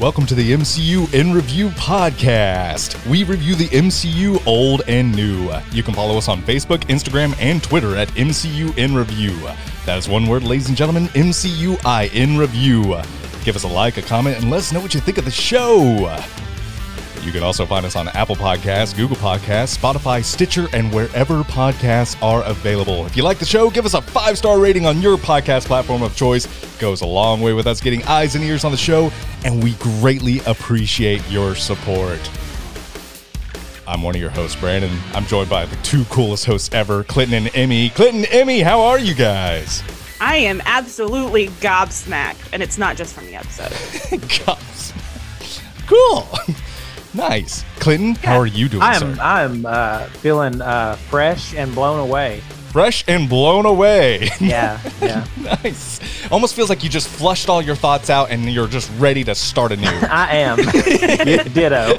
Welcome to the MCU in Review podcast. We review the MCU old and new. You can follow us on Facebook, Instagram, and Twitter at MCU in Review. That is one word, ladies and gentlemen, MCUI in Review. Give us a like, a comment, and let us know what you think of the show. You can also find us on Apple Podcasts, Google Podcasts, Spotify, Stitcher, and wherever podcasts are available. If you like the show, give us a five star rating on your podcast platform of choice. Goes a long way with us getting eyes and ears on the show, and we greatly appreciate your support. I'm one of your hosts, Brandon. I'm joined by the two coolest hosts ever, Clinton and Emmy. Clinton, Emmy, how are you guys? I am absolutely gobsmacked, and it's not just from the episode. Gosh. Cool. nice. Clinton, how are you doing, I sir? am I am uh, feeling uh, fresh and blown away. Fresh and blown away. Yeah, yeah. Nice. Almost feels like you just flushed all your thoughts out and you're just ready to start anew. I am. Ditto.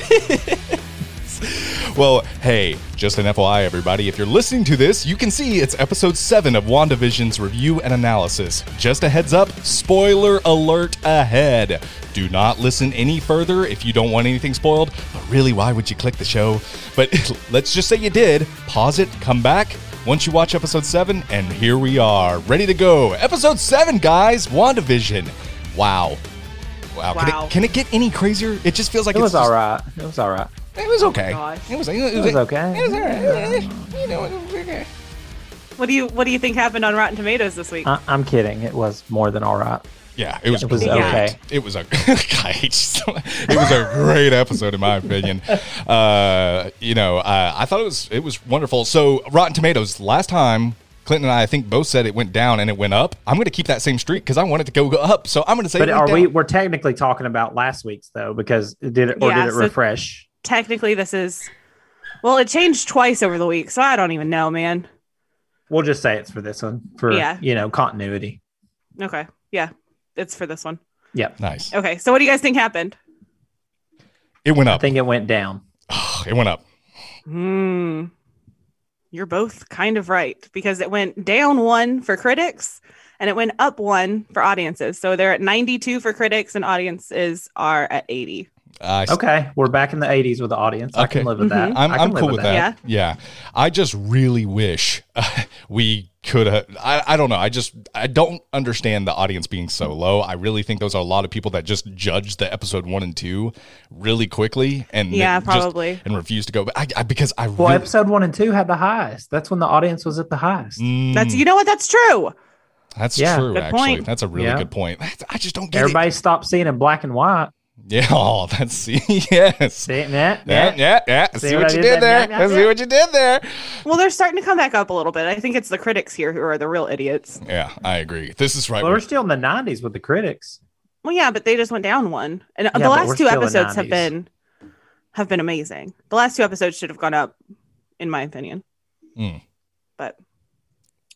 well, hey, just an FYI, everybody. If you're listening to this, you can see it's episode 7 of WandaVision's review and analysis. Just a heads up spoiler alert ahead. Do not listen any further if you don't want anything spoiled. But really, why would you click the show? But let's just say you did. Pause it, come back. Once you watch episode 7, and here we are, ready to go. Episode 7, guys, WandaVision. Wow. Wow. Can, Wow. it, can it get any crazier? It just feels like It it's was just- all right. It was all right. it was okay. gosh. It was. It was, it was okay. It was alright. You know, it was okay. What do you What do you think happened on Rotten Tomatoes this Uh. week? I, I'm kidding. It was more than all right. Yeah, it was. It was great. okay. It was a. Guys, it was a great episode, in my opinion. Uh, you know, uh, I thought it was. It was wonderful. So, Rotten Tomatoes. Last time, Clinton and I, I think, both said it went down and it went up. I'm going to keep that same streak because I want it to go up. So I'm going to say. But it went are we? down. We're technically talking about last week's though, because it did it or Yeah, did it so- refresh? Technically, this is well, it changed twice over the week, so I don't even know, man. We'll just say it's for this one for Yeah. you know continuity. Okay, yeah, it's for this one. Yep. Nice. Okay, so what do you guys think happened? It went I up. think it went down. It went up. Hmm. You're both kind of right because it went down one for critics and it went up one for audiences. So they're at 92 for critics and audiences are at 80. I s- Okay, we're back in the 80s with the audience. I Okay. Mm-hmm. can live with that. I'm, I can I'm live cool with that. Yeah. I just really wish we could have. I, I don't know. I just, I don't understand the audience being so low. I really think those are a lot of people that just judge the episode one and two really quickly and then Yeah, Mm, just- probably. and refuse to go. But I, I, because I Well, really. episode one and two had the highest. That's when the audience was at the highest. Mm, That's that's you know what? That's true. Yeah. true, Good actually. point. That's a really Yeah. good point. That's, I just don't get Everybody stopped seeing in black and white. it. Yeah. Oh, that's, yes. See it, Matt? Yeah, Matt? yeah, yeah. See, what you did there. Yeah, yeah, See what you did there. Well, they're starting to come back up a little bit. I think it's the critics here who are the real idiots. Yeah, I agree. This is right. Well, where- we're still in the 90s with the critics. Well, yeah, but they just went down one, and Yeah, the but we're last two still in episodes have 90s. been have been amazing. The last two episodes should have gone up, in my opinion. Hmm. Mm. But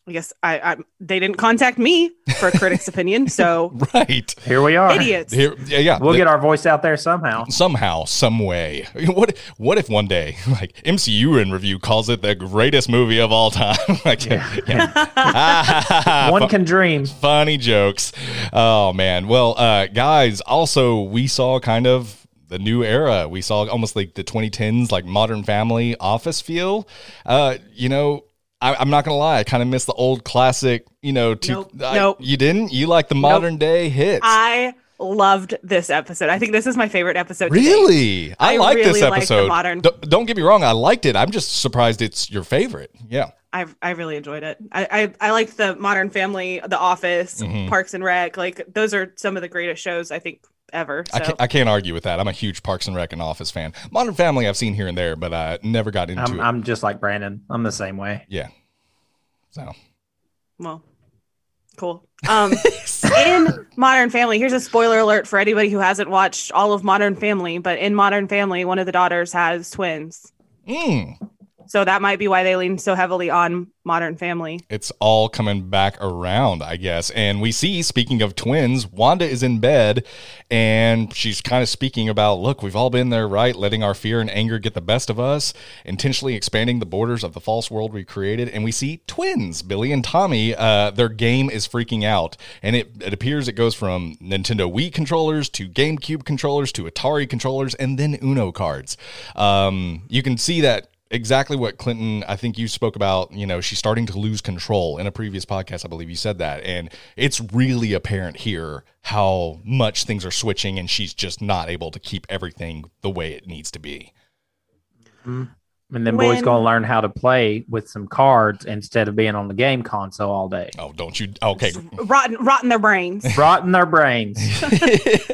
I guess I, I they didn't contact me for a critic's opinion, so right. Here we are. idiots. Here, yeah, yeah. We'll The- get our voice out there somehow. somehow, some way. What what if one day, like MCU in review calls it the greatest movie of all time? like, Yeah. yeah. Ah, ha, ha, ha. one Fu- can dream. funny jokes. Oh man. Well, uh, guys. Also, we saw kind of the new era. We saw almost like the 2010s, like Modern Family, Office feel. Uh, you know. I, I'm not gonna lie. I kind of miss the old classic, you know. To, Nope. I- Nope. You didn't. You like the modern day hits. I loved this episode. I think this is my favorite episode. to date. Really? I, I like this really like the episode. modern- D- don't get me wrong, I liked it. I'm just surprised it's your favorite. Yeah. I I really enjoyed it. I I, I like the Modern Family, The Office, Mhm. Parks and Rec. Like those are some of the greatest shows I think ever. So I can't, I can't argue with that. I'm a huge Parks and Rec and Office fan. Modern Family I've seen here and there, but I never got into Um, uh, I'm, it. I'm just like Brandon. I'm the same way. yeah. So, well, cool. Um, in Modern Family, here's a spoiler alert for anybody who hasn't watched all of Modern Family. But in Modern Family, one of the daughters has twins. mm, So that might be why they lean so heavily on Modern Family. It's all coming back around, I guess. And we see, speaking of twins, Wanda is in bed and she's kind of speaking about look, we've all been there, right? Letting our fear and anger get the best of us, intentionally expanding the borders of the false world we created. And we see twins, Billy and Tommy. Uh, their game is freaking out. And it, it appears it goes from Nintendo Wii controllers to GameCube controllers to Atari controllers and then Uno cards. Um, you can see that exactly what Clinton, I think you spoke about, you know, she's starting to lose control in a previous podcast. I believe you said that. And it's really apparent here how much things are switching and she's just not able to keep everything the way it needs to be. And then boy's When- gonna learn how to play with some cards instead of being on the game console all day. Oh, don't you? Okay. Rotten, rotten their brains. Rotten their brains.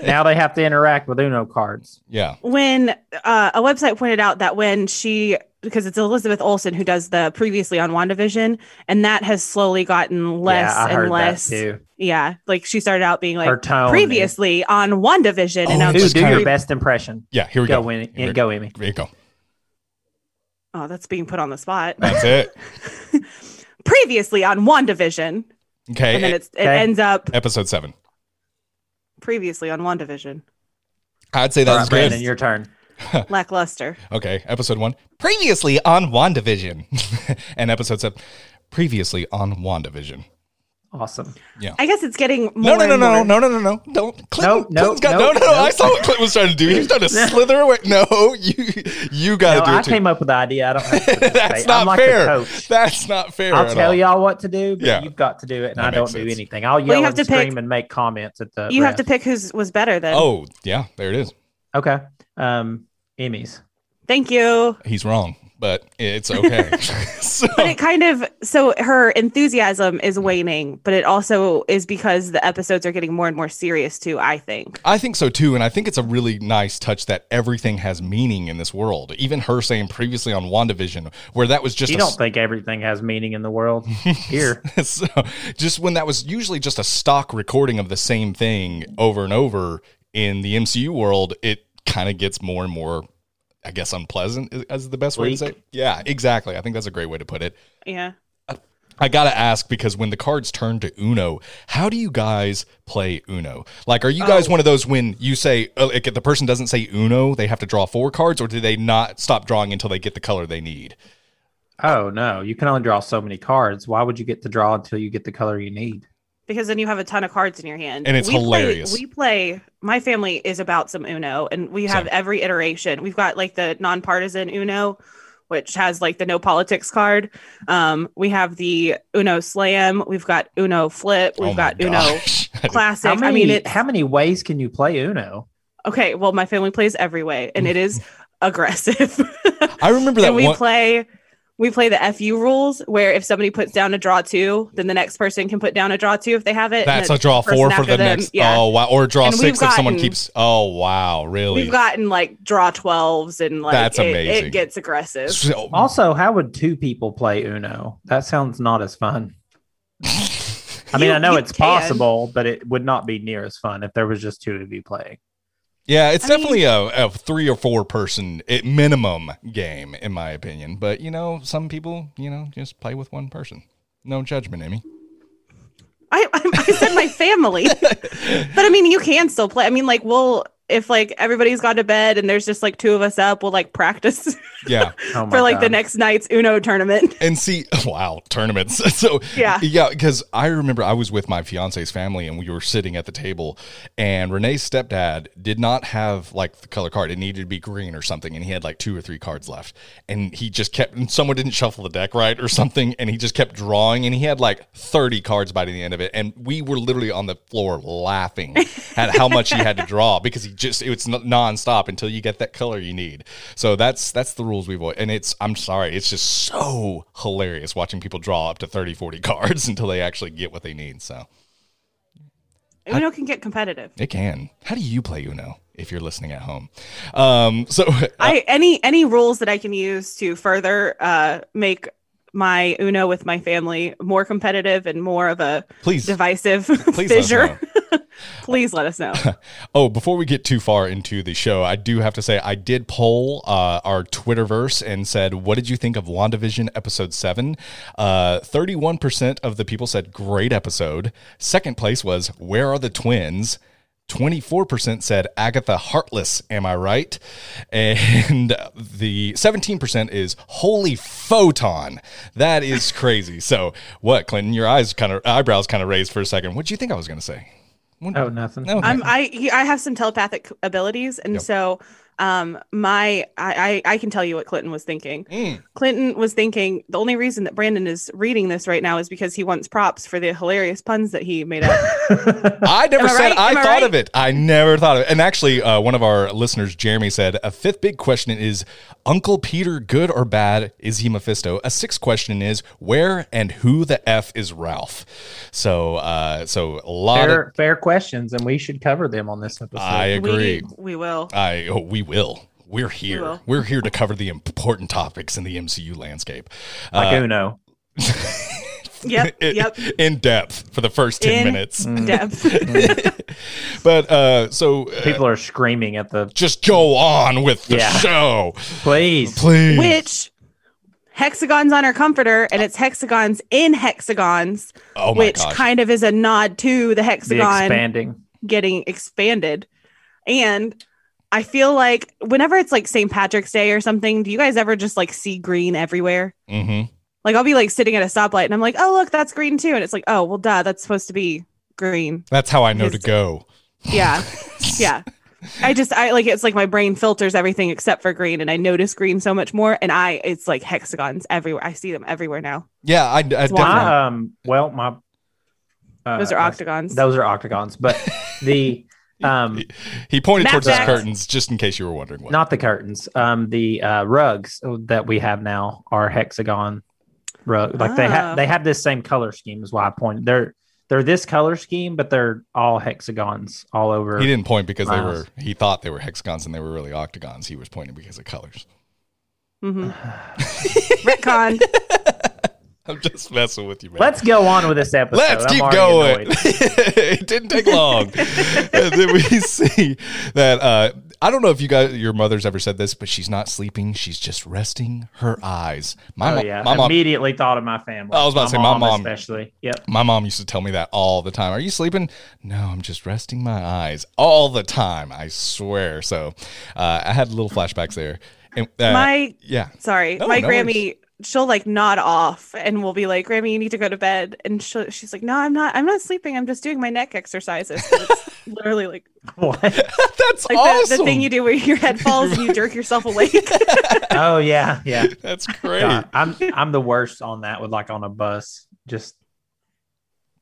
now they have to interact with Uno cards. yeah. when uh, a website pointed out that when she because it's Elizabeth Olsen who does the previously on WandaVision, and that has slowly gotten less yeah, I heard and less. that too. Yeah, like she started out being Her like tone. previously on WandaVision, Oh, and now it's Dude, she's just do your kinda- best impression. Yeah. Here we Go, go. Winnie. Here we Go, Amy. There you go. oh, that's being put on the spot. That's it. previously on WandaVision, and then Okay. it's, it Okay. ends up Episode seven. previously on WandaVision, I'd say All that's right, good. Brandon, your turn. lackluster. Okay, episode one. Previously on WandaVision. and episode seven. Previously on WandaVision. Awesome. I guess it's getting No, more. no, no, and no, more- no, no, no, no. Don't. Clinton, no, Clinton's got, no, no, no, no. no. I saw what Clinton was trying to do. He was trying to slither away. No, you, you got No, to do I it too. came up with the idea. I don't have to That's participate. not I'm like fair. the coach. That's not fair. I'll at tell all. y'all what to do, but Yeah. you've got to do it, and That I don't makes do sense. anything. I'll yell you have and to pick- scream and make comments at the. You have to rest. pick who's was better then. Oh yeah, there it is. Okay. Um, Emmys. Thank you. He's wrong, but it's okay. so but it kind of so her enthusiasm is waning, but it also is because the episodes are getting more and more serious too. I think I think so too, and I think it's a really nice touch that everything has meaning in this world. Even her saying previously on WandaVision, where that was just You a don't think everything has meaning in the world here? so just when that was usually just a stock recording of the same thing over and over in the MCU world, it kind of gets more and more, I guess, unpleasant is, is the best way to say. Bleak. It. Yeah, exactly. I think that's a great way to put it. yeah. I gotta ask because when the cards turn to Uno, how do you guys play Uno? Like, are you guys Oh. one of those when you say uh, like, if the person doesn't say Uno, they have to draw four cards, or do they not stop drawing until they get the color they need? Oh no, you can only draw so many cards. Why would you get to draw until you get the color you need? Because then you have a ton of cards in your hand, And it's play- hilarious. we play. My family is about some Uno, and we have Same. every iteration. We've got like the nonpartisan Uno, which has like the no politics card. Um, we have the Uno Slam. We've got Uno Flip. We've Oh my got Uno gosh. Classic. How many, I mean, it's how many ways can you play Uno? okay. Well, my family plays every way, and it is aggressive. I remember that and we one. play we play the fu rules where if somebody puts down a draw two then the next person can put down a draw two if they have it and That's then a draw the person four for after the them- next. yeah Oh wow! Or draw And we've six if someone gotten- keeps. Oh wow! Really? we've gotten like draw 12s and like That's it, amazing. it gets aggressive So- Also, how would two people play Uno? That sounds not as fun. I mean, You- I know you it's can. possible, but it would not be near as fun if there was just two of you playing. yeah, it's I definitely a, a three or four person at minimum game, in my opinion. But you know, some people, you know, just play with one person. No judgment, Amy. I, I, I said my family but i mean you can still play i mean like we'll if like everybody's gone to bed and there's just like two of us up we'll like practice Yeah, Oh my for like the God. next night's uno tournament and see, wow, tournaments. So yeah Yeah, because I remember I was with my fiance's family and we were sitting at the table, and Renee's stepdad did not have like the color card. It needed to be green or something, and he had like two or three cards left. And he just kept, and someone didn't shuffle the deck right or something, and he just kept drawing, and he had like 30 cards by the end of it. And we were literally on the floor laughing at how much he had to draw because he just, it was n- nonstop until you get that color you need. So that's, that's the rules we've, al- and it's, I'm sorry, it's just so hilarious watching people draw up to 30, 40 cards until they actually get what they need. So uno can get competitive it can. How do you play Uno if you're listening at home? Um, so I any any rules that I can use to further uh, make my Uno with my family more competitive and more of a please, divisive please let us fissure. know. Please let us know. Oh, before we get too far into the show, I do have to say I did poll uh, our Twitterverse and said, "What did you think of WandaVision episode 7? Thirty-one percent of the people said great episode. Second place was Where Are the Twins? Twenty-four percent said Agatha Heartless. Am I right? And the seventeen percent is Holy Photon. That is crazy. so what, Clinton? Your eyes kind of eyebrows kind of raised for a second. What do you think I was going to say? What- Oh, nothing. No, I'm, I he- I have some telepathic abilities, and Yep. so um my I, I I can tell you what Clinton was thinking. Mm. Clinton was thinking the only reason that Brandon is reading this right now is because he wants props for the hilarious puns that he made up. I never Am I said right? I Am I thought right? of it. I never thought of it. And actually, uh, one of our listeners, Jeremy, said a fifth big question is Uncle Peter good or bad? Is he Mephisto? A sixth question is where and who the f is Ralph? So, uh, so a lot of fair, fair questions, and we should cover them on this episode. I agree. We, we will. I oh, we will. We're here. will. We're here to cover the important topics in the MCU landscape. like Uh, Uno. Yep. in- Yep. In depth for the first ten In minutes. Mm. Depth. But uh, so uh, People are screaming at the just go on with the Yeah. show, please. please. Which hexagons on her comforter, and it's hexagons in hexagons, oh my which gosh. kind of is a nod to the The hexagon expanding. getting expanded. And I feel like whenever it's like St. Patrick's Day or something, do you guys ever just like see green everywhere? mm-hmm. Like I'll be like sitting at a stoplight and I'm like, oh look, that's green too. And it's like, oh well duh, that's supposed to be green. That's how I know to His- go. Yeah. yeah. I just I like it's like my brain filters everything except for green and I notice green so much more and I it's like hexagons everywhere. I see them everywhere now. Yeah, I, I definitely. My, um, well, my uh, Those are my- octagons. Those are octagons, but the um, He pointed Matt towards his Jack- curtains just in case you were wondering what. not the curtains. Um, the uh, rugs that we have now are hexagon rug. Like they Ah. have they have this same color scheme. Is why I pointed. They're they're this color scheme, but they're all hexagons all over. he didn't point because they were. Miles. He thought they were hexagons and they were really octagons. He was pointing because of colors. Mm-hmm. Retcon. I'm just messing with you, man. Let's go on with this episode. Let's I'm keep already going. annoyed. it didn't take long. and then we see that uh, I don't know if you guys, your mother's ever said this, but she's not sleeping. She's just resting her eyes. My oh mo- yeah, my mom, immediately thought of my family. I was about to say, my mom- especially. Yep. My mom used to tell me that all the time. Are you sleeping? No, I'm just resting my eyes all the time. I swear. So uh, I had little flashbacks there. And, uh, my yeah. sorry, No, my no Grammy. She'll like nod off, and we'll be like, "Grammy, you need to go to bed." And she'll, she's like, "No, I'm not. I'm not sleeping. I'm just doing my neck exercises." It's literally like What? That's like awesome. the, the thing you do where your head falls and you jerk yourself awake. oh yeah, yeah. That's great. God, I'm I'm the worst on that with like on a bus. Just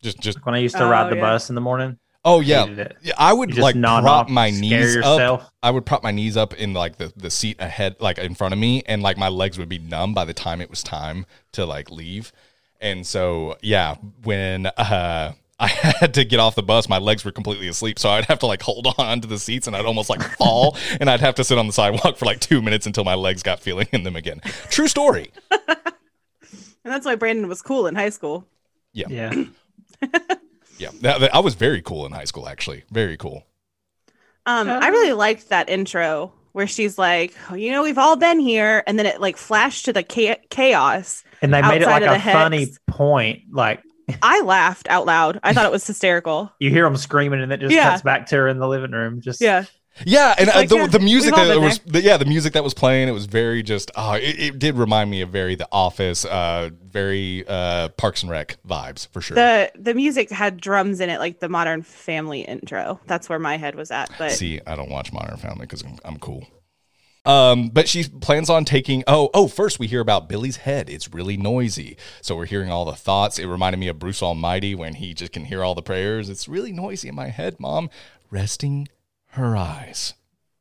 Just, just. when I used to Oh, ride the yeah. bus in the morning. Oh yeah. hated it. Yeah, I You would just like nod prop off, my scare knees up. yourself. I would prop my knees up in like the, the seat ahead, like in front of me, and like my legs would be numb by the time it was time to like leave. And so, yeah, when uh, I had to get off the bus, my legs were completely asleep. So I'd have to like hold on to the seats and I'd almost like fall and I'd have to sit on the sidewalk for like two minutes until my legs got feeling in them again. True story. and that's why Brandon was cool in high school. Yeah. Yeah. That- that- I was very cool in high school, actually. Very cool. Um, I Oh. really liked that intro where she's like, oh, "You know, we've all been here," and then it like flashed to the cha- chaos. And they made it Outside like of a the hex. funny point. Like I laughed out loud. I thought it was hysterical. you hear them screaming and it just Yeah. cuts back to her in the living room. Just Yeah, Yeah, and uh, Like, the, yeah, the music we've all that been was the, yeah the music that was playing it was very just oh it, it did remind me of very The Office, uh, very uh, Parks and Rec vibes for sure. the the music had drums in it, like the Modern Family intro. That's where my head was at. But See, I don't watch Modern Family because I'm, I'm cool. Um, but she plans on taking. Oh, oh! First, we hear about Billy's head. It's really noisy, so we're hearing all the thoughts. It reminded me of Bruce Almighty when he just can hear all the prayers. It's really noisy in my head, Mom. Resting her eyes.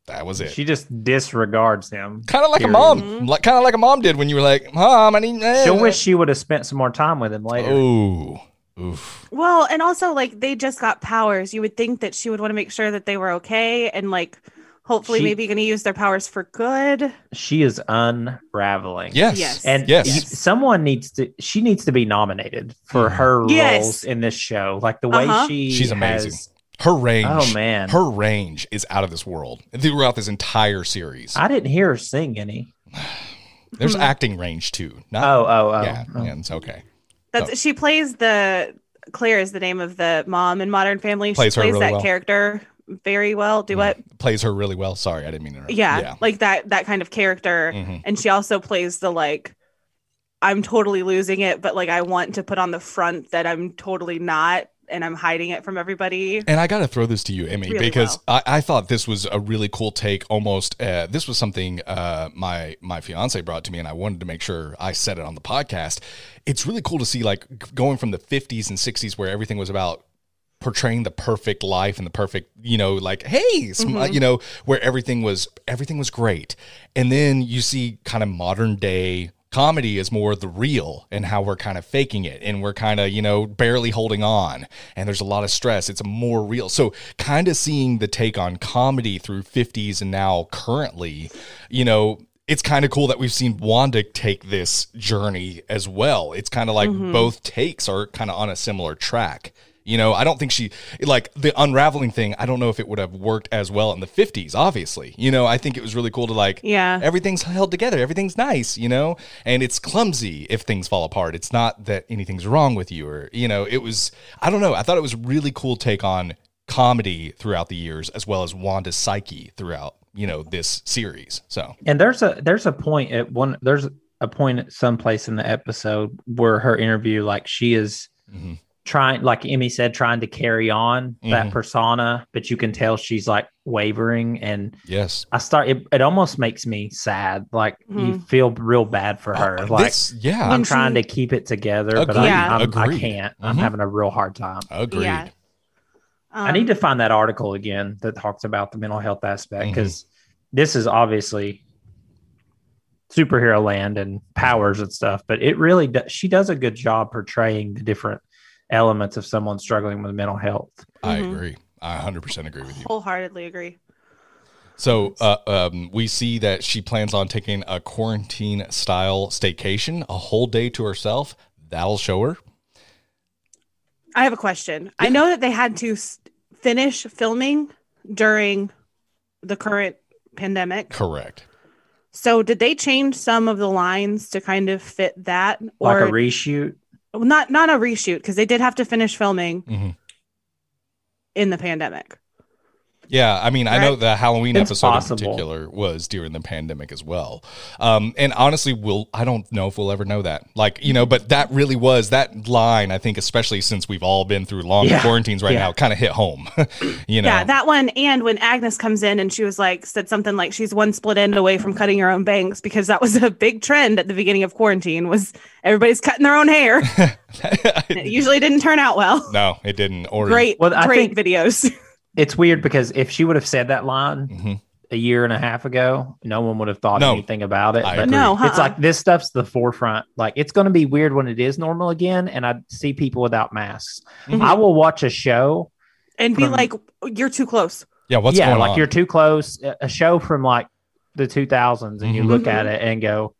That was it. she just disregards them. kind of like a Period. mom, Mhm. like kind of like a mom did when you were like, "Mom, I need." eh." She'll wish she would have spent some more time with him later. Oh, oof. Well, and also like they just got powers. You would think that she would want to make sure that they were okay and like hopefully She- maybe going to use their powers for good. She is unraveling. Yes. Yes. And Yes. you- someone needs to she needs to be nominated for her Yes. roles in this show. Like the way Uh-huh. she Mm. She's amazing. has Her range. Oh, man. Her range is out of this world throughout this entire series. I didn't hear her sing any. There's Mm-hmm. acting range too. Not, Oh, oh, oh. Uh, yeah, oh. yeah, it's okay. That's Oh. she plays the Claire is the name of the mom in Modern Family. She Plays plays, her really that well. Mm-hmm. character very well. Do what? Plays her really well. Sorry, I didn't mean to. interrupt. Yeah, like that that kind of character. Yeah. Mhm. And she also plays the like I'm totally losing it, but like I want to put on the front that I'm totally not and I'm hiding it from everybody. And I got to throw this to you, Emmy, Really because I, I thought this was a really cool take. Almost, uh, this was something uh, my my fiance brought to me, and I wanted to make sure I said it on the podcast. It's really cool to see, like, g- going from the '50s and '60s, where everything was about portraying the perfect life and the perfect, you know, like, hey, sm- Mhm. you know, where everything was everything was great, and then you see kind of modern day. Comedy is more the real and how we're kind of faking it and we're kind of, you know, barely holding on and there's a lot of stress. It's more real. So, kind of seeing the take on comedy through 50s and now currently, you know, it's kind of cool that we've seen Wanda take this journey as well. It's kind of like Mhm. both takes are kind of on a similar track. You know, I don't think she like the unraveling thing. I don't know if it would have worked as well in the 50s, obviously. You know, I think it was really cool to like Yeah. everything's held together everything's nice you know and it's clumsy if things fall apart it's not that anything's wrong with you or you know it was i don't know i thought it was a really cool take on comedy throughout the years as well as wanda's psyche throughout you know this series so And there's a there's a point at one there's a point at some place in the episode where her interview, like she is mhm. trying, like Emmy said, trying to carry on Mhm. that persona, but you can tell she's like wavering. And yes I start it, it almost makes me sad. Like you Mhm. feel real bad for her. Uh, like this- yeah I'm When trying to she- keep it together, but Agreed. I, I'm, I Agreed. can't. I'm Mhm. having a real hard time. agreed Yeah. Mm-hmm. Um, I need to find that article again that talks about the mental health aspect Mm-hmm. Mhm. because this is obviously superhero land and powers and stuff, but it really does. She does a good job portraying the different elements of someone struggling with mental health. i Mhm. agree i 100% agree with you wholeheartedly agree. So uh, um, we see that she plans on taking a quarantine style staycation, a whole day to herself. That'll show her. I have a question. I know that they had to s- finish filming during the current pandemic. Correct. So did they change some of the lines to kind of fit that Like or a reshoot. Well, not not a reshoot because they did have to finish filming Mm-hmm. hmm in the pandemic. Yeah, I mean, I know Correct? the Halloween It's episode possible. in particular was during the pandemic as well. Um, and honestly, we'll I don't know if we'll ever know that. Like, you know, but that really was that line. I think, especially since we've all been through long Yeah. quarantines right Yeah. now, kind of hit home. you know, Yeah, that one. And when Agnes comes in and she was like said something like she's one split end away from cutting her own bangs because that was a big trend at the beginning of quarantine was everybody's cutting their own hair. And it usually didn't turn out well. no, it didn't. Or Great, Well, I great think- videos. It's weird because if she would have said that line Mhm. a year and a half ago, no one would have thought No. anything about it. I but agree. No, huh? It's like this stuff's the forefront. Like it's going to be weird when it is normal again, and I see people without masks. Mhm. I will watch a show and be from- like, you're too close. yeah, what's yeah, going like on? you're too close. A- A show from like the 2000s, and you Mhm. look at it and go,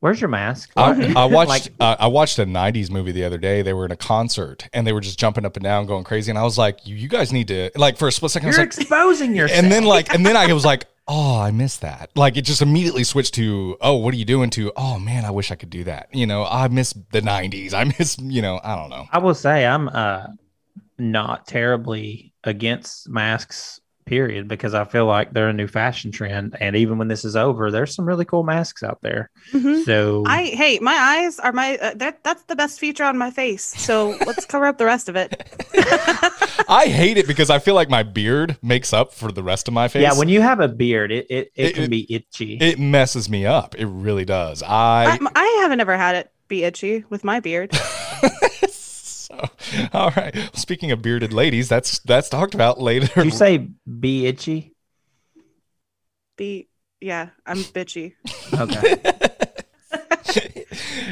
"Where's your mask?" I, I watched Mm-hmm. Like- uh, I watched a '90s movie the other day. They were in a concert and they were just jumping up and down, going crazy. And I was like, "You, you guys need to like for a split second, I was You're like, exposing yourself. and then like and then I was like, "Oh, I missed that." Like it just immediately switched to, "Oh, what are you doing?" To, "Oh man, I wish I could do that." You know, I miss the '90s. I miss you know, I don't know. I will say I'm uh, not terribly against masks. Period, because I feel like they're a new fashion trend, and even when this is over, there's some really cool masks out there. Mhm. So I hey, my eyes are my uh, that that's the best feature on my face. So let's cover up the rest of it. I hate it because I feel like my beard makes up for the rest of my face. yeah, when you have a beard, it it, it, It- can it- be itchy. it messes me up, it really does. I. I, I haven't ever had it be itchy with my beard. so, all right. Speaking of bearded ladies, that's that's talked about later. Did you say be itchy? be yeah i'm bitchy Okay.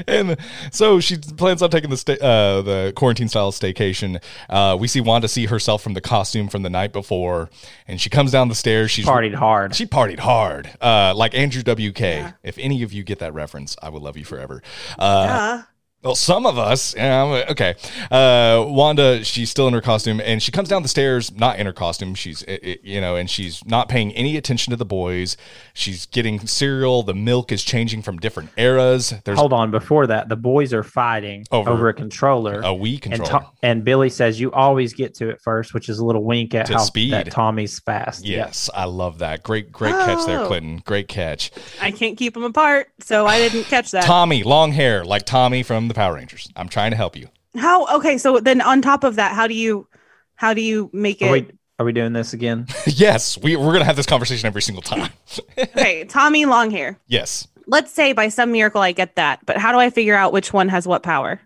and so she plans on taking the sta- uh, the quarantine style staycation. Uh, we see Wanda see herself from the costume from the night before, and she comes down the stairs. She's Partied hard. She partied hard, uh, like Andrew WK. Yeah. If any of you get that reference, I will love you forever. Uh, Duh. Well, some of us. Yeah, I'm- okay. Uh, Wanda, she's still in her costume, and she comes down the stairs, not in her costume. She's, i- i- you know, and she's not paying any attention to the boys. She's getting cereal. The milk is changing from different eras. There's Hold on. Before that, the boys are fighting Over- over, a controller. a Wii and, controller. to- and Billy says, You always get to it first, which is a little wink at To how speed. that Tommy's fast. Yeah. yes, I love that. Great, great catch there, Oh. Clinton. Great catch. I can't keep them apart, so I didn't catch that. Tommy, long hair, like Tommy from the Power Rangers. I'm trying to help you. How okay, so then on top of that, how do you how do you Oh, make Are it we, are we doing this again? yes, we, we're going to have this conversation every single time. okay? Tommy long hair. yes, Let's say by some miracle I get that, but how do I figure out which one has what power?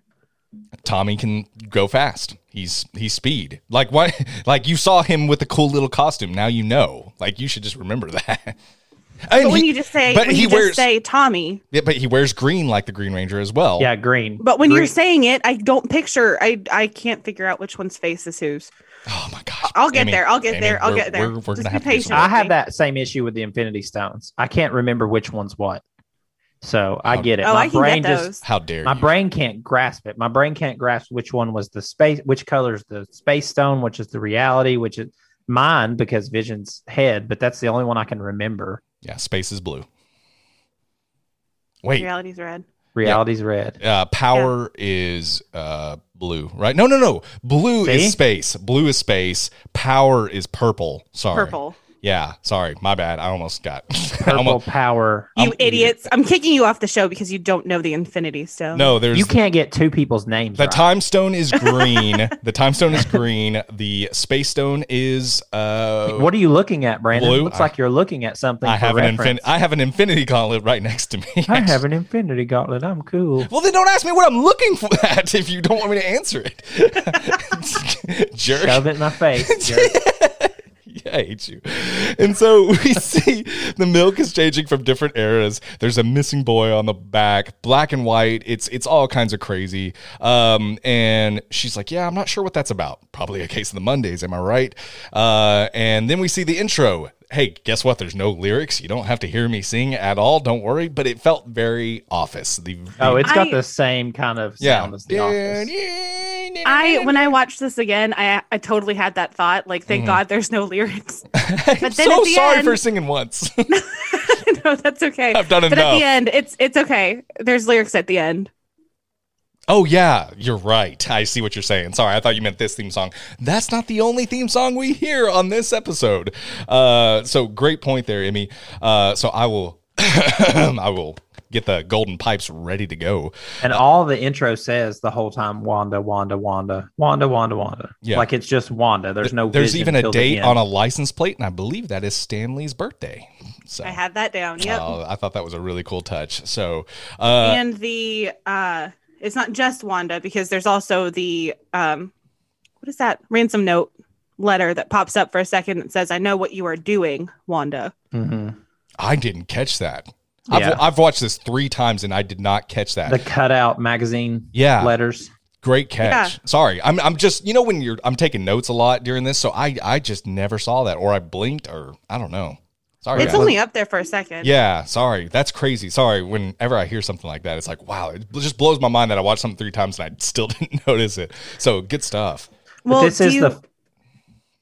Tommy can go fast. He's he's speed. Like what? Like you saw him with the cool little costume. Now you know. Like you should just remember that. And But when he- you just say but when he you wears- just say Tommy, yeah, but he wears green like the Green Ranger as well. Yeah, green. but when you're Green. saying it, I don't picture I I can't figure out which one's face is whose. Oh my gosh. I'll get Amy, there. I'll get Amy, there. I'll we're- get there. We're, we're Just gonna be have to do patient. some- I have that same issue with the Infinity Stones. I can't remember which one's what. So I Oh. get it. Oh, my I can brain get just those. How dare my you? brain can't grasp it. My brain can't grasp which one was the space, which color's the space stone, which is the reality, which is mine because Vision's head, but that's the only one I can remember. Yeah, space is blue. Wait. Reality's red. Reality's red. Uh, power is uh, blue, right? No, no, no. Blue See? is space. Blue is space. Power is purple. Sorry. Purple. Yeah. Sorry. My bad. I almost got. I Purple almost- power. You I'm- idiots. I'm kicking you off the show because you don't know the infinity stone. no, there's You can't get two people's names. The right. time stone is green. the time stone is green. The space stone is uh What are you looking at, Brandon? Blue? Looks like you're looking at something. I for have an infin- reference. I have an infinity gauntlet right next to me. I have an infinity gauntlet. I'm cool. well, then don't ask me what I'm looking for at if you don't want me to answer it. Jerk. Shove it in my face. jerk. Yeah, I hate you. And so we see the milk is changing from different eras. There's a missing boy on the back, black and white. It's it's all kinds of crazy. Um, and she's like, "Yeah, I'm not sure what that's about. Probably a case of the Mondays, am I right?" Uh, and then we see the intro. Hey, guess what? There's no lyrics. You don't have to hear me sing at all. Don't worry. But it felt very Office. The, Oh, it's it's got I- the same kind of yeah. sound as the office. I when I watched this again, I I totally had that thought. Like, thank Mhm. God there's no lyrics. I'm but then so at the sorry end- for singing once. no, that's okay. I've done but enough. at the end, it's it's okay. There's lyrics at the end. Oh yeah, you're right. I see what you're saying. Sorry, I thought you meant this theme song. That's not the only theme song we hear on this episode. Uh, so great point there, Emmy. Uh, so I will, I will get the golden pipes ready to go. And all the intro says the whole time Wanda, Wanda, Wanda, Wanda, Wanda, Wanda. Yeah. Like it's just Wanda. There's no There's vision even a till the date end. on a license plate, and I believe that is Stanley's birthday. So I had that down. Yep. Oh, I thought that was a really cool touch. So uh, and the uh, it's not just Wanda because there's also the um, what is that ransom note letter that pops up for a second that says, "I know what you are doing, Wanda." Mhm. I didn't catch that. Yeah. I've, I've watched this three times, and I did not catch that. the cutout magazine yeah. letters. Great catch. Sorry. I'm I'm just you know when you're I'm taking notes a lot during this, so I I just never saw that or I blinked or I don't know. Sorry. It's guys. only up there for a second. yeah, sorry. That's crazy. Sorry. Whenever I hear something like that, it's like, wow, it bl- just blows my mind that I watched something three times and I still didn't notice it. So good stuff. But Well, this do is you... the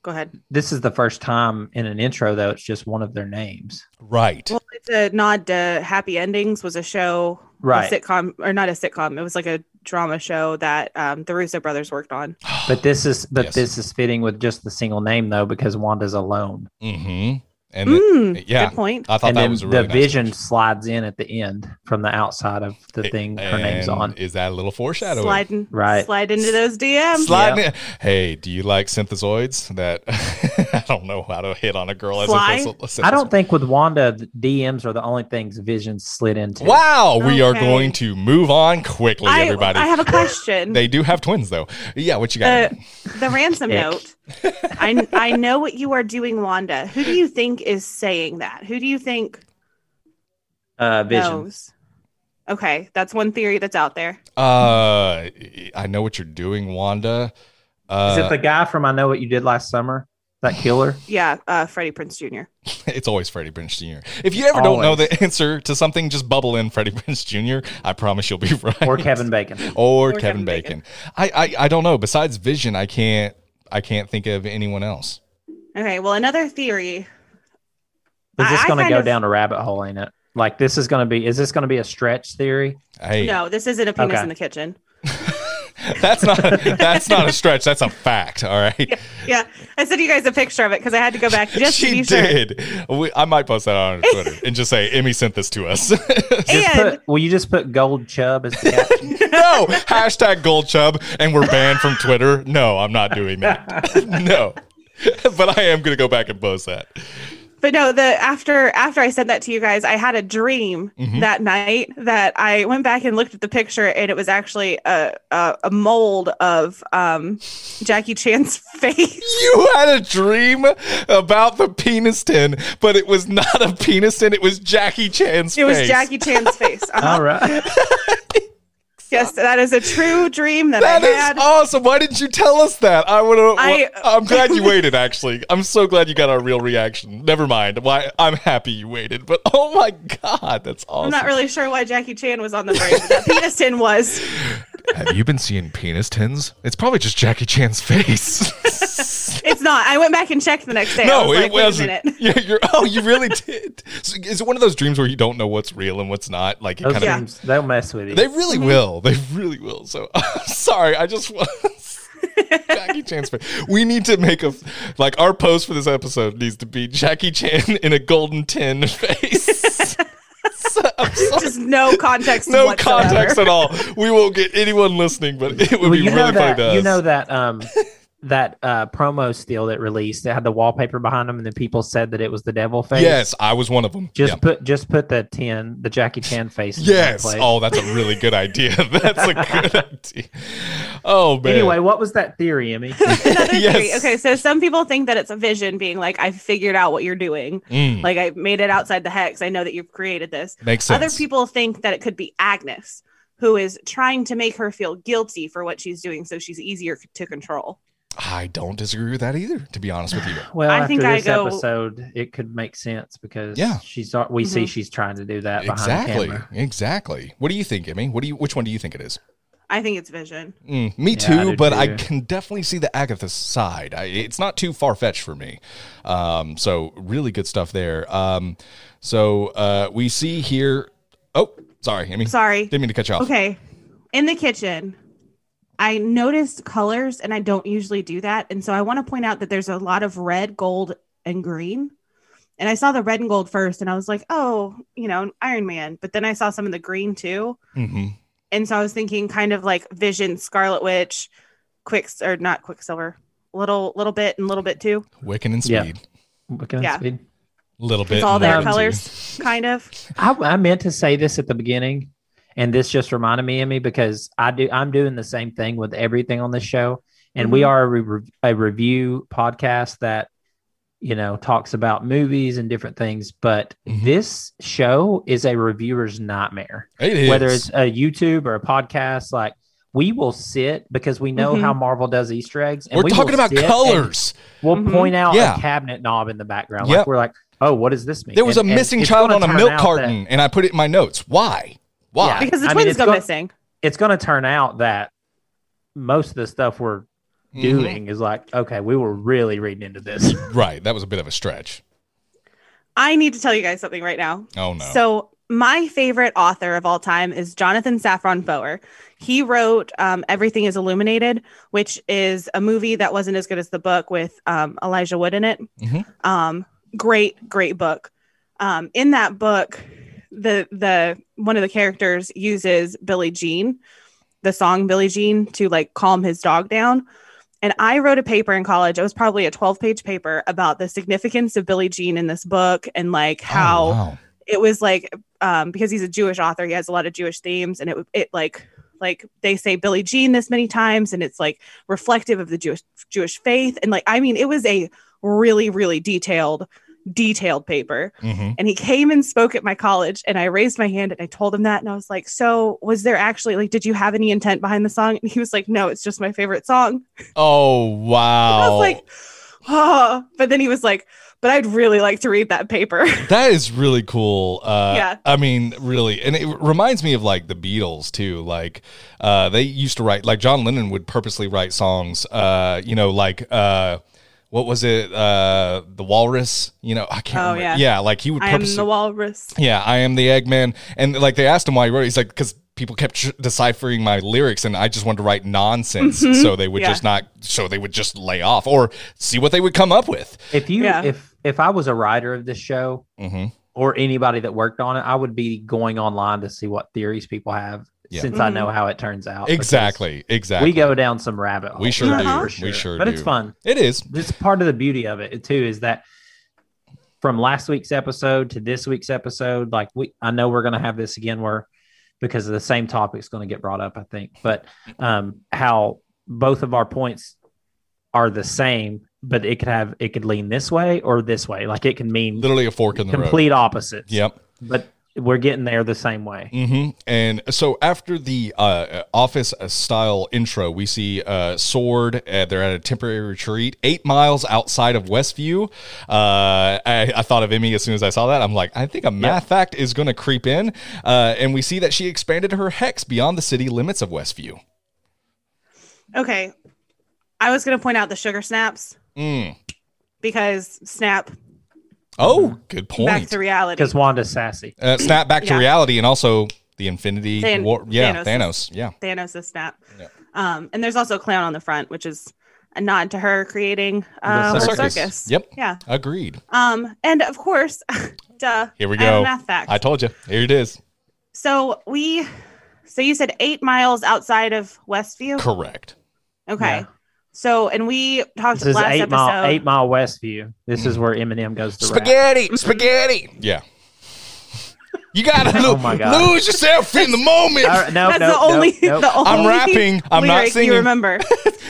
go ahead. this is the first time in an intro though it's just one of their names. Right. Well, it's a nod to Happy Endings was a show, Right. A sitcom or not a sitcom. It was like a drama show that um, the Russo brothers worked on. But this is but Yes. this is fitting with just the single name though because Wanda's alone. mm-hmm. And then- Mm, yeah. Good point. I thought and that then was a really the nice vision slides in at the end from the outside of the thing her name's And on. Is that a little foreshadowing? Sliding Right. Slide into those DMs. Slide in- Hey, do you like synthesoids? That I don't know how to hit on a girl as a Fly? synthesoid. I don't think with Wanda the DMs are the only things Vision slid into. Wow, we are Okay. going to move on quickly, I, everybody. I have a question. they do have twins, though. Yeah, what you got? the, the ransom Ick. note. I I know what you are doing, Wanda. Who do you think is saying that? Who do you think Uh, Vision. knows? Okay, that's one theory that's out there. uh, I know what you're doing, Wanda. Is it Uh, the guy from I Know What You Did Last Summer? that killer? Yeah, uh, Freddie Prince Jr. It's always Freddie Prince Jr. If you ever don't know Always. the answer to something, just bubble in Freddie Prince Jr. I promise you'll be right. Or Kevin Bacon? Or, Or Kevin, Kevin Bacon. Bacon. I, I I don't know. Besides Vision, I can't I can't think of anyone else. Okay, well, another theory. Is this I- I going to kind go of- down a rabbit hole, ain't it? Like this is going to be? Is this going to be a stretch theory? Hey, No, this isn't a penis Okay. in the kitchen. that's not that's not a stretch. That's a fact. All right. Yeah, I sent you guys a picture of it because I had to go back just to she be sure. did. We, I might post that on our Twitter and just say Emmy sent this to us. Just And put, will you just put Gold Chub as the captain? no hashtag gold chub and we're banned from Twitter. No, I'm not doing that. no, but I am gonna go back and post that. but no, the after after I sent that to you guys, I had a dream Mhm. that night that I went back and looked at the picture, and it was actually a a, a mold of um, Jackie Chan's face. You had a dream about the penis tin, but it was not a penis tin. It was Jackie Chan's It was face. Jackie Chan's face. Uh-huh. All right. Yes, that is a true dream that, That I is had. awesome. Why didn't you tell us that? I would have. I- uh, I'm glad you waited. Actually, I'm so glad you got our real reaction. Never mind. Why? I'm happy you waited. But oh my god, that's awesome. I'm not really sure why Jackie Chan was on the brain, but that penis tin was. Have you been seeing penis tins? It's probably just Jackie Chan's face. It's not. I went back and checked the next day. I no, was it like, wait a wasn't. minute. Yeah, you're, oh, you really did. So is it one of those dreams where you don't know what's real and what's not? Like it Those kind of Yeah. dreams, they'll mess with you. They really will. They really will. So I'm sorry. I just was. Jackie Chan's face. We need to make a like our post for this episode needs to be Jackie Chan in a golden tin face. So- I'm sorry. Just no context. No whatsoever. context at all. We won't get anyone listening, but it would Well, be you know really funny that to us. you know that um that uh promo steal that released that had the wallpaper behind them and the people said that it was the devil face. yes, I was one of them. Just Yeah. put just put the tin the Jackie Chan face. in that Yes. place. Oh, that's a really good idea. That's a good idea. Oh man. Anyway, what was that theory, Emmy? Another Yes. theory. Okay, so some people think that it's a vision being like, I figured out what you're doing. Mm, Like, I made it outside the hex. I know that you've created this. makes sense. Other people think that it could be Agnes, who is trying to make her feel guilty for what she's doing so she's easier c- to control. I don't disagree with that either. To be honest with you. Well, I after think I this go- episode, it could make sense because Yeah. she's al- we see Mhm. she's trying to do that behind exactly the camera. exactly what do you think emmy what do you which one do you think it is I think it's vision. Mm, me Yeah, too I do but i too. can definitely see the agatha side I, it's not too far-fetched for me um, so really good stuff there um, so uh, we see here oh sorry emmy Sorry. didn't mean to cut you off Okay. In the kitchen, I noticed colors and I don't usually do that. And so I want to point out that there's a lot of red, gold, and green. And I saw the red and gold first and I was like, oh, you know, Iron Man. But then I saw some of the green too. hmm And so I was thinking kind of like Vision, Scarlet Witch, Quicks or not Quicksilver, little little bit and little bit too, wiccan and Yeah. speed Look at Yeah. that speed. little bit Mm-hmm. all and their Wiccan, too. colors. kind of. I, I meant to say this at the beginning, and this just reminded me of me because I do I'm doing the same thing with everything on this show, and we Mhm. are a, re- a review podcast that you know talks about movies and different things, but Mhm. this show is a reviewer's nightmare. It is. Whether it's a YouTube or a podcast, like we will sit because we know Mhm. how Marvel does Easter eggs. we're we will talking about sit and colors We'll Mhm. point out Yeah. a cabinet knob in the background. Yep. Like we're like, oh, what does this mean? there was And- a and missing it's child on gonna a turn milk out that- carton and i put it in my notes why why Yeah. Because the I mean, twins it's go got- missing. it's going to turn out that most of the stuff we're Mhm. doing is like, okay, we were really reading into this. right that was a bit of a stretch I need to tell you guys something right now. oh no So my favorite author of all time is Jonathan Safran Foer. He wrote um, "Everything Is Illuminated," which is a movie that wasn't as good as the book with um, Elijah Wood in it. Mhm. Um, great, great book. Um, in that book, the the one of the characters uses Billie Jean, the song Billie Jean, to like calm his dog down. And I wrote a paper in college. It was probably a 12 page paper about the significance of Billie Jean in this book and like Oh, how wow. it was like um, because he's a Jewish author, he has a lot of Jewish themes, and it it like like they say Billie Jean this many times, and it's like reflective of the Jewish Jewish faith, and like I mean, it was a really really detailed detailed paper Mhm. and he came and spoke at my college and i raised my hand and i told him that and i was like so was there actually like did you have any intent behind the song and he was like no it's just my favorite song Oh wow! i was like oh, but then he was like, but I'd really like to read that paper. That is really cool. Uh, Yeah. I mean, really, and it reminds me of like the Beatles too. Like uh, they used to write, like John Lennon would purposely write songs. Uh, you know, like uh, what was it? Uh, the Walrus. You know, I can't. Oh, remember. yeah. like he would I am purposely. the walrus. yeah, I am the Eggman, and like they asked him why he wrote. it. He's like, because people kept tr- deciphering my lyrics, and I just wanted to write nonsense, Mhm. so they would Yeah. just not, so they would just lay off or see what they would come up with. If you Yeah. if if I was a writer of this show hmm or anybody that worked on it, I would be going online to see what theories people have Yeah. since I know how it turns out. because Exactly. Exactly. We go down some rabbit holes. We sure that's do. for We sure But it's do. fun. It is. It's part of the beauty of it too is that from last week's episode to this week's episode, like we, I know we're going to have this again where because of the same topic's going to get brought up, I think, but um, how both of our points are the same, but it could have, it could lean this way or this way. Like it can mean Literally a fork in the road. complete opposites. Yep. But we're getting there the same way. hmm And so after the uh, office style intro, we see uh, Sword. Uh, they're at a temporary retreat eight miles outside of Westview. Uh, I, I thought of Emmy as soon as I saw that. I'm like, I think a math fact is going to creep in. Uh, and we see that she expanded her hex beyond the city limits of Westview. Okay. I was going to point out the sugar snaps Mm. because snap Oh, good Mm-hmm. back point. to reality. Because Wanda's sassy. uh, snap back to Yeah. reality and also the Infinity Than- War. Yeah, Thanos. Thanos. Yeah. Thanos is snap. Yeah. Um, and there's also a clown on the front, which is a nod to her creating uh, The whole circus. circus. Yep. Yeah. Agreed. Um, and of course, duh. Here we I have a go. math fact. I told you. Here it is. so we, so you said eight miles outside of Westview. Correct. Okay. Yeah. So, and we talked This is last eight episode. mile, eight mile West View. This is where Eminem goes to rap. Spaghetti, spaghetti. Yeah. You gotta Oh lo- my God. lose yourself in the moment. All right, no, That's no, the no, only, no. the only. I'm rapping. I'm not lyric singing. You remember?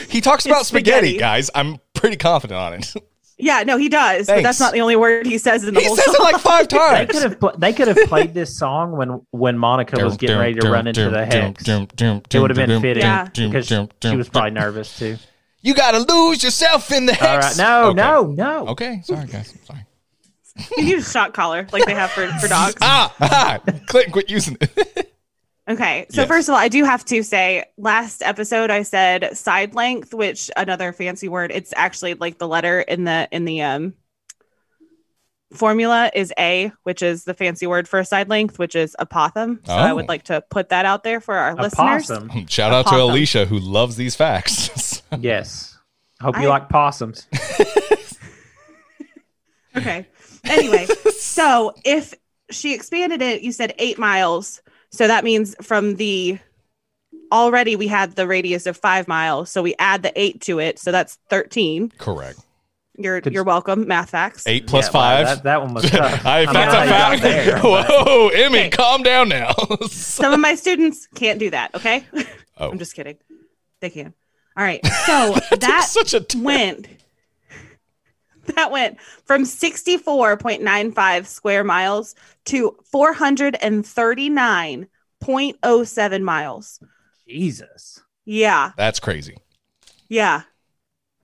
He talks about It's spaghetti, spaghetti. guys. I'm pretty confident on it. yeah, no, he does. But Thanks. that's not the only word he says in the He whole says it song. like five They times. could have pl- they could have played this song when when Monica was getting ready to run into the hex. It would have been fitting Yeah. because she was probably nervous too. You gotta lose yourself in the All hex. right, no, Okay. no, no. Okay, sorry guys. Sorry. You need a shock collar like they have for, for Uh, dogs. Ah, ah, Clinton, quit using it. Okay. So Yes. first of all, I do have to say last episode I said side length, which another fancy word. It's actually like the letter in the in the um formula is A, which is the fancy word for side length, which is apothum. So I Oh. would like to put that out there for our A listeners. possum. Shout out to Possum. Alicia who loves these facts. Yes. Hope you I- like possums. Okay. Anyway, so if she expanded it, you said eight miles. So that means from the already we had the radius of five miles. So we add the eight to it. So that's 13. Correct. You're Could- you're welcome. Math facts. Eight plus Yeah, wow, five. that, that one was tough. I, don't that's know a how you fact. got there, but- Whoa, Emmy, Okay. calm down now. Some of my students can't do that. Okay. Oh. I'm just kidding. They can. All right. So that such a went that went from 64.95 square miles to 439.07 miles. Jesus. Yeah. That's crazy. Yeah.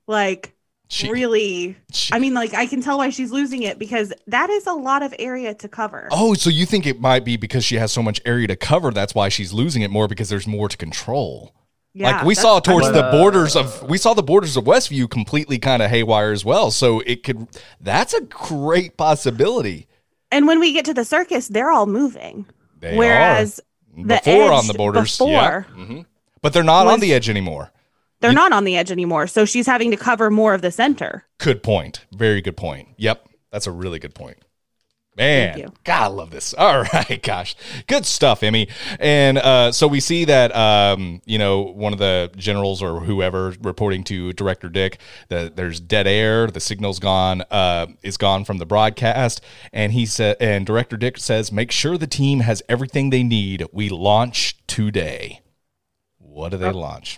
Like She, really she- I mean like I can tell why she's losing it because that is a lot of area to cover. oh, so you think it might be because she has so much area to cover? That's why she's losing it more because there's more to control. yeah, like we that's- saw towards mean- the borders of we saw the borders of Westview completely kind of haywire as well. So it could that's a great possibility. And when we get to the circus, they're all moving. They Whereas are the before on edge the borders, yeah. before Mhm. but they're not on was- the edge anymore. they're You- not on the edge anymore. So she's having to cover more of the center. Good point. Very good point. Yep. That's a really good point. Man, you. God, I love this. All right, gosh, good stuff, Emmy. And uh, so we see that um, you know one of the generals or whoever reporting to Director Dick that there's dead air, the signal's gone, uh, is gone from the broadcast, and he said, and Director Dick says, make sure the team has everything they need. We launch today. What do Oh. they launch?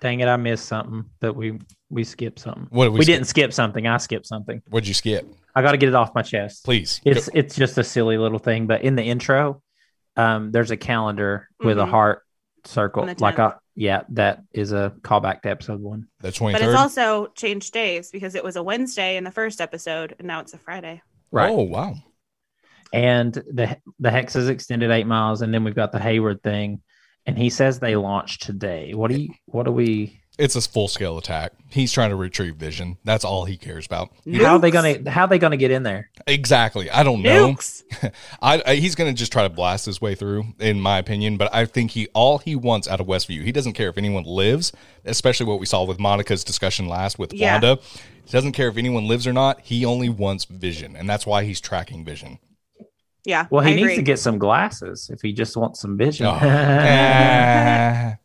Dang it, I missed something that we we skipped something. What did we we skip? didn't skip something. I skipped something. What'd you skip? I gotta get it off my chest. Please. go- It's it's just a silly little thing, but in the intro, um, there's a calendar with a Mhm. heart circle On the like 10th. I, yeah that is a callback to episode one The But it's 23rd. also changed days because it was a Wednesday in the first episode and now it's a Friday. Oh, wow. and the the hex is extended eight miles and then we've got the hayward thing and he says they launched today what do you what do we It's a full scale attack. He's trying to retrieve vision. That's all he cares about. He- Yeah. how are they Nukes. gonna how are they gonna get in there Exactly. I don't know. Nukes. I, I he's going to just try to blast his way through, in my opinion. But I think he all he wants out of Westview. He doesn't care if anyone lives, especially what we saw with Monica's discussion last with Yeah. Wanda. He doesn't care if anyone lives or not. He only wants Vision, and that's why he's tracking Vision. Yeah. well he I needs agree. to get some glasses if he just wants some vision Oh. Ah.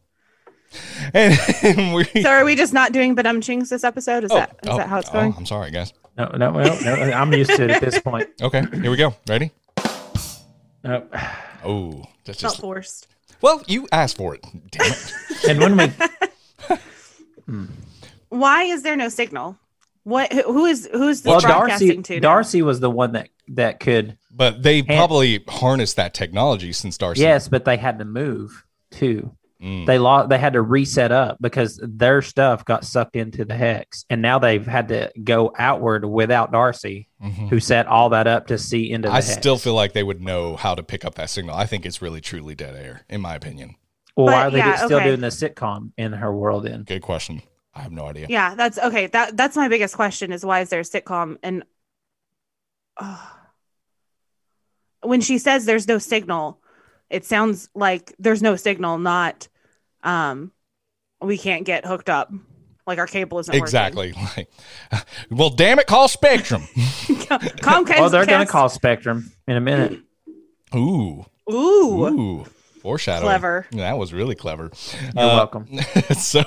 and, and we. So are we just not doing badumchings this episode? Is that is oh, that how it's oh, going? I'm sorry, guys. no no, well, no i'm used to it at this point Okay, here we go. Ready? No. Oh, that's Felt just. forced. Well, you asked for it. Damn it. and when we Why is there no signal? What who who is who's this well broadcasting darcy to? now? darcy was the one that that could But they probably harnessed that technology since Darcy. yes but they had to move too Mm. they lost they had to reset up because their stuff got sucked into the hex and now they've had to go outward without darcy Mhm. who set all that up to see into the I hex. still feel like they would know how to pick up that signal. I think it's really truly dead air, in my opinion. well why But, are they yeah, do- still okay. doing the sitcom in her world in Good question. I have no idea. Yeah, that's okay. That that's my biggest question is why is there a sitcom and Ugh. when she says there's no signal, it sounds like there's no signal, not um we can't get hooked up. Like our cable isn't exactly. Like, well, damn it, call Spectrum. working. Comcast. oh they're gonna call spectrum in a minute Ooh, Ooh, ooh, foreshadowing. clever. That was really clever. you're Uh, welcome so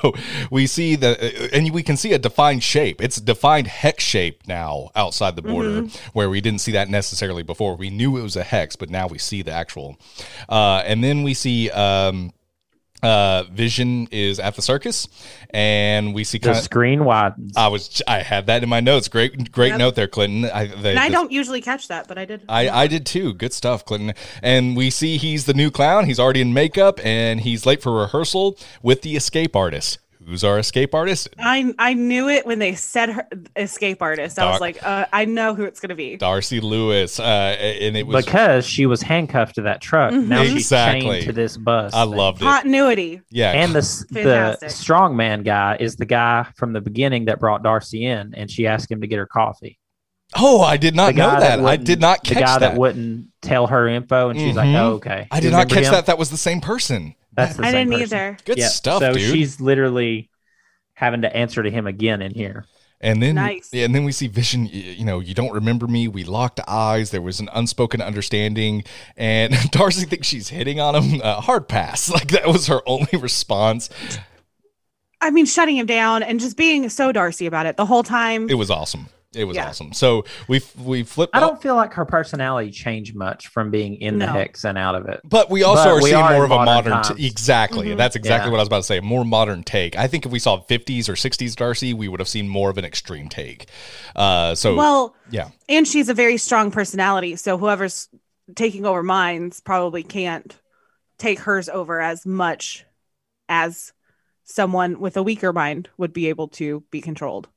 we see the, and we can see a defined shape. It's a defined hex shape now outside the Mm-hmm. border, where we didn't see that necessarily before. We knew it was a hex, but now we see the actual. Uh, and then we see um, uh, Vision is at the circus, and we see. the Kind of, screen widens I was I had that in my notes. Great, great Yep. note there, Clinton. I, they, And I this- don't usually catch that, but I did. I, I did too. Good stuff, Clinton. And we see he's the new clown. He's already in makeup and he's late for rehearsal with the escape artist. Who's our escape artist? I I knew it when they said her, escape artist. I Doc. was like, uh, I know who it's gonna be. Darcy Lewis. Uh, and it was. because she was handcuffed to that truck Mhm. now she's Exactly. chained to this bus I thing. loved it. Continuity. Yeah. and the s- the Fantastic. strongman guy is the guy from the beginning that brought Darcy in, and she asked him to get her coffee. oh, I did The not know guy that. I wouldn't- did not the catch guy that. that. wouldn't tell her info, and she's like, Mhm. "Oh, okay." I You did not remember catch him? that. That was the same person. That's the I same didn't person. either. Good Yeah, stuff, So dude. she's literally having to answer to him again in here. And then, Nice. yeah, and then we see Vision. y- You know, you don't remember me. We locked eyes. There was an unspoken understanding, and Darcy thinks she's hitting on him. Uh, hard pass. Like that was her only response. I mean, shutting him down and just being so Darcy about it the whole time. It was awesome. It was Yeah. awesome. So we f- we flip. I don't feel like her personality changed much from being in the No. hex and out of it. But we also But are we seeing are more in of a modern modern. times. T- exactly. Mhm. That's exactly Yeah. what I was about to say. More modern take. I think if we saw 50s or 60s Darcy, we would have seen more of an extreme take. Uh, so well, yeah. and she's a very strong personality, so whoever's taking over minds probably can't take hers over as much as someone with a weaker mind would be able to be controlled.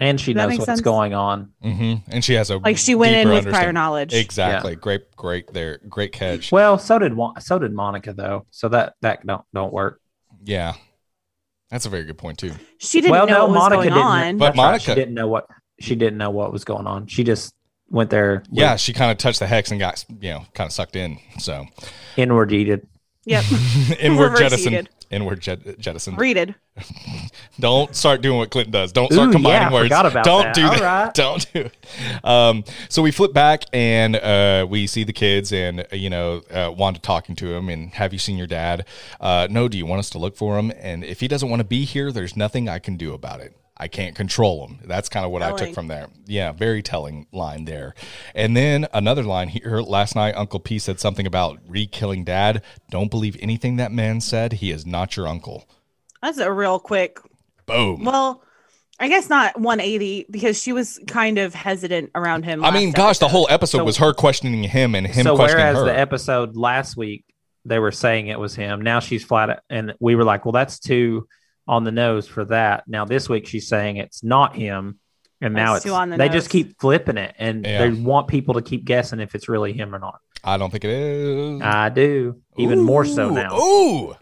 And she That knows makes what's sense. going on. hmm and she has a Like she went deeper in with prior understanding. knowledge. Exactly. Great, great there. Great catch. Well, so did Wa- so did Monica though. So that that don't don't work. Yeah, that's a very good point too. she didn't well, know no, what was Monica going didn't. on. But that's right, Monica- she didn't know what she didn't know what was going on. She just went there. with Yeah, she kind of touched the hex and got you know kind of sucked in. So inward eated. yep. inward Reverse jettison. heated. Inward jet- jettison. Readed. Don't start doing what Clinton does. Don't start Ooh, combining yeah, I words. forgot about Don't that. do All that. right. Don't do it. Um, so we flip back and uh, we see the kids and uh, you know uh, Wanda talking to him and have you seen your dad? Uh, no. Do you want us to look for him? And if he doesn't want to be here, there's nothing I can do about it. I can't control him. That's kind of what I took Telling. from there. Yeah, very telling line there. And then another line here. Last night, Uncle P said something about re killing dad. Don't believe anything that man said. He is not your uncle. That's a real quick Boom. well, I guess not 180 because she was kind of hesitant around him. I last mean, gosh, the episode. whole episode So- was her questioning him and him so questioning whereas her. the episode last week they were saying it was him. Now she's flat, out- and we were like, well, that's too on the nose for that. Now this week she's saying it's not him, and now That's it's too on the they just nose. keep flipping it, and Yeah. they want people to keep guessing if it's really him or not. I don't think it is. I do Uh, even more so Ooh, now. Ooh,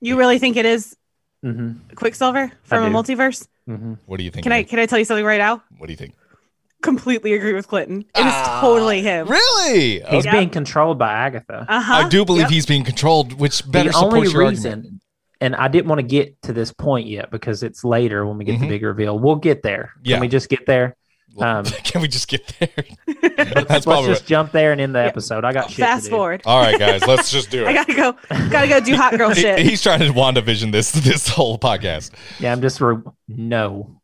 You really think it is hmm Quicksilver from a do. multiverse? hmm what do you think? Can I Andy? can I tell you something right now? What do you think? Completely agree with Clinton. It is Ah, totally him. Really? He's Yeah. being controlled by Agatha. Uh-huh. I do believe Yep. he's being controlled, which better the only supports your reason, argument. and I didn't want to get to this point yet because it's later when we get Mhm. the big reveal. We'll get there. Yeah. Can we just get there? um, Can we just get there? Let's That's probably just jump there and end the Yeah. episode. I got shit. Fast to do. forward. all right, guys. Let's just do I it. gotta go. Gotta go do hot girl He- shit. he's trying to WandaVision this this whole podcast. Yeah, I'm just re- no.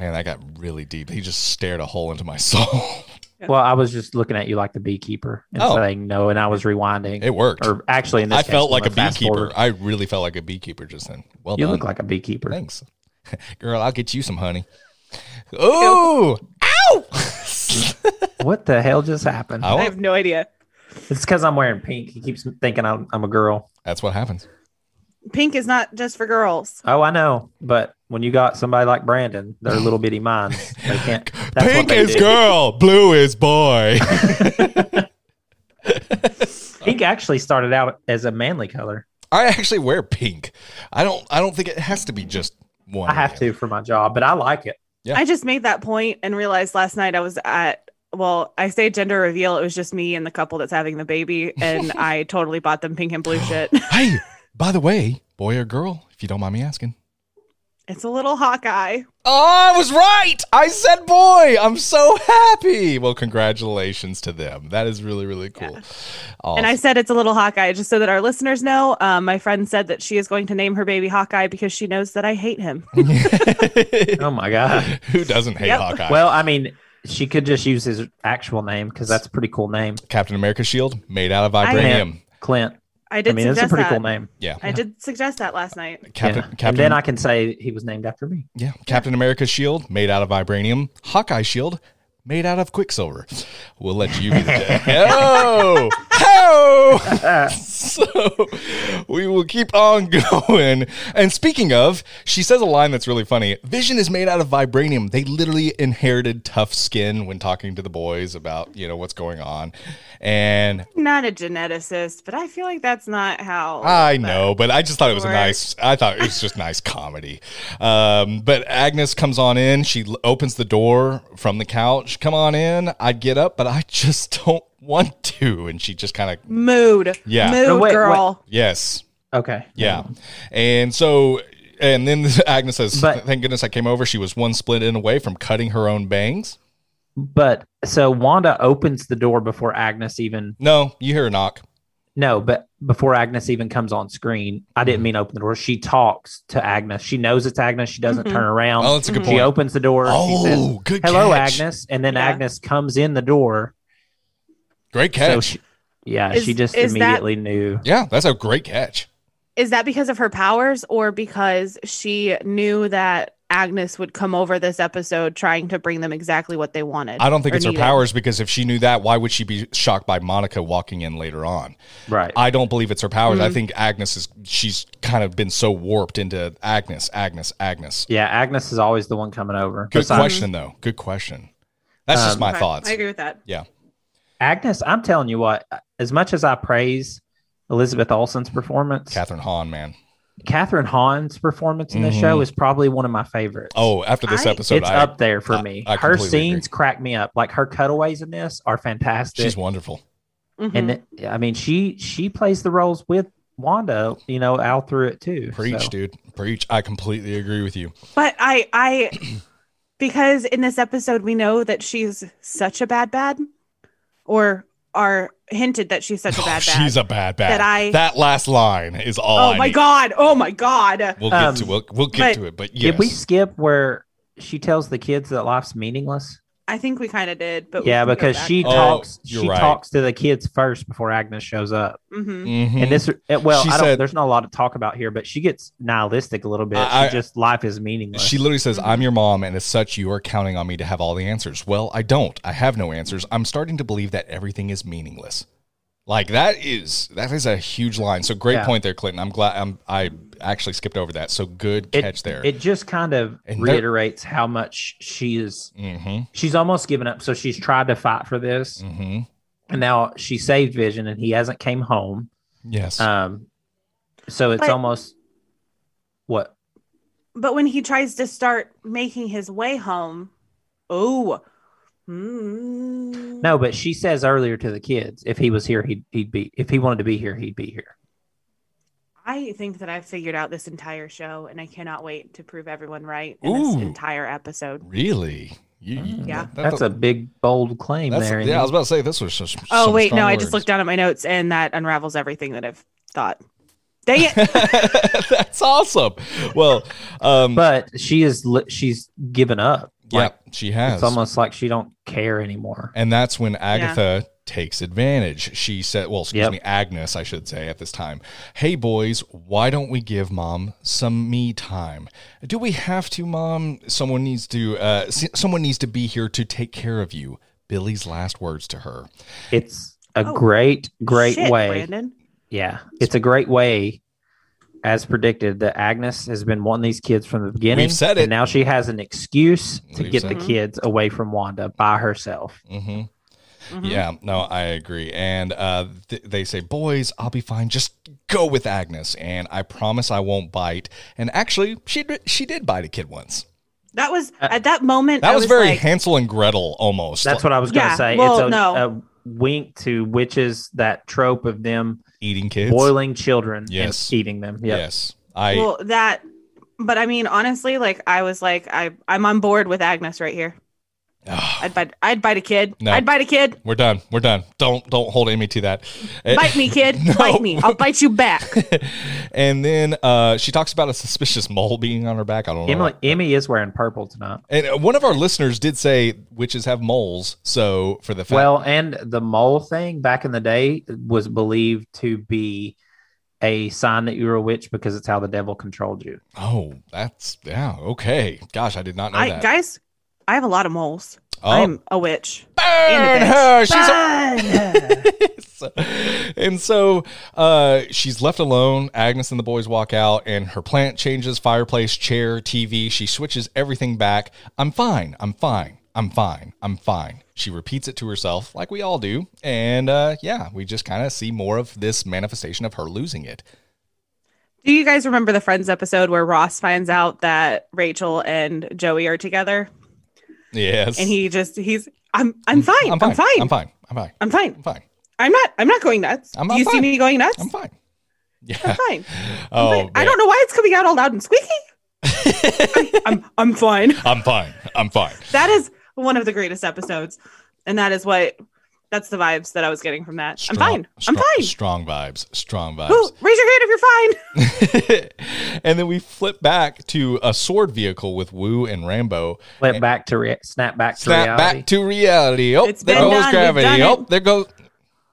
Man, that got really deep. He just stared a hole into my soul. Well, I was just looking at you like the beekeeper and Oh. saying no, and I was rewinding. It worked. or actually, in this I case, felt like a I'm gonna fast beekeeper. forward. I really felt like a beekeeper just then. Well You done. look like a beekeeper. Thanks, girl. I'll get you some honey. Ooh, ow! What the hell just happened? I I won't- have no idea. It's because I'm wearing pink. He keeps thinking I'm, I'm a girl. That's what happens. Pink is not just for girls. Oh, I know. But when you got somebody like Brandon, they're little bitty minds. They can't. That's what Pink they is do. girl, blue is boy. Pink actually started out as a manly color. I actually wear pink. I don't. I don't think it has to be just one. I have to for my job, but I like it. Yeah. I just made that point and realized last night I was at well, I say gender reveal. It was just me and the couple that's having the baby, and I totally bought them pink and blue shit. Hey, by the way, boy or girl, if you don't mind me asking. It's a little Hawkeye. Oh, I was right. I said boy. I'm so happy. Well, congratulations to them. That is really, really cool. And I Awesome. said it's a little Hawkeye just so that our listeners know. Um, my friend said that she is going to name her baby Hawkeye because she knows that I hate him. Oh my god. Who doesn't hate Yep. Hawkeye? Well, I mean, she could just use his actual name because that's a pretty cool name, Captain America's shield made out of I- vibranium. Clint. I I did mean, it's a suggest pretty that. cool name. Yeah. I did suggest that last night. Captain yeah. Captain and then I can say he was named after me. Yeah, Captain America's shield made out of vibranium. Hawkeye shield made out of quicksilver. We'll let you be the judge. oh, oh. So we will keep on going. And speaking of, she says a line that's really funny. Vision is made out of vibranium. They literally inherited tough skin when talking to the boys about you know what's going on. And Not a geneticist, but I feel like that's not how. I know, but I just thought it was a Or- nice. I thought it was just nice comedy. Um, but Agnes comes on in. She l- opens the door from the couch. Come on in. I get up, but I just don't want to. And she just kind of Mood. Yeah. Mood, No, wait, girl. yes, Okay. yeah. And so, and then Agnes says, But- "Thank goodness I came over." She was one split in away from cutting her own bangs. But so Wanda opens the door before Agnes even No, you hear a knock. no, but before Agnes even comes on screen. I Mm-hmm. didn't mean open the door. She talks to Agnes. She knows it's Agnes. She doesn't Mhm. turn around. Oh, that's a good Mhm. Um, she point. opens the door. she says, Oh, good Hello, catch. Agnes. And then Yeah. Agnes comes in the door. Great catch. So she, yeah, Is- she just is that- immediately knew. yeah, that's a great catch. Is that because of her powers or because she knew that Agnes would come over this episode trying to bring them exactly what they wanted? I don't think or it's her needed? powers because if she knew that, why would she be shocked by Monica walking in later on? Right. I don't believe it's her powers. I Mhm. think Agnes is she's kind of been so warped into Agnes, Agnes, Agnes. yeah, Agnes is always the one coming over. Good Besides- question though. Good question. That's just Um, my Okay, thoughts. I agree with that. Agnes, I'm telling you what, as much as I praise Elizabeth Olsen's performance, Catherine Hahn, man. Catherine Hahn's performance in this show is probably one of my favorites. Mm-hmm. Oh, after this I- episode, it's I, up there for I- me. I her completely agree. scenes crack me up. Like her cutaways in this are fantastic. she's wonderful. Mhm. and it- I mean, she she plays the roles with Wanda, you know, out through it too. Preach, So, dude. Preach. I completely agree with you. But I, I, because in this episode we know that she's such a bad bad, or are hinted that she's such a Oh, bad bad. she's a bad bad. That I- that last line is all. oh I my need. god! Oh my god! We'll get Um, to we'll, we'll get but to it, but Did yes, we skip where she tells the kids that life's meaningless? I think we kind of did, but we yeah, can go because back. she Oh, talks you're she right. talks to the kids first before Agnes shows up. Mhm. Mhm. And this uh, well, She I don't said- there's not a lot to talk about here, but she gets nihilistic a little bit. I- I- she just life is meaningless. She literally says, Mhm. I'm your mom, and as such, you are counting on me to have all the answers. Well, I don't. I have no answers. I'm starting to believe that everything is meaningless. Like that is that is a huge line. So great Yeah. point there, Clinton. I'm glad I'm, I actually skipped over that. So good It- catch there. It just kind of And there- reiterates how much she is. mm-hmm. She's almost given up. So she's tried to fight for this, Mm-hmm. and now she saved Vision, and he hasn't came home. Yes. Um, so it's But- almost what But when he tries to start making his way home, oh, mm, no, but she says earlier to the kids, if he was here, he'd he'd be. If he wanted to be here, he'd be here. I think that I've figured out this entire show, and I cannot wait to prove everyone right in Ooh. this entire episode. really? You, you- Yeah. that- Mm, That's a big bold claim that's- there. yeah, I was about to say this was just. Oh some wait, strong no, I just words. looked down at my notes, and that unravels everything that I've thought. Dang it! That's awesome. Well, um, but she is. li- She's given up. yeah, Like, she has. It's almost like she don't care anymore. And that's when Agatha takes advantage. She said, well, excuse Yep. me, Agnes, I should say at this time, hey, boys, why don't we give mom some me time? Do we have to, mom? Someone needs to, uh, s- someone needs to be here to take care of you. Billy's last words to her. It's a Oh, great, great Shit, way. Brandon. Yeah, it's a great way, as predicted, that Agnes has been wanting these kids from the beginning. We've said it. And now she has an excuse to We've get said the it. kids away from Wanda by herself. hmm Mhm. Yeah, no, I agree. And uh, th- they say, boys, I'll be fine. Just go with Agnes. And I promise I won't bite. And actually, she, d- she did bite a kid once. That was Uh, at that moment. That I was, was very like, Hansel and Gretel almost. That's what I was going to Yeah, say. well, it's a, no. a wink to witches, that trope of them eating kids. boiling children Yes. and eating them. Yep. Yes. I well, that. But I mean, honestly, like I was like, I I'm on board with Agnes right here. Ugh, I'd bite. I'd bite a kid. No. I'd bite a kid. ah, we're done. We're done. Don't don't hold Amy to that. Eh, Bite me, kid. No. Bite me. I'll bite you back. and then uh, she talks about a suspicious mole being on her back. I don't know. Emily, Emmy is wearing purple tonight. And uh, one of our listeners did say witches have moles. So for the fact, Well, and the mole thing back in the day was believed to be a sign that you were a witch because it's how the devil controlled you. oh, that's yeah, okay. Gosh, I did not know I that. guys, I have a lot of moles. oh, I'm a witch. burn her. bitch. She's a Fun! So- and so uh, she's left alone. Agnes and the boys walk out, and her plant changes fireplace, chair, TV. She switches everything back. I'm fine. I'm fine. I'm fine. I'm fine. She repeats it to herself, like we all do. And uh, yeah, we just kind of see more of this manifestation of her losing it. Do you guys remember the Friends episode where Ross finds out that Rachel and Joey are together, Yes. and he just he's I'm I'm fine. I'm fine. I'm I'm fine. fine. I'm fine. I'm, I'm fine. not. I'm not going nuts. I'm Do not you see fine. me going nuts? I'm I'm fine. Yeah. fine. I'm Oh, fine. I man. don't know why it's coming out all loud and squeaky. I, I'm I'm fine. I'm fine. I'm fine. That is one of the greatest episodes, and that is what that's the vibes that I was getting from that. Strong- I'm fine. strong- I'm fine. Strong vibes. Strong vibes. Who, raise your hand if you're fine. and then we flip back to a sword vehicle with Wu and Rambo. Flip back to rea- snap back to Snap reality. back to reality. Oh, It's there been goes done. We've gravity. done Oh, it. there goes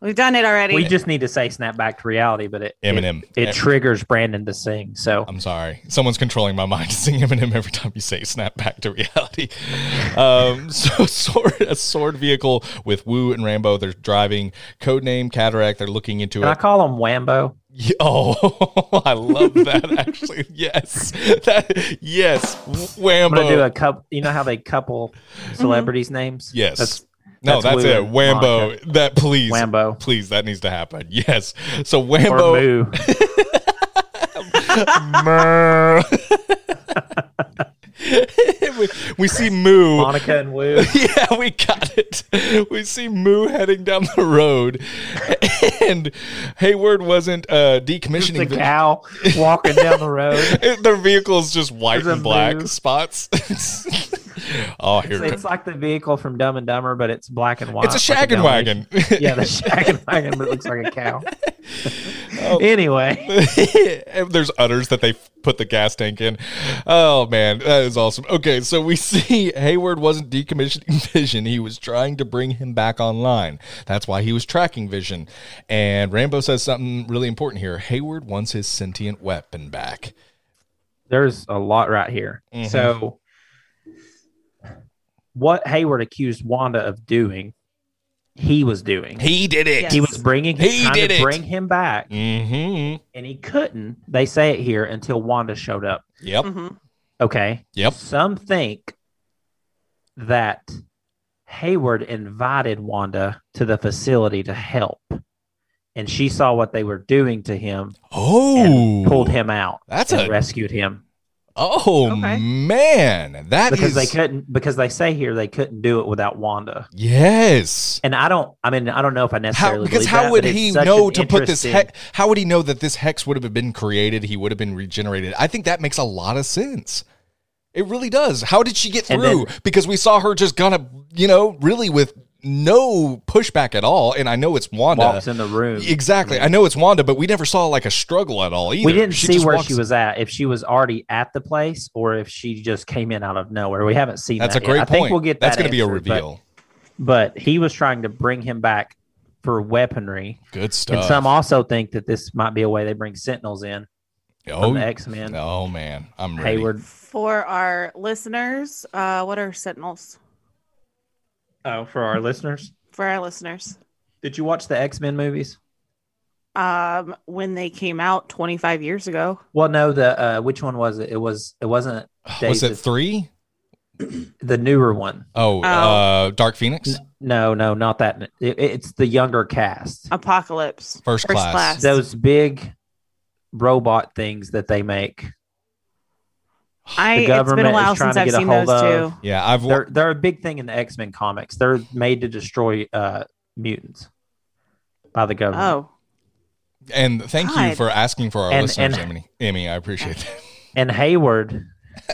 We've done it already. we just need to say snap back to reality, but it it- Eminem. It, Em- triggers Brandon to sing. So I'm sorry. Someone's controlling my mind to sing Eminem every time you say snap back to reality. Um, so sword, a sword vehicle with Wu and Rambo. They're driving codename Cataract. They're looking into can I it. call him Wambo? Ye- Oh, I love that actually. Yes. That, yes. I'm gonna do Rambo. a couple. You know how they couple celebrities' names? Yes. That's No, that's that's Wu it. and Wambo. That please. Wambo please that needs to happen yes so or wambo Moo. Mer. we, we see moo Monica and Woo. yeah we got it we see moo heading down the road and hayward wasn't uh Just a decommissioning the cow walking down the road. it- their vehicle's just white It's a and black Moo. spots oh here it It's comes like the vehicle from Dumb and Dumber, but it's black and white. it's a like shaggin' Dalmatian. wagon Yeah, the shaggin' wagon, but it looks like a cow. Oh. Anyway, There's udders that they f- put the gas tank in. Oh man, that is awesome. Okay, so we see Hayward wasn't decommissioning Vision. He was trying to bring him back online. That's why he was tracking Vision. And Rambo says something really important here. Hayward wants his sentient weapon back. there's a lot right here. Mhm. So, what Hayward accused Wanda of doing he was doing. He did it. Yes. He was bringing him, He trying did to it. bring him back, hmm and he couldn't. They say it here until Wanda showed up. Yep. Mhm. Okay. Yep. Some think that Hayward invited Wanda to the facility to help, and she saw what they were doing to him Oh, and pulled him out That's and a rescued him oh Okay. man. That is because they couldn't because they say here they couldn't do it without Wanda. yes. And I don't. I mean, I don't know if I necessarily How, because believe how that, would but it's he such know an to put this? interesting- He- how would he know that this hex would have been created? He would have been regenerated. I think that makes a lot of sense. It really does. How did she get And through? because we saw her just gonna, you know, really with no pushback at all. And I know it's Wanda. walks in the room? Exactly. I know it's Wanda, but we never saw like a struggle at all either. We didn't see just where walks- she was at, if she was already at the place or if she just came in out of nowhere. We haven't seen That's a that great yet. point. I think we'll get That's that going to be a answered, but- reveal. But, he was trying to bring him back for weaponry. Good And stuff. some also think that this might be a way they bring Sentinels in from the oh, X Men. oh man, I'm ready. Hayward. For our listeners, uh, what are Sentinels? Oh, for our listeners, For our listeners, did you watch the X Men movies? um, when they came out 25 years ago, Well, no. The uh, which one was it? It was. It wasn't Was it Davis. three? the newer one. Oh, uh, Dark Phoenix, N- No, no, not that. It, it's the younger cast. Apocalypse, first, First class. Class. Those big robot things that they make. I The it's been a government while is trying since to I've get a seen those hold two. of- Yeah, I've They're they're a big thing in the X Men comics. They're made to destroy uh, mutants by the government. Oh, and thank you God. for asking for our And- listeners, and- Emmy. Emmy, I appreciate that. And Hayward,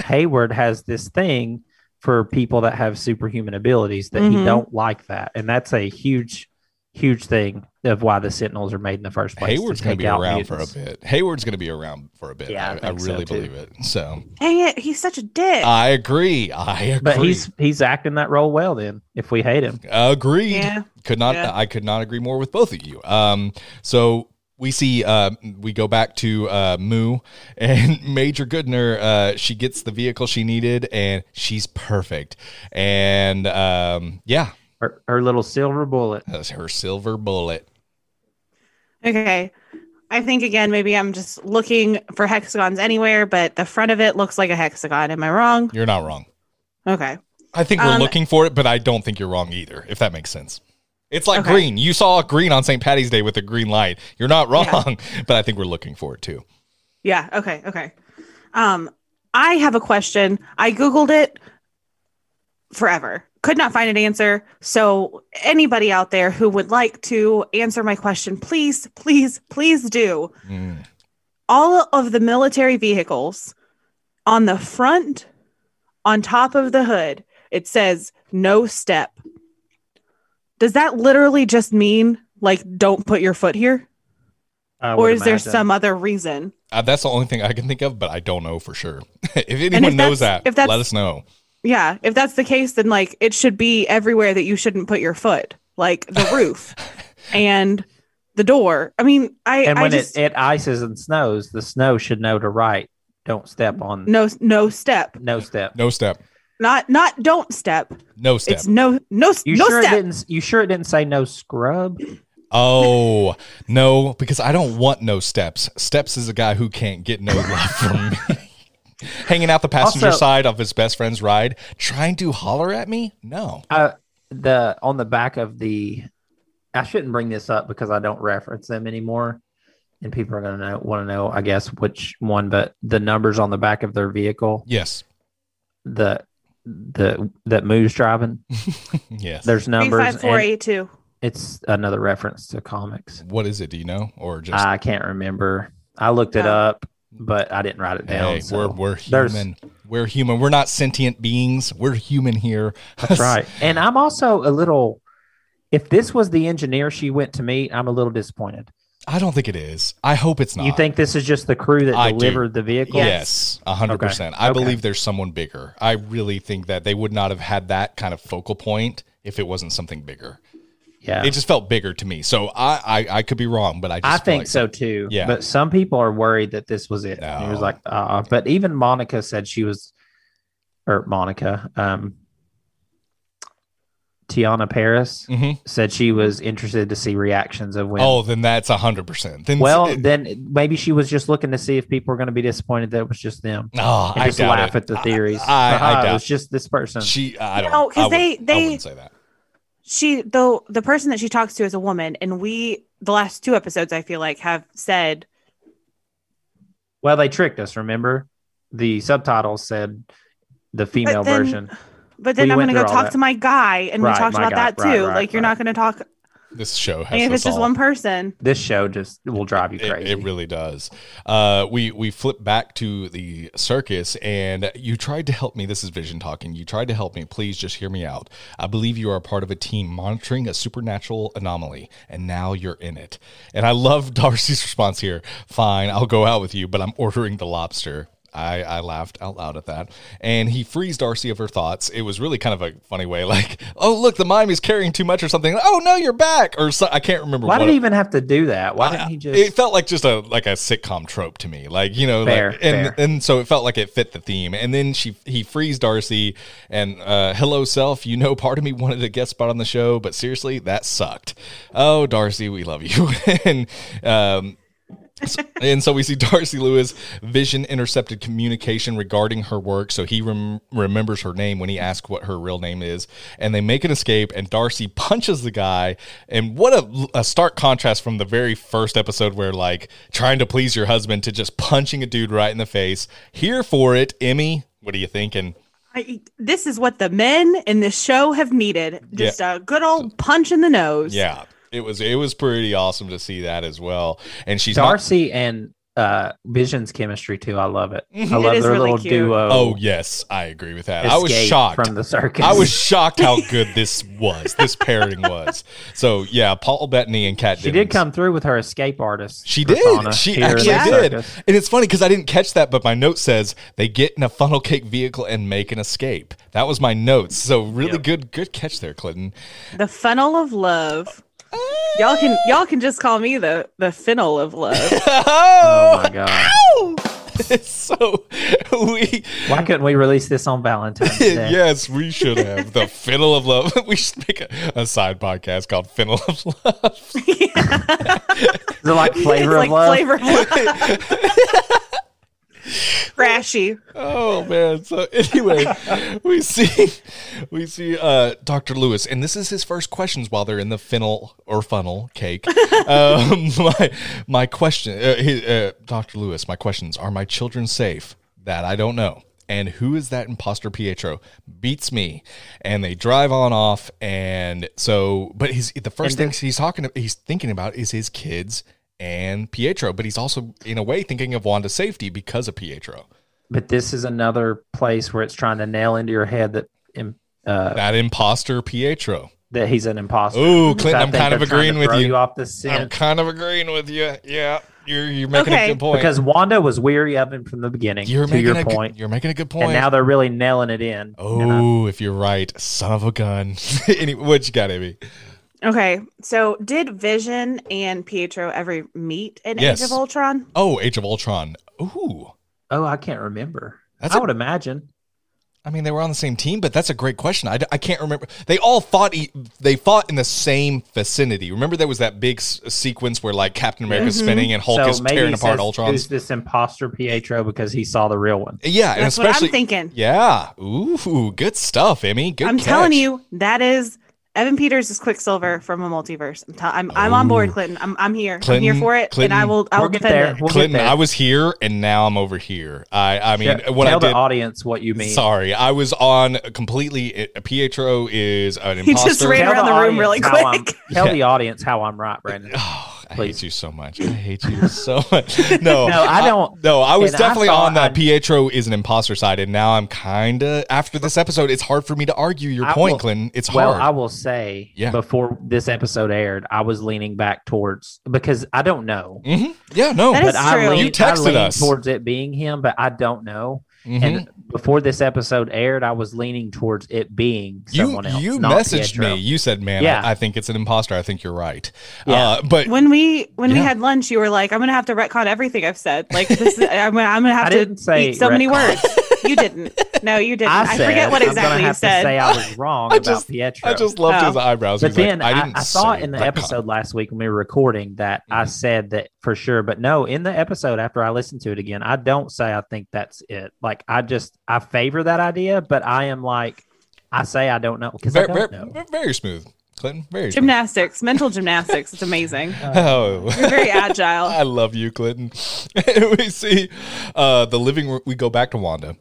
Hayward has this thing for people that have superhuman abilities that he Mhm. don't like that, and that's a huge, huge thing of why the Sentinels are made in the first place. Hayward's going to be take out around mutants. for a bit. Hayward's going to be around for a bit. Yeah, I I, I think so, really too. believe it. So dang it, he's such a dick. Uh, I agree. I agree. But he's he's acting that role well. Then if we hate him, agreed. yeah, could not Yeah. i could not agree more with both of you um so we see uh we go back to uh moo and major goodner uh she gets the vehicle she needed and she's perfect and um yeah her, her little silver bullet. that's her silver bullet okay. I think again, maybe I'm just looking for hexagons anywhere, but the front of it looks like a hexagon. Am I wrong? you're not wrong Okay. i think we're Um, looking for it but i don't think you're wrong either if that makes sense it's like Okay. green you saw green on st patty's day with a green light you're not wrong but i think we're looking for it too Yeah. Okay. Okay. Um, I have a question. I Googled it forever, could not find an answer. So, anybody out there who would like to answer my question, please, please, please do. Mm. All of the military vehicles on the front, on top of the hood, it says no step. Does that literally just mean like don't put your foot here? I Or would is there imagine. some other reason? Uh, that's the only thing i can think of but i don't know for sure if anyone if knows that's- that if that's- let us know Yeah, if that's the case, then like it should be everywhere that you shouldn't put your foot, like the roof and the door. I mean, I, And I when just it, it ices and snows, the snow should know to right. Don't step on no, no no step, step. No step. not not don't step. No step. It's no no You no sure step. it didn't? You sure it didn't say no scrub? oh no, because I don't want no steps. Steps is a guy who can't get no love from me. Hanging out the passenger Also- side of his best friend's ride, trying to holler at me? No. Uh, the on the back of the. I shouldn't bring this up because I don't reference them anymore, and people are gonna know, want to know, I guess, which one. But the numbers on the back of their vehicle, Yes. the the that moves driving. Yes. There's Three numbers. five four and eight two. It's another reference to comics. what is it? Do you know? Or just I can't remember. I looked it Oh. up, but I didn't write it down. hey, so we're we're there's- human. We're human. We're not sentient beings. We're human here. That's right. And I'm also a little. If this was the engineer she went to meet, I'm a little disappointed. I don't think it is. I hope it's not. You think this is just the crew that I do. delivered the vehicle? Yes, a hundred Okay. percent. I Okay. believe there's someone bigger. I really think that they would not have had that kind of focal point if it wasn't something bigger. Yeah. It just felt bigger to me. So I, I, I could be wrong, but I just I feel think like- so too. Yeah. But some people are worried that this was it. And It was No. like, uh, but even Monica said she was, or Monica, um, Tiana Paris hmm said she was interested to see reactions of when. Oh, then that's hundred percent. Then well, then maybe she was just looking to see if people were going to be disappointed that it was just them. no, And ah, I just doubt laugh it. at the I- theories. I- I Haha, doubt- it was just this person. She, I don't. No, 'cause I would- they- I they- wouldn't say that. she though the person that she talks to is a woman and we the last two episodes i feel like have said Well, they tricked us. Remember, the subtitles said the female then- version. but then We i'm went gonna go through all talk that. to my guy and Right, we talked my about guy. that Right, too right, like you're right. not gonna talk This show has I mean, if us it's just all. one person This show just will drive you It- crazy. It, really does. Uh, we we flip back to the circus, and you tried to help me. This is Vision talking. You tried to help me. Please just hear me out. I believe you are a part of a team monitoring a supernatural anomaly, and now you're in it. And I love Darcy's response here. Fine, I'll go out with you, but I'm ordering the lobster. I, I laughed out loud at that. And he frees Darcy of her thoughts. It was really kind of a funny way, like, oh, look, the mime is carrying too much or something. Oh, no, you're back. Or so, I can't remember Why what did he even have to do that? Why I- didn't he just? it felt like just a like a sitcom trope to me like you know like- Fair, and fair. and so it felt like it fit the theme and then she he frees darcy and uh hello self you know part of me wanted a guest spot on the show but seriously that sucked oh darcy we love you and um so- and so we see Darcy Lewis vision intercepted communication regarding her work. So he rem- remembers her name when he asks what her real name is. And they make an escape, and Darcy punches the guy. And what a, a stark contrast from the very first episode, where like trying to please your husband to just punching a dude right in the face. Here for it, Emmy. What are you thinking? I, this is what the men in this show have needed just a good old punch in the nose Yeah, it was it was pretty awesome to see that as well. And she's not- Darcy and uh, Vision's chemistry too. I love it. I Mhm. love is their really little cute. duo. Oh yes, I agree with that. I was escape shocked from the circus. I was shocked how good this was. This pairing was. So yeah, Paul Bettany and Kat. She did Dennings. come through with her escape artist. She did. persona She here in actually the did. circus. And it's funny because I didn't catch that, but my note says they get in a funnel cake vehicle and make an escape. That was my notes. So really Yep. good, good catch there, Clinton. the funnel of love y'all can y'all can just call me the the fennel of love Oh oh, my god! so we Why couldn't we release this on Valentine's Day? yes, we should have the Fiddle of Love. We should make a, a side podcast called Fiddle of Love. Is it like flavor it's like of love? flavor of love crashy Oh man. So anyway, we see we see uh Dr. Lewis, and this is his first questions while they're in the fennel or funnel cake. Um, my my question, uh, he- uh, Dr. Lewis, my questions are: My children safe? That I don't know. And who is that imposter Pietro? Beats me. And they drive on off. And so, but he's the first And thing he's talking, he's thinking about is his kids and Pietro. But he's also, in a way, thinking of Wanda's safety because of Pietro. But this is another place where it's trying to nail into your head that um, uh, That imposter Pietro. that he's an imposter. Ooh, So I Clinton, I'm think kind of they're trying to agreeing with throw you. off the I'm scent kind of agreeing with you. Yeah, you're you're making a Okay. good point. because Wanda was weary of him from the beginning. you're to making your a point, Good, you're making a good point. and now they're really nailing it in. And I- oh, if you're right, son of a gun. Any, what you got, Amy? Okay, so did Vision and Pietro ever meet in Yes. Age of Ultron? Oh, Age of Ultron. Ooh, oh, I can't remember. That's I a- would imagine. I mean they were on the same team, but that's a great question. I, d- I can't remember. They all fought. E- they fought in the same vicinity. Remember there was that big s- sequence where like Captain America's Mhm. spinning and Hulk so is maybe tearing he apart says, Ultron's. Who's this imposter Pietro? Because he saw the real one. yeah, and That's what especially I'm thinking. yeah. Ooh, good stuff, Emmy. Good. I'm telling catch. you, that is Evan Peters is Quicksilver from a multiverse. I'm, tell- I'm, I'm on board, Ooh. Clinton. I'm, I'm here. Clinton- I'm here for it, Clinton, and I will. I will we'll get defend there. it. We'll Clinton, get there. I was here and now I'm over here. I I mean, Tell- what tell I the did. audience what you mean. Sorry, I was on completely. Pietro is an He just imposter. ran Tell around the the, room really audience how I'm- quick. Tell Yeah. the audience how I'm right, Brandon. Oh, I hate Please. you so much. I hate you so much. No, No, I don't- no, I was and I definitely thought on that I- Pietro is an imposter side, and now I'm kind of after this episode. It's hard for me to argue your I point, will- Clinton. It's Well, hard. I will say Yeah. before this episode aired, I was leaning back towards because I don't know. Mhm. Yeah, no, That But is- I true. lean, You texted I lean us. towards it being him, but I don't know. Mhm. And before this episode aired, I was leaning towards it being you someone else. you not messaged me. Pietro. You said, "Man, Yeah. I, I think it's an imposter. I think you're right." Yeah. Uh, but When we when we Yeah. had lunch, you were like, "I'm gonna have to retcon everything I've said. Like this, is, I'm, gonna- I'm gonna have I to didn't say eat so many retcon. words." You didn't. No, you didn't. I, I, said, forget what I'm exactly gonna you have to say said. I was wrong I about just- Pietro. I just loved Oh. his eyebrows. but He's like, then I, I, didn't I saw it say in the that. episode last week when we were recording that I Mhm. said that for sure. But no, in the episode after I listened to it again, I don't say I think that's it. Like I just I favor that idea, but I am like I say I don't know because I Very, don't very, know. very smooth, Clinton. Very smooth. Gymnastics, mental gymnastics. It's amazing. Oh. You're very agile. I love you, Clinton. And we see uh, the living room. We go back to Wanda,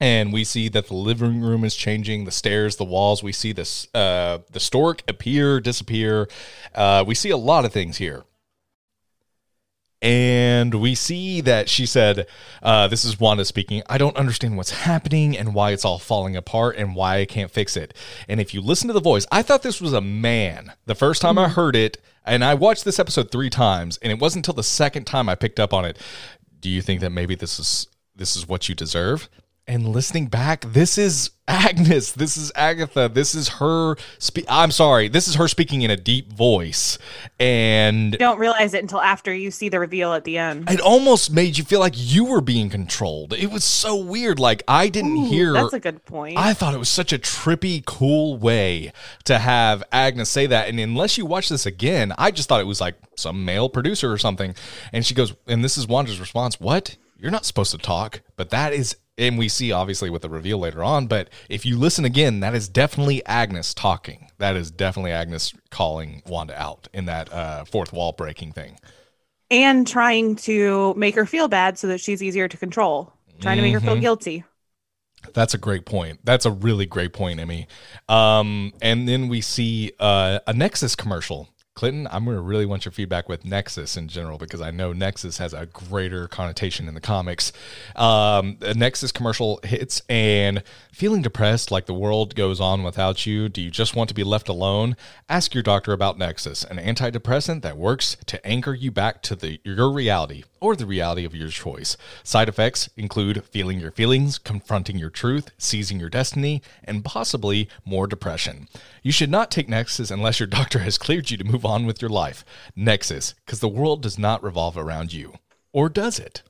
and we see that the living room is changing. The stairs, the walls. We see this uh, the stork appear, disappear. Uh, we see a lot of things here, and we see that she said, uh, "This is Wanda speaking. I don't understand what's happening and why it's all falling apart and why I can't fix it." And if you listen to the voice, I thought this was a man the first time I heard it, and I watched this episode three times, and it wasn't until the second time I picked up on it. Do you think that maybe this is this is what you deserve? And listening back, this is Agnes. This is Agatha. This is her. Spe- I'm sorry. This is her speaking in a deep voice, and You don't realize it until after you see the reveal at the end. it almost made you feel like you were being controlled. It was so weird. Like I didn't Ooh, hear. That's a good point. I thought it was such a trippy, cool way to have Agnes say that. And unless you watch this again, I just thought it was like some male producer or something. And she goes, and this is Wanda's response What? You're not supposed to talk. But that is, and we see obviously with the reveal later on, but if you listen again, that is definitely Agnes talking. That is definitely Agnes calling Wanda out in that uh, fourth wall breaking thing. and trying to make her feel bad so that she's easier to control. Trying to make her feel Mm-hmm. Mhm. guilty. That's a great point. That's a really great point, Emmy. Um, and then we see uh, a Nexus commercial. Clinton, I'm going to really want your feedback with Nexus in general because I know Nexus has a greater connotation in the comics. Um, a Nexus commercial hits and feeling depressed like the world goes on without you. Do you just want to be left alone? Ask your doctor about Nexus, an antidepressant that works to anchor you back to the your reality or the reality of your choice. Side effects include feeling your feelings, confronting your truth, seizing your destiny, and possibly more depression. You should not take Nexus unless your doctor has cleared you to move on with your life. Nexus, because the world does not revolve around you. Or does it?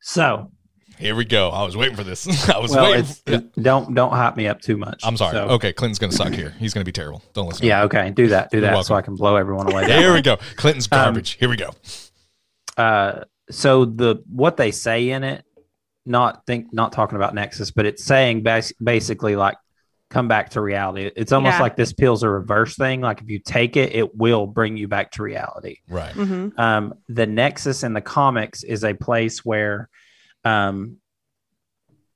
So Here we go. I was waiting for this. I was well, waiting. it's, it- don't don't hype me up too much. I'm sorry. So- Okay, Clinton's going to suck here. He's going to be terrible. Don't listen. to Yeah. Okay. Do that. Do You're that welcome. so I can blow everyone away. him. Here we go. Clinton's Um, garbage. here we go. uh so the what they say in it not think not talking about nexus but it's saying bas- basically like come back to reality it's almost Yeah. like this pill's a reverse thing like if you take it it will bring you back to reality Right. hmm um the nexus in the comics is a place where um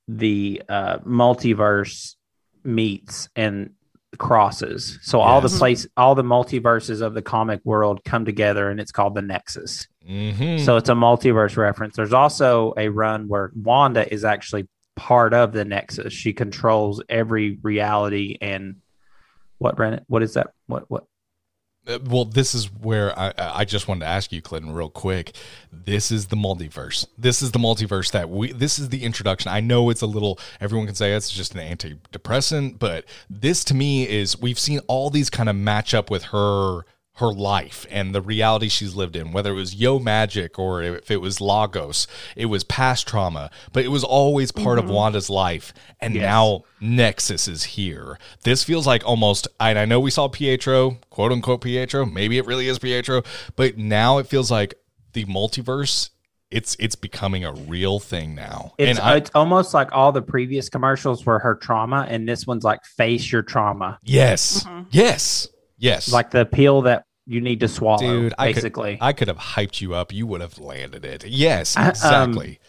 the uh multiverse meets and crosses so all the Yes. place all the multiverses of the comic world come together and it's called the nexus Mm-hmm. so it's a multiverse reference. There's also a run where Wanda is actually part of the Nexus. She controls every reality and what Brandon? What is that? What what? Uh, well, this is where I, I just wanted to ask you, Clinton, real quick. This is the multiverse. This is the multiverse that we. This is the introduction. I know it's a little. Everyone can say it's just an antidepressant, but this to me is we've seen all these kind of match up with her her life and the reality she's lived in whether it was yo magic or if it was lagos it was past trauma but it was always part of wanda's life and Mm-hmm. Yes. now nexus is here this feels like almost and i know we saw pietro quote unquote pietro maybe it really is pietro but now it feels like the multiverse it's it's becoming a real thing now It's and i it's almost like all the previous commercials were her trauma, and this one's like face your trauma, yes Mhm. yes yes like the pill that you need to swallow. Dude, I could- basically, I could have hyped you up. You would have landed it. Yes, I- um, exactly.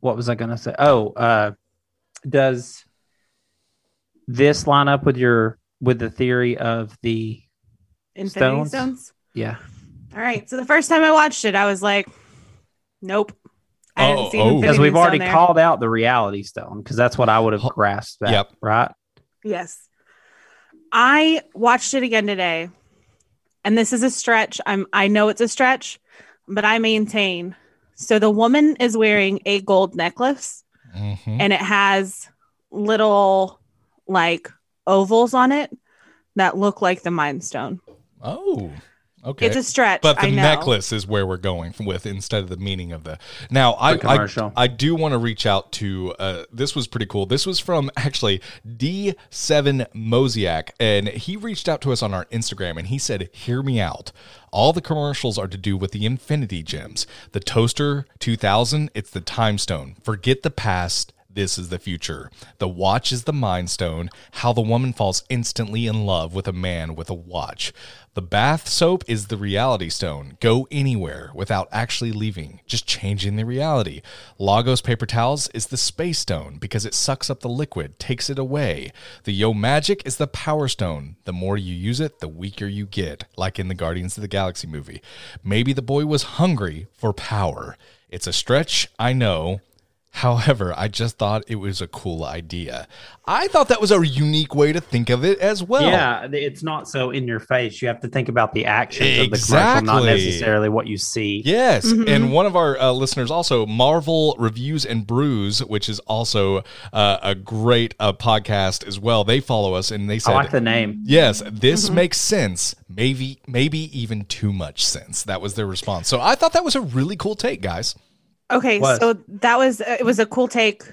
what was I gonna say? Oh, uh, does this line up with your with the theory of the Infinity Stones? stones? yeah? All right. So the first time I watched it, I was like, nope. I Oh, hadn't seen oh. Infinity because we've Stone already there. called out the reality stone because that's what I would have Ho- grasped at, Yep. right? Yes. I watched it again today. And this is a stretch. I'm I know it's a stretch, but I maintain. So the woman is wearing a gold necklace Mhm. and it has little like ovals on it that look like the mind stone. Oh, Okay. It's a stretch. But the I know. necklace is where we're going with instead of the meaning of the. Now, I, The I commercial. I do want to reach out to. Uh, this was pretty cool. This was from actually D7 Mosiak, and he reached out to us on our Instagram, and he said, "Hear me out. All the commercials are to do with the Infinity Gems, the Toaster 2000. It's the Time Stone. Forget the past." This is the future. The watch is the mind stone. How the woman falls instantly in love with a man with a watch. The bath soap is the reality stone. Go anywhere without actually leaving, just changing the reality. Lagos paper towels is the space stone because it sucks up the liquid, takes it away. The yo magic is the power stone. The more you use it, the weaker you get, like in the Guardians of the Galaxy movie. Maybe the boy was hungry for power. It's a stretch, I know. However, I just thought it was a cool idea. I thought that was a unique way to think of it as well. yeah, it's not so in your face. You have to think about the actions of the commercial, not Exactly. necessarily what you see. Yes, Mm-hmm. and one of our uh, listeners also Marvel reviews and brews, which is also uh, a great uh, podcast as well. They follow us and they I said, like the name. "Yes, Mm-hmm. this makes sense. Maybe, maybe even too much sense." That was their response. So I thought that was a really cool take, guys. Okay, Was. so that was it was a cool take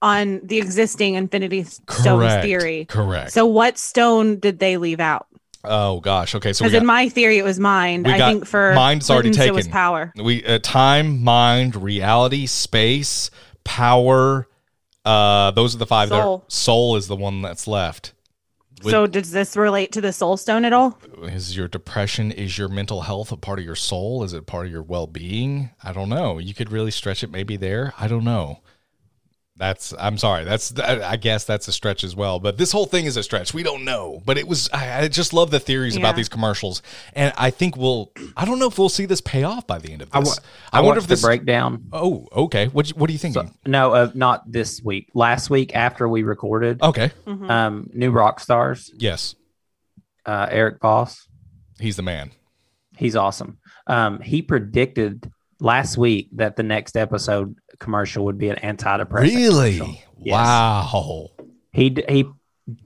on the existing Infinity Stones Correct. theory. Correct. So what stone did they leave out? oh gosh. Okay. So we Because got, in my theory, it was mind. we I got- think for mine's already Clinton's, It was taken. power. we uh, time, mind, reality, space, power. Uh, those are the five. Soul. That are, soul is the one that's left. With- so does this relate to the soul stone at all? is your depression is your mental health a part of your soul is it part of your well-being i don't know you could really stretch it maybe there i don't know that's i'm sorry that's i guess that's a stretch as well but this whole thing is a stretch we don't know but it was i, I just love the theories about Yeah. these commercials and i think we'll i don't know if we'll see this pay off by the end of I, this wa- I, wonder wonder if this the breakdown. oh okay what, you- what are you thinking No, uh, not this week. Last week after we recorded, okay Mhm. um, new rock stars, yes uh, Eric Voss. he's the man He's awesome. Um, he predicted last week that the next episode commercial would be an antidepressant. commercial. really Yes. wow He d- he,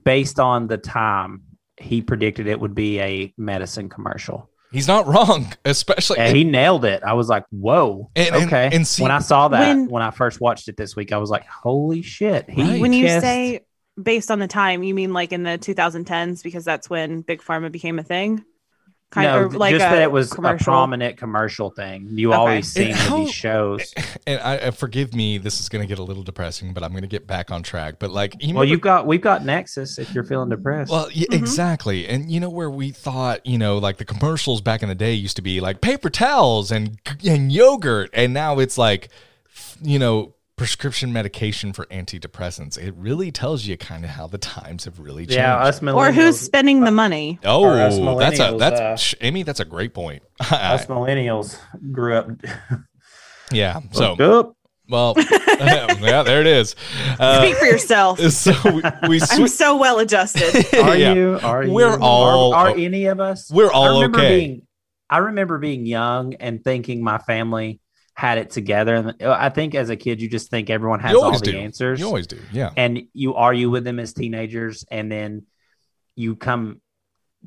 based on the time, he predicted it would be a medicine commercial. he's not wrong especially And he nailed it. I was like, "Whoa, And- and- okay." and see- when I saw that, When- when, I first watched it this week, I was like, "Holy shit!" He Right. When you just- say based on the time, you mean like in the 2010s because that's when big pharma became a thing. no, or th- just that it was a commercial. prominent commercial thing. You Okay. always see And with how- these shows. and I uh, forgive me, this is going to get a little depressing, but I'm going to get back on track. But like, you Well, Mm-hmm. remember- you've got we've got Nexus if you're feeling depressed. well, yeah, Mhm. exactly. And you know where we thought, you know, like the commercials back in the day used to be like paper towels and and yogurt, and now it's like, you know, prescription medication for antidepressants. It really tells you kind of how the times have really changed. yeah, us millennials. Or who's spending the money? oh, or us that's a millennials, that's uh, sh- Amy. That's a great point. us millennials grew up. yeah. So Up. well, yeah, there it is. Uh, Speak for yourself. so we, we I'm swi- so well adjusted. Are Yeah. you? Are you? We're Are- all- Are, any of us? We're I all remember okay. Being, I remember being young and thinking my family had it together, and uh, I think as a kid you just think everyone has You all always the do. answers, you always do. Yeah. and you argue with them as teenagers, and then you come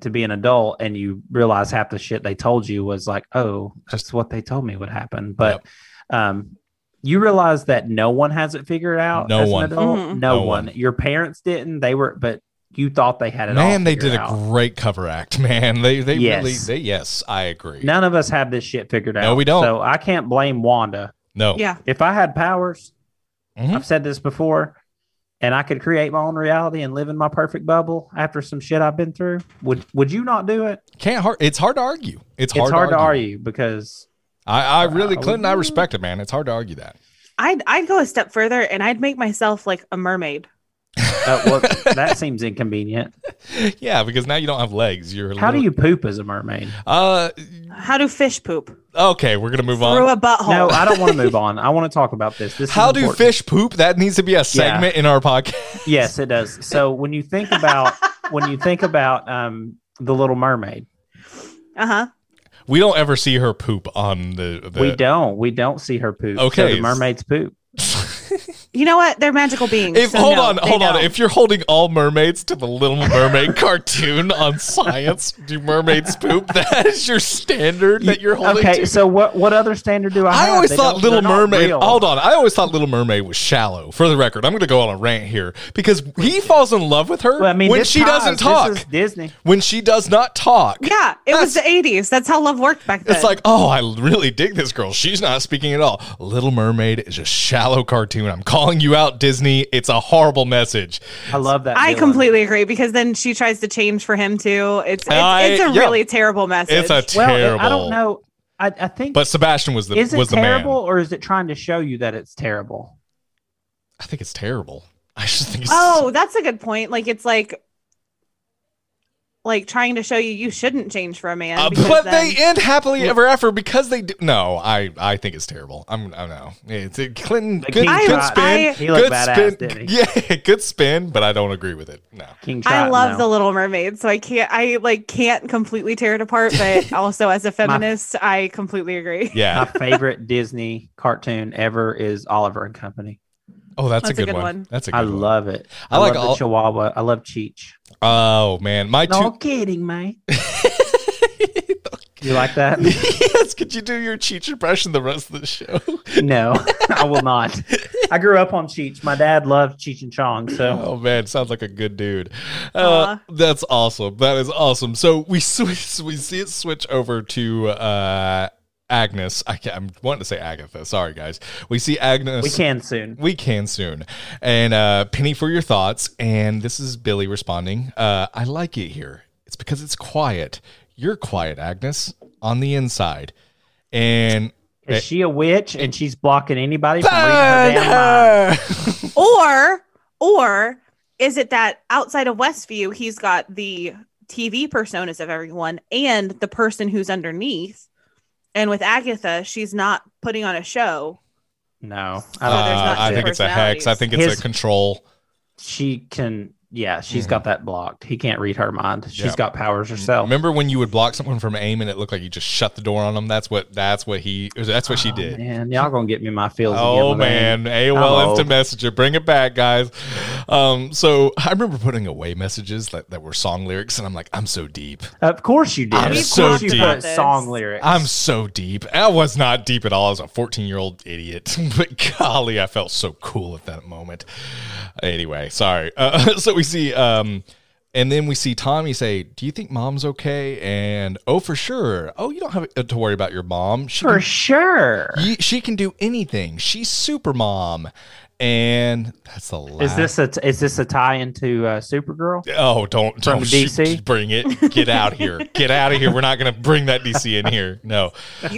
to be an adult and you realize half the shit they told you was like, oh, that's what they told me would happen, but. Um, you realize that no one has it figured out. No as an one. adult? Mhm. No, No one. Your parents didn't. They were, but you thought they had it all. Man, they did figured a out. great cover act, man. They they Yes. really they yes, I agree. None of us have this shit figured out. No, we don't. So I can't blame Wanda. No. yeah. If I had powers, Mhm. I've said this before, and I could create my own reality and live in my perfect bubble after some shit I've been through, would would you not do it? Can't hard it's hard to argue. It's, It's hard, to argue because I, I really Uh, Clinton, I respect it, man. It's hard to argue that. I'd I'd go a step further and I'd make myself like a mermaid. uh, well, that seems inconvenient. Yeah, because now you don't have legs. You're a How do little- you poop as a mermaid? uh How do fish poop? okay, we're gonna move Through on. a butthole. No, I don't want to move on. I want to talk about this. This is How do important. fish poop? That needs to be a segment in our podcast. Yes, it does. So when you think about when you think about um, the Little Mermaid, uh-huh. We don't ever see her poop on the, the we don't we don't see her poop. So Okay. the mermaid's poop. You know what? They're magical beings. If, so hold no, on, they hold on. don't. If you're holding all mermaids to the Little Mermaid cartoon on science, do mermaids poop? That is your standard that you're holding okay, to. so what what other standard do I? I have? always They thought don't- Little they're not Mermaid. real. Hold on, I always thought Little Mermaid was shallow. For the record, I'm going to go on a rant here because he falls in love with her Well, I mean, when this she ties. doesn't This talk. is Disney. when she does not talk, yeah, it was the That's- '80s. That's how love worked back then. It's like, oh, I really dig this girl. She's not speaking at all. Little Mermaid is a shallow cartoon. I'm calling you out, Disney. It's a horrible message. I love that. I villain. completely agree because then she tries to change for him too. It's it's, I- it's a yeah. really terrible It's message. a Well, terrible. I don't know. I, I think. But Sebastian was the is it was the terrible man. or is it trying to show you that it's terrible? I think it's terrible. I just think it's oh, that's a good point. Like it's like like trying to show you you shouldn't change for a man. Uh, because but then- they end happily ever after because they do. No, I, I think it's terrible. I'm, I don't know. It's a Clinton. Like, Good, good he tried. spin. I- He looked good badass, spin. didn't he? Yeah, good spin, but I don't agree with it. No. King I Triton, love though. the Little Mermaid, so I can't. I like can't completely tear it apart, but also as a feminist, I completely agree. Yeah. My favorite Disney cartoon ever is Oliver and Company. Oh, that's, a, good one. That's a good I one. love it. I I, like like love all- the Chihuahua. I love Cheech. Oh man, my No two. kidding, mate. You like that? yes. Could you do your Cheech impression the rest of the show? no, I will not. I grew up on Cheech. My dad loved Cheech and Chong, so Oh man, sounds like a good dude. Uh, Aw. that's awesome. That is awesome. So we switch, we see it switch over to uh, Agnes. I can't, I'm wanting to say Agatha. Sorry guys. We see Agnes. we can soon. We can soon. And uh, Penny for your thoughts. And this is Billy responding. Uh, I like it here. It's because it's quiet. You're quiet, Agnes, on the inside. And Is she a witch Eh. and she's blocking anybody from reading her burn damn mind? her. Or or is it that outside of Westview, he's got the TV personas of everyone and the person who's underneath, and with Agatha, she's not putting on a show. No, I don't. there's Uh, not I two think it's a hex. I personalities. think it's His- a control. she can. Yeah, she's Mhm. got that blocked. He can't read her mind. She's Yeah. got powers herself. Remember when you would block someone from aim and it looked like you just shut the door on them? That's what. That's what he. That's what she Oh, did. Man, y'all gonna get me my feels. Oh again with that. man, AOL I'm Instant old. Messenger, bring it back, guys. Um, so I remember putting away messages that, that were song lyrics, and I'm like, I'm so deep. Of course you did. I'm of so course you deep. put song This. lyrics. I'm so deep. I was not deep at all. I was a 14 year old idiot, but golly, I felt so cool at that moment. Anyway, sorry. Uh, so we see, um, and then we see Tommy say, "Do you think mom's okay?" And oh, for sure. Oh, you don't have to worry about your mom. She for can, sure. ye- she can do anything. She's super mom. And that's the last. Is this a t- is this a tie into uh, Supergirl? Oh, don't From don't DC? sh- bring it. Get out here. Get out of here. We're not going to bring that DC in here. No.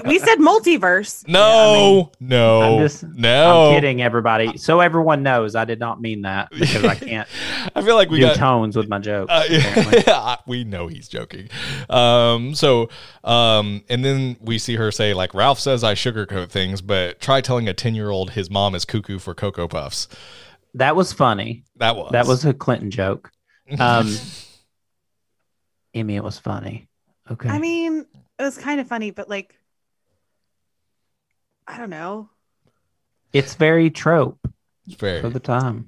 We said multiverse. No, no, I'm just- no. I'm kidding, everybody. So everyone knows I did not mean that because I can't I feel like we do got. tones with my jokes. Uh, apparently. yeah, we know he's joking. Um, so, um, and then we see her say, like, Ralph says I sugarcoat things, but try telling a 10 year old his mom is cuckoo for Cocoa Puffs. that was funny. That was. That was a Clinton joke. Um, Emmy, it was funny. Okay. I mean, it was kind of funny, but like, I don't know. it's very trope Very. for the time.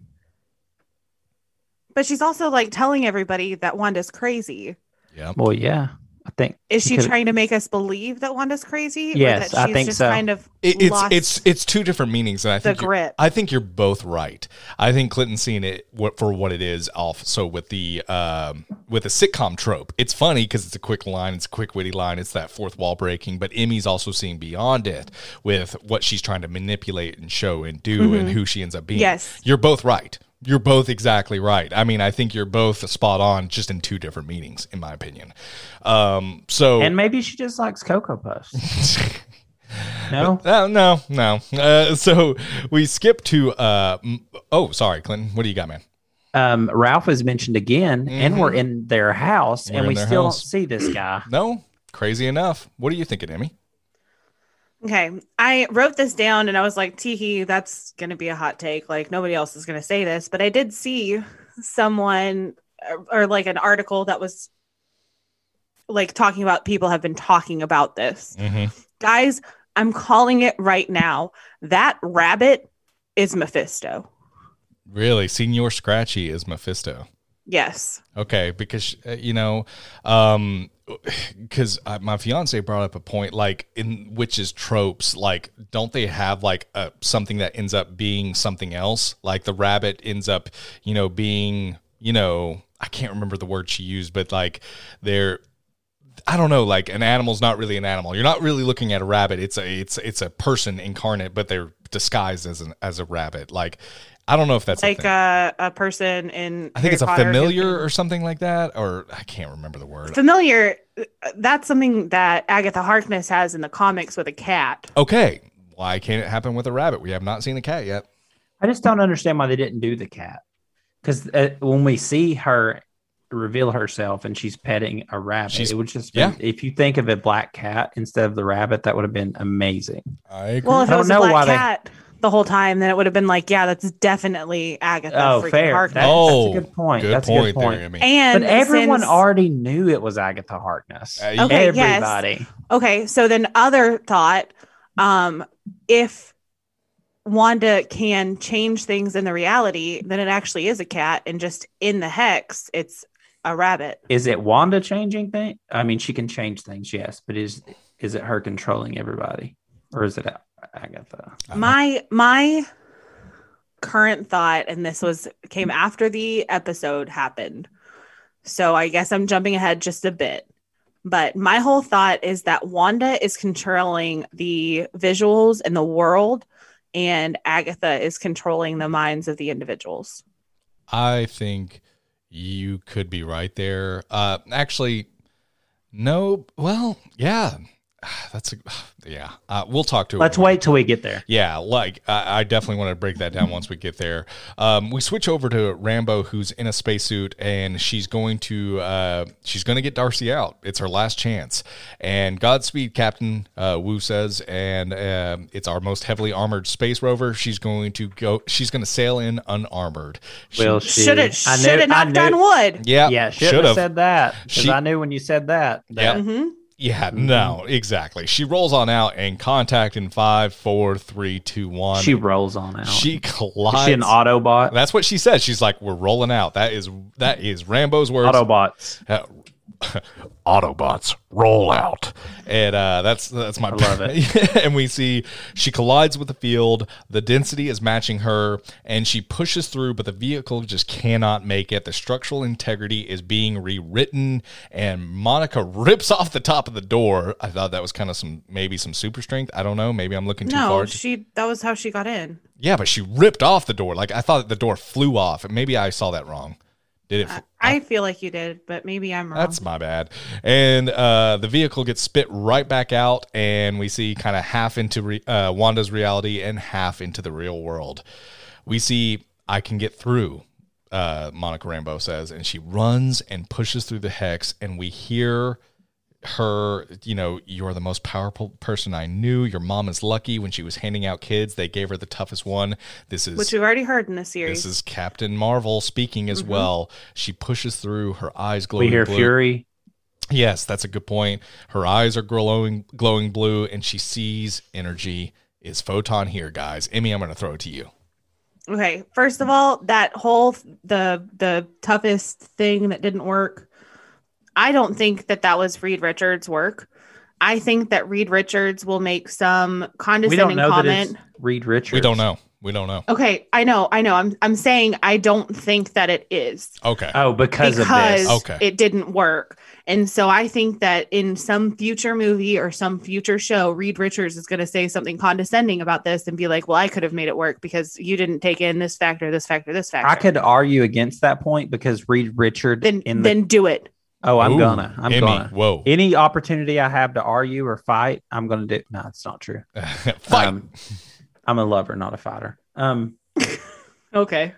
But she's also like telling everybody that Wanda's crazy. Yeah. Well, yeah. I think Is she Because- trying to make us believe that Wanda's crazy? Yes, or that I think so. kind of It, it's, lost it's, it's two different meanings. And I the think, you're, grip. I think you're both right. I think Clinton's seeing it what, for what it is off. So with the, um, with the sitcom trope, it's funny because it's a quick line, it's a quick witty line, it's that fourth wall breaking. But Emmy's also seeing beyond it with what she's trying to manipulate and show and do and who she ends up being. Mm-hmm. Yes. You're both right. You're both exactly right. I mean, I think you're both spot on, just in two different meanings, in my opinion. Um, so and maybe she just likes Cocoa Puffs. No, Oh, no, no. Uh, so we skip to. Uh, m- oh, sorry, Clinton. What do you got, man? um, Ralph is mentioned again, and Mm-hmm. we're in their house, We're in and we their still house. don't see this guy. No, crazy enough. What are you thinking, Emmy? Okay. I wrote this down and I was like, teehee, that's going to be a hot take. Like, nobody else is going to say this. But I did see someone or, or like an article that was like talking about people have been talking about this. Mm-hmm. Guys, I'm calling it right now. That rabbit is Mephisto. Really, Senior Scratchy is Mephisto. Yes. Okay, because uh, you know, um, because uh, my fiance brought up a point like in witches tropes, like don't they have like a, something that ends up being something else? Like the rabbit ends up, you know, being you know, I can't remember the word she used, but like they're I don't know, like an animal's not really an animal. You're not really looking at a rabbit. It's a it's it's a person incarnate, but they're disguised as an as a rabbit. Like I don't know if that's a Like uh, thing. a, a person in. I Harry think it's a Potter is- familiar or something like that, or I can't remember the word. Familiar. uh, That's something that Agatha Harkness has in the comics with a cat. Okay, why can't it happen with a rabbit? We have not seen a cat yet. I just don't understand why they didn't do the cat. Because uh, when we see her reveal herself and she's petting a rabbit, She's- it would just yeah. yeah. if you think of a black cat instead of the rabbit, that would have been amazing. I agree. Well, if I it don't was a know why black they- cat the whole time, then it would have been like, yeah, that's definitely Agatha oh, freaking fair. Harkness. That- Oh, that's a good point. good, that's point a good point. there, I mean. and But everyone since- already knew it was Agatha Harkness. Uh, Okay. yes. Everybody. Okay, so then other thought, um, if Wanda can change things in the reality, then it actually is a cat, and just in the hex, it's a rabbit. Is it Wanda changing things? I mean, she can change things, yes, but is is it her controlling everybody, or is it A- Agatha? Uh-huh. My my current thought, and this was came after the episode happened, so I guess I'm jumping ahead just a bit. But my whole thought is that Wanda is controlling the visuals and the world, and Agatha is controlling the minds of the individuals. I think you could be right there. Uh, actually, no. Well, yeah, that's a, yeah. Uh, we'll talk to. it Let's when we wait till we get there. Yeah, like I, I definitely want to break that down once we get there. Um, we switch over to Rambo, who's in a spacesuit, and she's going to uh, she's going to get Darcy out. It's her last chance. And Godspeed, Captain uh, Wu says, and um, it's our most heavily armored space rover. She's going to go. She's going to sail in unarmored. She- Will she? Should it I knew- should it I not knew- have done wood? yeah, Yeah, should should've. have said that because She- I knew when you said that. Yeah. that hmm Yeah, no, exactly. She rolls on out and contact in five, four, three, two, one. She rolls on out. she collides. is she an Autobot? That's what she says. She's like, "We're rolling out." That is that is Rambo's words. Autobots. Uh, Autobots roll out, and uh, that's that's my. I love it. and we see she collides with the field. The density is matching her, and she pushes through, but the vehicle just cannot make it. The structural integrity is being rewritten, and Monica rips off the top of the door. I thought that was kind of some maybe some super strength. I don't know. Maybe I'm looking too No, far. she that was how she got in. Yeah, but she ripped off the door. Like I thought the door flew off. Maybe I saw that wrong. Did it? I, I feel like you did, but maybe I'm wrong. That's my bad. And uh, the vehicle gets spit right back out, and we see kind of half into re- uh, Wanda's reality and half into the real world. We see I can get through. Uh, Monica Rambo says, and she runs and pushes through the hex, and we hear her, you know, you're the most powerful person I knew. Your mom is lucky when she was handing out kids, they gave her the toughest one. This is which we've already heard in the series. this is Captain Marvel speaking as well. She pushes through. Her eyes glow. Mm-hmm. We hear blue. Fury. Yes, that's a good point. Her eyes are glowing, glowing blue, and she sees energy. Is photon here, guys? Emmy, I'm going to throw it to you. okay, first of all, that whole the the toughest thing that didn't work. I don't think that that was Reed Richards' work. I think that Reed Richards will make some We don't condescending know comment. that it's Reed Richards. We don't know. We don't know. Okay, I know, I know. I'm I'm saying I don't think that it is. Okay. Oh, because, of because this. Okay. it didn't work. And so I think that in some future movie or some future show, Reed Richards is going to say something condescending about this and be like, "Well, I could have made it work because you didn't take in this factor, this factor, this factor." I could argue against that point because Reed Richard then in the then do it. oh I'm Ooh, gonna I'm Emmy, gonna Whoa. any opportunity I have to argue or fight I'm gonna do no it's not true Fight. Um, I'm a lover not a fighter um Okay.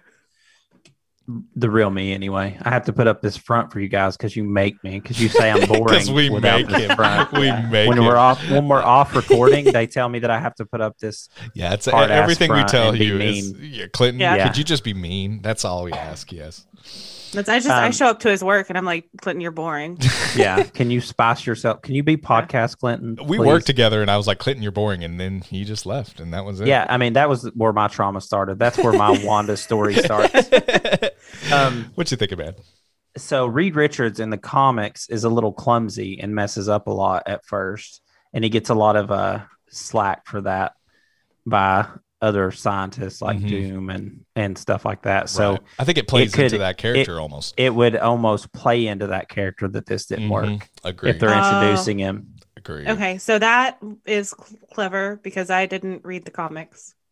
the real me anyway I have to put up this front for you guys because you make me because you say I'm boring 'Cause we without make this it. front. We Yeah. make when it. we're off when we're off recording they tell me that I have to put up this yeah, it's hard ass everything we front tell and be you is yeah, Clinton. Yeah. Could you just be mean? That's all we ask. Yes. That's, I just I Um, show up to his work and I'm like, Clinton, you're boring. yeah. Can you spice yourself? Can you be podcast Clinton? We please? worked together, and I was like, Clinton, you're boring, and then he just left, and that was it. Yeah, I mean that was where my trauma started. That's where my Wanda story starts. Um, what you think about? so Reed Richards in the comics is a little clumsy and messes up a lot at first, and he gets a lot of uh, slack for that by other scientists like Mhm. Doom and and stuff like that. So Right. I think it plays could- into that character almost. it would almost play into that character that this didn't Mhm. work Agree. if they're Oh. introducing him. Agree. okay, so that is cl- clever because I didn't read the comics.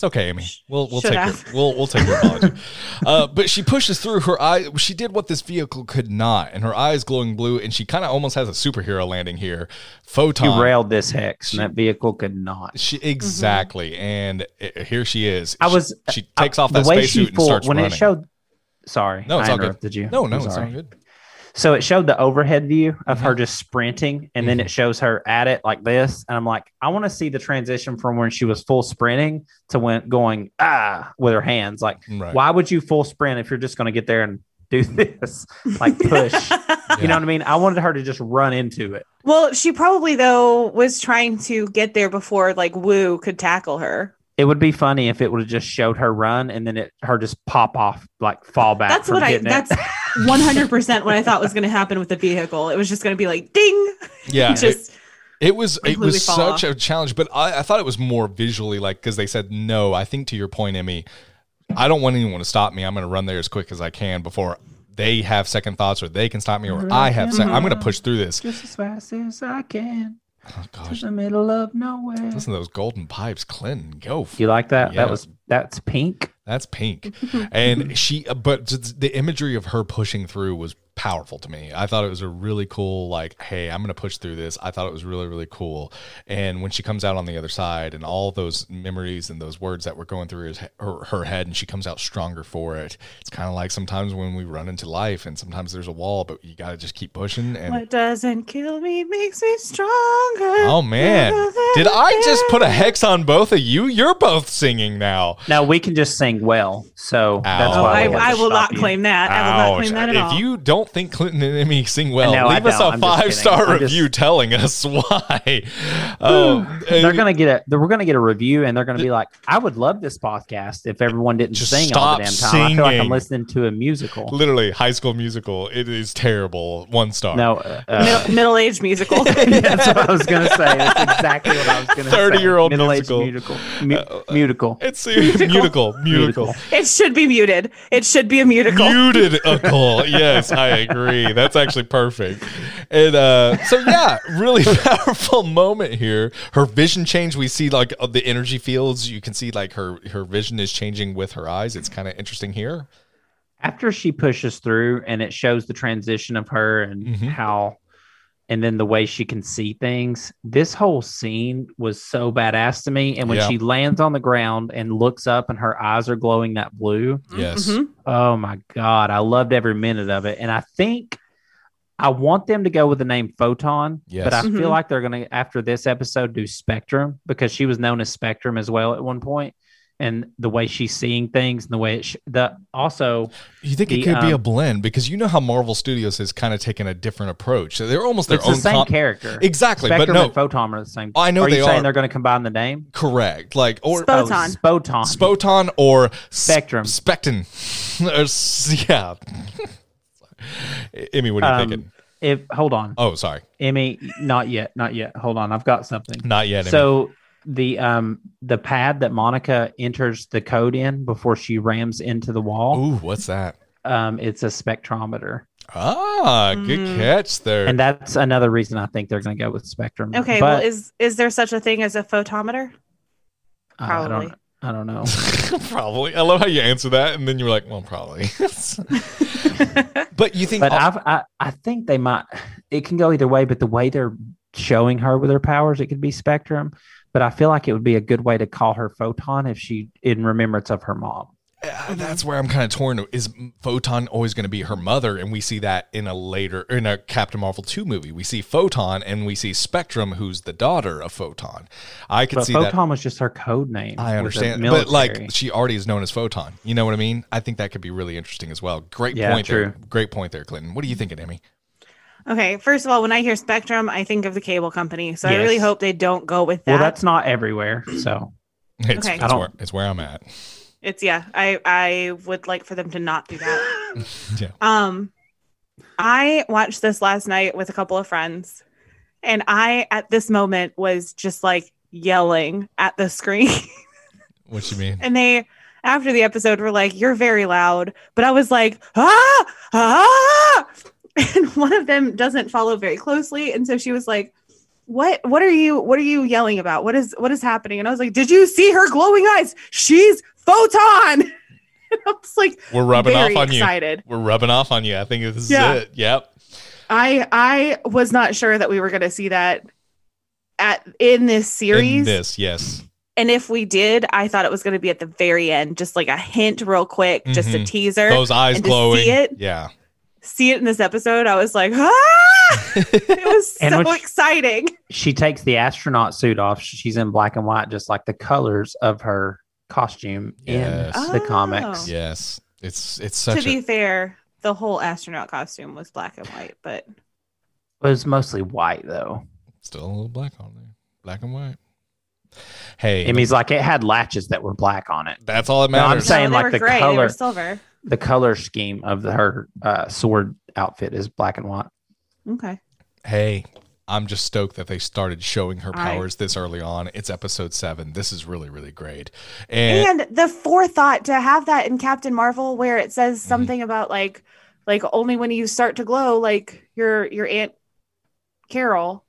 It's okay, Amy. We'll we'll Should take I? your, we'll we'll take your apology. uh, but she pushes through her eye. She did what this vehicle could not, and her eyes glowing blue, and she kind of almost has a superhero landing here. Photon. Derailed this hex, She- and that vehicle could not. She exactly, Mm-hmm. and uh, here she is. I She- was She, takes off the that way spacesuit she and pulled starts when running. it showed. Sorry, No, it's I all good. interrupted you. no, no, I'm it's sorry. all good. So it showed the overhead view of her Mhm. just sprinting, and Mm-hmm. then it shows her at it like this. And I'm like, I want to see the transition from when she was full sprinting to when going ah with her hands. Like, Right. why would you full sprint if you're just going to get there and do this? Like push. You know what I mean? I wanted her to just run into it. well, she probably though was trying to get there before like Wu could tackle her. It would be funny if it would have just showed her run and then it her just pop off like fall Ah, back. That's from what I. getting it. That's one hundred percent what I thought was going to happen with the vehicle. It was just going to be like ding, Yeah. it- just It was it completely was fall such a challenge, but I, I thought it was more visually like because they said no. I think to your point, Emmy, I don't want anyone to stop me. I'm going to run there as quick as I can before they have second thoughts or they can stop me or I have. Sec- I'm going Mm-hmm. to push through this. just as fast as I can Oh to Mm-hmm. gosh, the middle of nowhere. listen to those golden pipes, Clinton. Go. f- You like that? Yeah. That was that's pink. That's pink, and she. uh, But just the imagery of her pushing through was powerful to me. I thought it was a really cool like, hey, I'm going to push through this. I thought it was really really cool. And when she comes out on the other side, and all those memories and those words that were going through his, her, her head, and she comes out stronger for it. It's kind of like sometimes when we run into life, and sometimes there's a wall, but you got to just keep pushing. And what doesn't kill me makes me stronger. oh man, did I just put a hex on both of you? You're both singing now. Now we can just sing well, so that's Ow. Oh, why I, we wanted I to will stop not you. claim that. I will not claim Ouch. that at if all. you don't think Clinton and Emmy sing well, No, I leave us don't. a I'm just kidding. five star I'm just- review telling us why. Oh, They're gonna get a. They're, we're gonna get a review, and they're gonna be like, "I would love this podcast if everyone didn't Just sing all the damn time. stop I feel like singing." I'm listening to a musical." literally High School Musical. It is terrible. One star. No, uh, uh, Middle, middle-aged musical. that's what I was gonna say. That's exactly what I was gonna say. 30-year-old middle-aged musical. Uh, musical, mu- musical. It's uh, musical, musical, Musical. It should be muted. It should be a musical. muted uncle. Yes, I agree. That's actually perfect. And uh, so yeah, really powerful moment here. Her vision change. We see like of the energy fields. You can see like her her vision is changing with her eyes. It's kind of interesting here. after she pushes through and it shows the transition of her and Mhm. how and then the way she can see things this whole scene was so badass to me and when Yeah. she lands on the ground and looks up and her eyes are glowing that blue Yes. Mhm. oh my god i loved every minute of it and i think i want them to go with the name photon but i Yes. feel Mhm. like they're going to after this episode do spectrum because she was known as spectrum as well at one point and the way she's seeing things and the way it sh- the also You think it The, could be a um, blend because you know how Marvel Studios has kind of taken a different approach. So they're almost their it's own the same comp- character. Exactly, Spectrum but no, and Photon are the same. I know are you they saying are. they're going to combine the name? correct. Like or uh, Spo- Photon. Oh, Spoton. Spoton or s- Spectrum. Spectin. or, s- yeah. Emmy, what are you Um, thinking? If hold on, Oh, sorry, Emmy, not yet, not yet. Hold on, I've got something. not yet. Emmy. So the um the pad that Monica enters the code in before she rams into the wall, Ooh, what's that? um, it's a spectrometer, Ah, good Mm. catch there. and that's another reason I think they're going to go with Spectrum. Okay. but well, is is there such a thing as a photometer? I don't, Probably. I don't know. probably. I love how you answer that, and then you're like, "Well, probably." but you think? but I've, I I think they might. It can go either way, but the way they're showing her with her powers, it could be Spectrum. But I feel like it would be a good way to call her Photon if she in remembrance of her mom. Uh, that's where I'm kind of torn. Is Photon always going to be her mother? And we see that in a later, in a Captain Marvel 2 movie. We see Photon and we see Spectrum, who's the daughter of Photon. I could But see Photon that. was just her code name. with I the understand. But military. like, she already is known as Photon. You know what I mean? I think that could be really interesting as well. Great Yeah, point there. true. Great point there, Clinton. What are you thinking, Emmy? Okay, first of all, when I hear Spectrum, I think of the cable company. So I really Yes. hope they don't go with that. well, that's not everywhere. So It's, Okay. I it's, don't- where, it's where I'm at. it's yeah. I I would like for them to not do that. Yeah. Um, I watched this last night with a couple of friends, and I at this moment was just like yelling at the screen. What you mean? and they after the episode were like, "You're very loud," but I was like, "Ah, ah!" And one of them doesn't follow very closely, and so she was like, "What? What are you? What are you yelling about? What is? What is happening?" And I was like, "Did you see her glowing eyes? She's photon." And I was like, We're rubbing very off on you. excited. We're rubbing off on you. I think this is Yeah. it. Yep. I I was not sure that we were going to see that at in this series. In this, yes. And if we did, I thought it was going to be at the very end, just like a hint real quick, just a Mhm. teaser. Those eyes and to see glowing. it- Yeah. see it in this episode, I was like, ah! it was And so which- exciting. she takes the astronaut suit off. She's in black and white, just like the colors of her costume Yes. in the comics. Oh. Yes. It's it's such to a be fair, the whole astronaut costume was black and white, but It was mostly white though. still a little black on there. Black and white. Hey, It means like it had latches that were black on it. that's all that No, I'm matters. saying- they like, were the gray, they color. were silver. The color scheme of the, her uh, sword outfit is black and white. Okay, hey, I'm just stoked that they started showing her I- powers this early on. It's episode seven. This is really, really great. And, and the forethought to have that in Captain Marvel, where it Mm-hmm. says something about like, like only when you start to glow, like your your aunt Carol.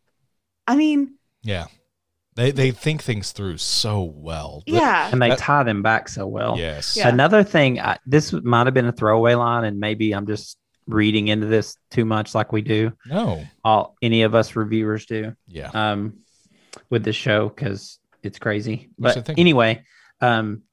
I mean, yeah. They they think things through so well. The- yeah, And they That- tie them back so well. Yes. Yeah. Another thing, I, this might have been a throwaway line, and maybe I'm just reading into this too much, like we do, No. all any of us reviewers do, Yeah. um, with this show because it's crazy. What's the but thing? anyway, um,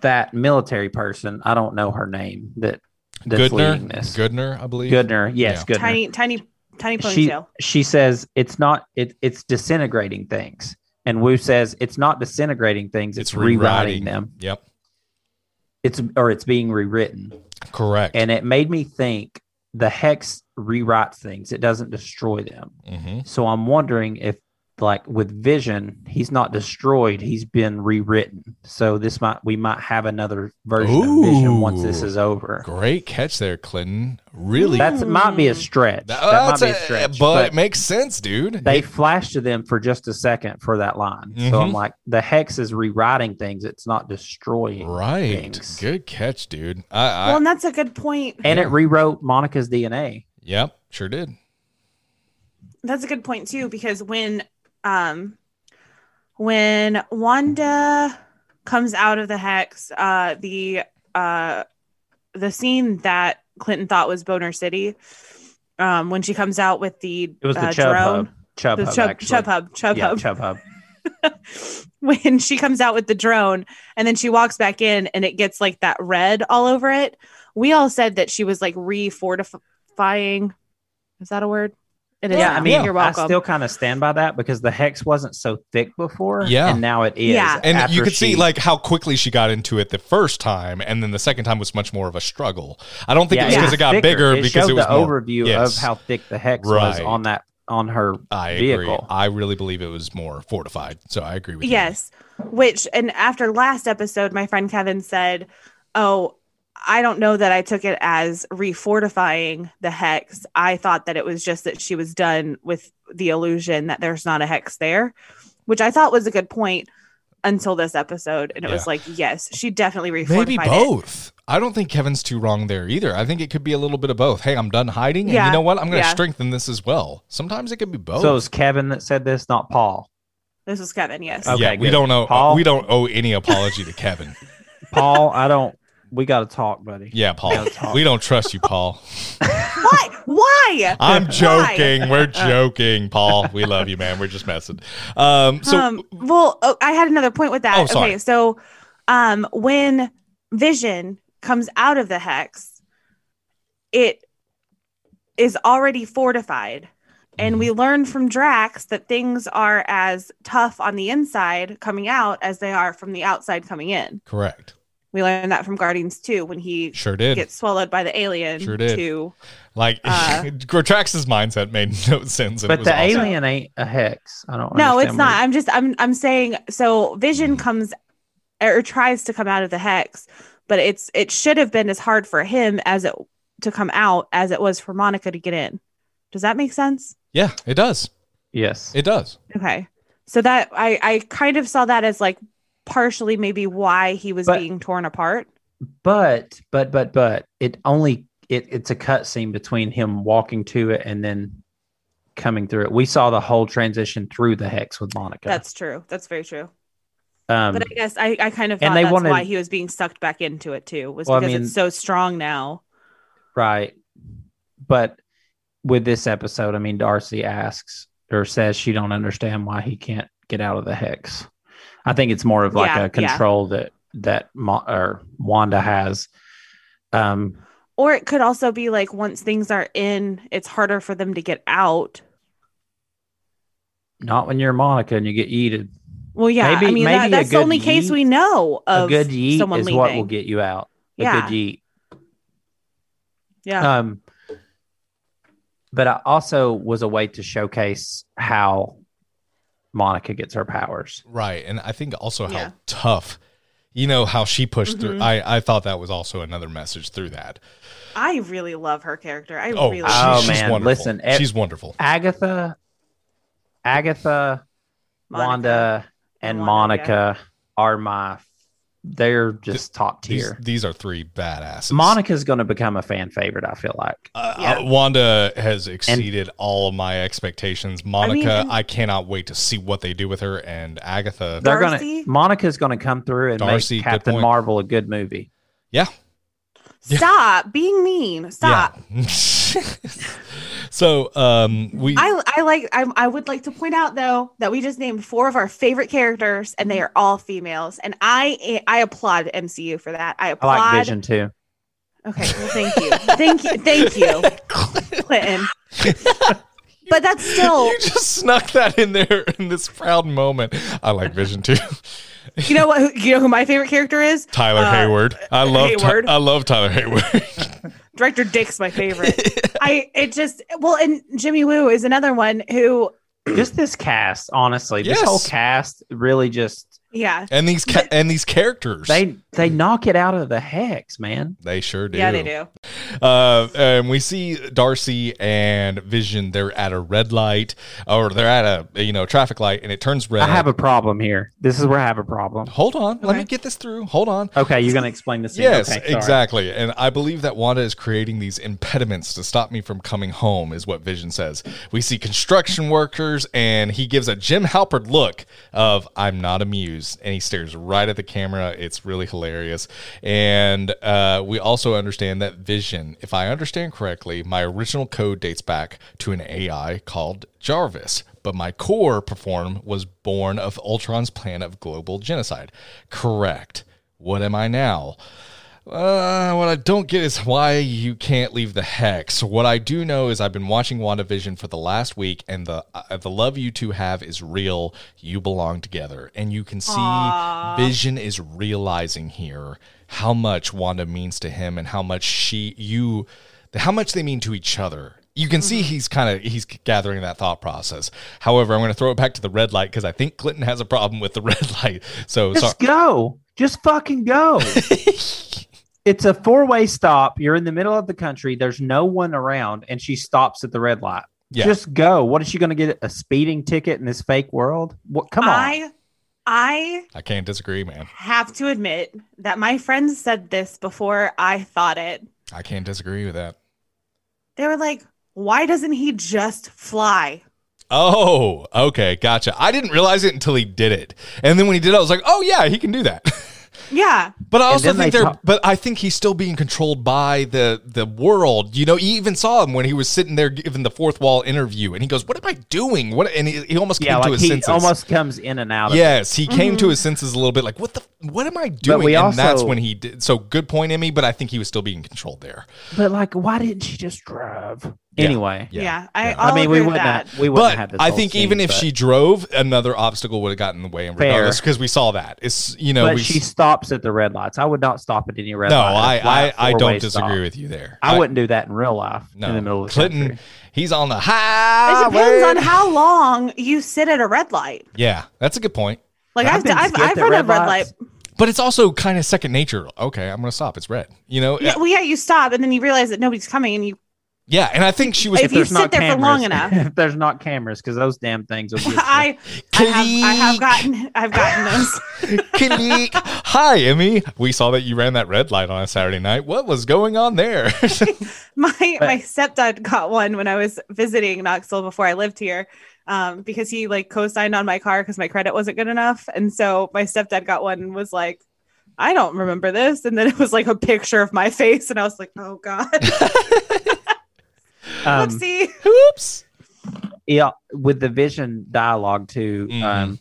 that military person, I don't know her name, that that's leading Goodner. this. Goodner, I believe. Goodner, yes, Goodner. tiny, tiny, tiny she ponytail. she says it's not it it's disintegrating things, and Wu says it's not disintegrating things, it's, It's rewriting. rewriting them Yep. it's or it's being rewritten Correct. and it made me think the hex rewrites things it doesn't destroy them hmm so i'm wondering if like with vision he's not destroyed he's been rewritten so this might we might have another version of vision once this Ooh. is over Great catch there, Clinton. Really that's might be a stretch That- that, that's might be a a- stretch but, but it makes sense, dude. they It- flash to them for just a second for that line so Mm-hmm. i'm like the hex is rewriting things it's not destroying right. things. Good catch, dude. I, I well, and that's a good point. and Yeah. it rewrote monica's dna yep, sure did. that's a good point too because when um when wanda comes out of the hex uh the uh the scene that clinton thought was boner city um when she comes out with the it was the uh, chub drone hub chub the hub chub, actually. chub hub chub yeah, hub Chub Hub. when she comes out with the drone and then she walks back in and it gets like that red all over it we all said that she was like refortifying is that a word it is Yeah, now. I mean, you're I welcome still kind of stand by that because the hex wasn't so thick before. Yeah. And now it is. Yeah. And you after could see she- like how quickly she got into it the first time, and then the second time was much more of a struggle. I don't think it was because was it got thicker. bigger It because showed it was the more. overview Yes. of how thick the hex was Right. on that on her. I agree. vehicle. I really believe it was more fortified. So I agree with Yes. Which, and after last episode, my friend Kevin said, Oh, I don't know that I took it as refortifying the hex. I thought that it was just that she was done with the illusion that there's not a hex there, which I thought was a good point until this episode. And it was Yeah. like, Yes, she definitely you. refortified Maybe it. both. I don't think Kevin's too wrong there either. I think it could be a little bit of both. Hey, I'm done hiding, and Yeah, you know what? I'm going to yeah. strengthen this as well. Sometimes it could be both. So it was Kevin that said this, not Paul. This was Kevin. Yes. Okay, yeah, we good. don't know. Paul? We don't owe any apology to Kevin. Paul, I don't. We got to talk, buddy. Yeah, Paul. No talk. we don't trust you, Paul. Why? Why? I'm Why? joking. We're joking, Paul. We love you, man. We're just messing. Um, so um, well, oh, I had another point with that. Oh, sorry. Okay, so um, when vision comes out of the hex, it is already fortified. And Mm-hmm. we learn from Drax that things are as tough on the inside coming out as they are from the outside coming in. Correct. We learned that from Guardians 2 when he Sure did. gets swallowed by the alien Sure did. to like uh, Drax's mindset made no sense. and it But was the awesome. alien ain't a hex. I don't. no understand Mm-hmm. it's what- not i'm just i'm i'm saying so vision comes or tries to come out of the hex but it's it should have been as hard for him as it to come out as it was for monica to get in does that make sense Yeah, it does. Yes. It does. okay so that i i kind of saw that as like partially maybe why he was But- being torn apart but but but but it only it, it's a cutscene between him walking to it and then coming through it. We saw the whole transition through the hex with Monica. that's true that's very true um, but i guess i i kind of and thought they that's wanted- why he was being sucked back into it too was Well, I because mean- it's so strong now right. But with this episode, I mean, Darcy asks or says she don't understand why he can't get out of the hex. I think it's more of like Yeah, a yeah. control that that Mo- or Wanda has. Um, Or it could also be like once things are in, it's harder for them to get out. not when you're Monica and you get yeeted. Well, yeah, Maybe- I mean maybe that, a that's the good only case we yeet- know of a good yeet someone is leaving. what will get you out. A yeah, Oh. good yeet. Uh, yeah, Um, but I also was a way to showcase how Monica gets her powers. Right. And I think also how Yeah. tough, you know, how she pushed through. Mhm. I, I thought that was also another message through that. I really love her character. I Oh, really, she- Oh, she's man. wonderful. Listen, ev- she's wonderful. Agatha, Agatha, Monica. Wanda, and And Monica, Monica. are my. They're just top These, tier. these are three badasses. Monica's going to become a fan favorite. I feel like. Uh, Yeah. uh, Wanda has exceeded all of my expectations. Monica, I, and- cannot wait to see what they do with her and Agatha. They're going Darcy? to Monica's going to come through and Darcy, good make Captain point. Marvel a good movie. Yeah. Stop being mean. Stop. Yeah. so um, we I, I like I, I would like to point out though that we just named four of our favorite characters and they are all females and I I applaud MCU for that I I applaud like Vision too. Okay, well, thank you, thank you, thank you, Clinton. but that's still, you just snuck that in there in this proud moment. I like Vision too. you know what? You know who my favorite character is? Tyler Uh, Hayward. I love Ty- Hayward. I love Tyler Hayward. Director Dick's my favorite. I it just well, and Jimmy Woo is another one who, just this cast, honestly, this Yes. whole cast really just yeah, and these ca- and these characters. they they Mm. knock it out of the hex, man. They sure do. yeah, they do. Uh, and we see Darcy and Vision. They're at a red light, or they're at a you know traffic light, and it turns red. I have a problem here. This is where I have a problem. Hold on, let Okay. me get this through. Hold on. Okay, you're gonna explain this. to me. Yes, Okay, sorry. exactly. And I believe that Wanda is creating these impediments to stop me from coming home, is what Vision says. We see construction workers, and he gives a Jim Halpert look of, I'm not amused. And he stares right at the camera. It's really hilarious. And uh, we also understand that Vision, if I understand correctly, my original code dates back to an AI called Jarvis but my core perform was born of Ultron's plan of global genocide. Correct. What am I now? Uh, what I don't get is why you can't leave the hex. What I do know is I've been watching WandaVision for the last week, and the uh, the love you two have is real. You belong together, and you can see Aw. Vision is realizing here how much Wanda means to him, and how much she you, how much they mean to each other. You can see he's kind of he's gathering that thought process. However, I'm going to throw it back to the red light because I think Clinton has a problem with the red light. So sorry. Just go. Just fucking go. it's a four way stop. You're in the middle of the country. There's no one around, and she stops at the red light. Yeah. Just go. What is she gonna get? A speeding ticket in this fake world? What? Come on. I I I can't disagree, man. have to admit that my friends said this before I thought it. I can't disagree with that. They were like, "Why doesn't he just fly?" Oh, okay, gotcha. I didn't realize it until he did it, and then when he did, it, I was like, "Oh yeah, he can do that." Yeah. But I also then think they they're. talk- but I think he's still being controlled by the the world. You know, you even saw him when he was sitting there giving the fourth wall interview, and he goes, "What am I doing?" What? And he, he almost yeah, came to like his he senses. almost comes in and out. Of it. Mm-hmm. yes, he came to his senses a little bit. Like, what the? What am I doing? we and also- that's when he did. So good point, Emmy. But I think he was still being controlled there. But like, why didn't she just drive? Yeah. Anyway, Yeah, Yeah. I, yeah. I'll I mean, agree we with wouldn't that. have, we wouldn't have But this I whole think scene, even if but- she drove, another obstacle would have gotten in the way, and Fair. regardless, because we saw that. It's you know, but we, she stops at the red lights. I would not stop at any red no, I light. A I, flat I don't four-way disagree stop. with you there. I, wouldn't do that in real life No, in the middle of the Clinton, country. he's on the It highway. depends on how long you sit at a red light. Yeah, that's a good point. Like I've I've been I've, skipped I've at run a red red light. lights. But it's also kind of second nature. Okay, I'm gonna stop. It's red. You know. uh, Yeah, well, yeah, you stop and then you realize that nobody's coming, and you Yeah, and I think she was. If you there's sit not there for long cameras- if there's not cameras, because those damn things will get you. I, I have I have gotten I've gotten those. Click. Hi, Emmy. We saw that you ran that red light on a Saturday night. What was going on there? My But- my stepdad got one when I was visiting Knoxville before I lived here, um, because he like co-signed on my car because my credit wasn't good enough, and so my stepdad got one and was like, "I don't remember this," and then it was like a picture of my face, and I was like, "Oh God, Um, oopsie." Oops. yeah, with the vision dialogue too, Mm-hmm. um,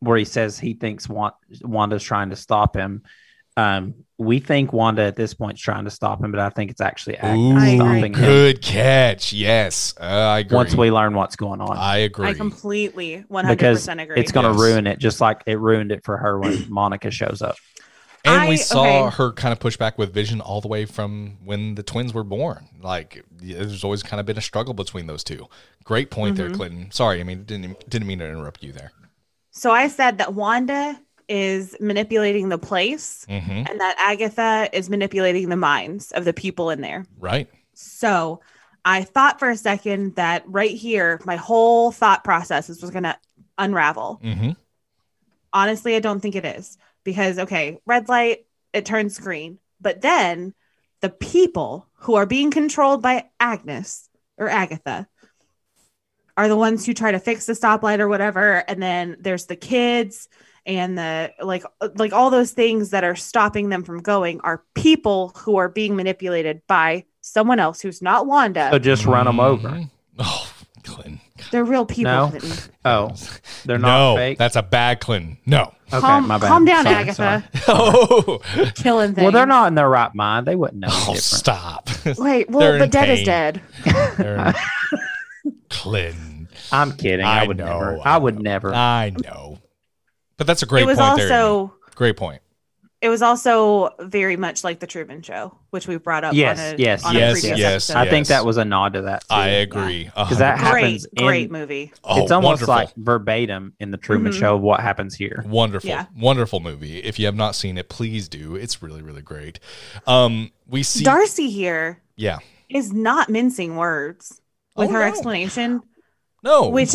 where he says he thinks Wan- Wanda's trying to stop him. Um, we think Wanda at this point is trying to stop him, but I think it's actually Agnes I agree. stopping him. good catch. Yes, Uh, I agree. Once we learn what's going on, I agree. I completely one hundred Because percent agree. it's going to Yes. ruin it, just like it ruined it for her when Monica shows up. and we I- saw okay. her kind of push back with Vision all the way from when the twins were born. Like there's always kind of been a struggle between those two. Great point there, Mhm. Clinton. Sorry, I mean didn't e, didn't mean to interrupt you there. so I said that Wanda is manipulating the place, Mm-hmm. and that Agatha is manipulating the minds of the people in there. Right. So I thought for a second that right here, my whole thought process was going to unravel. Mm-hmm. Honestly, I don't think it is because, okay, red light, it turns green. But then the people who are being controlled by Agnes or Agatha are the ones who try to fix the stoplight or whatever. And then there's the kids and the like like all those things that are stopping them from going are people who are being manipulated by someone else who's not Wanda. So just run them over. Mhm. Oh, Clinton. They're real people. No. Clinton. Oh, they're not no, fake. that's a bad Clinton. No. okay, calm, my bad. calm down, Sorry, Agatha. sorry. Oh, Killing things. Well, they're not in their right mind. They wouldn't know. oh the difference. stop. Wait, well, They're but in dead is pain. dead. They're- Clinton. I'm kidding. I, I would know, Ah, never. I I would never. I know. But that's a great it was point there. Amy. also Great point. it was also very much like the Truman Show, which we brought up. Yes, on a, yes, on a yes, previous yes, episode. I think Yes. that was a nod to that. I too. agree. A Because that hundred- Great, happens in- great movie. oh, it's almost wonderful. like verbatim in the Truman Mhm. Show of what happens here. Wonderful, Yeah. wonderful movie. If you have not seen it, please do. It's really, really great. Um, we see, Darcy here yeah, is not mincing words with Oh, her no. explanation, No, which.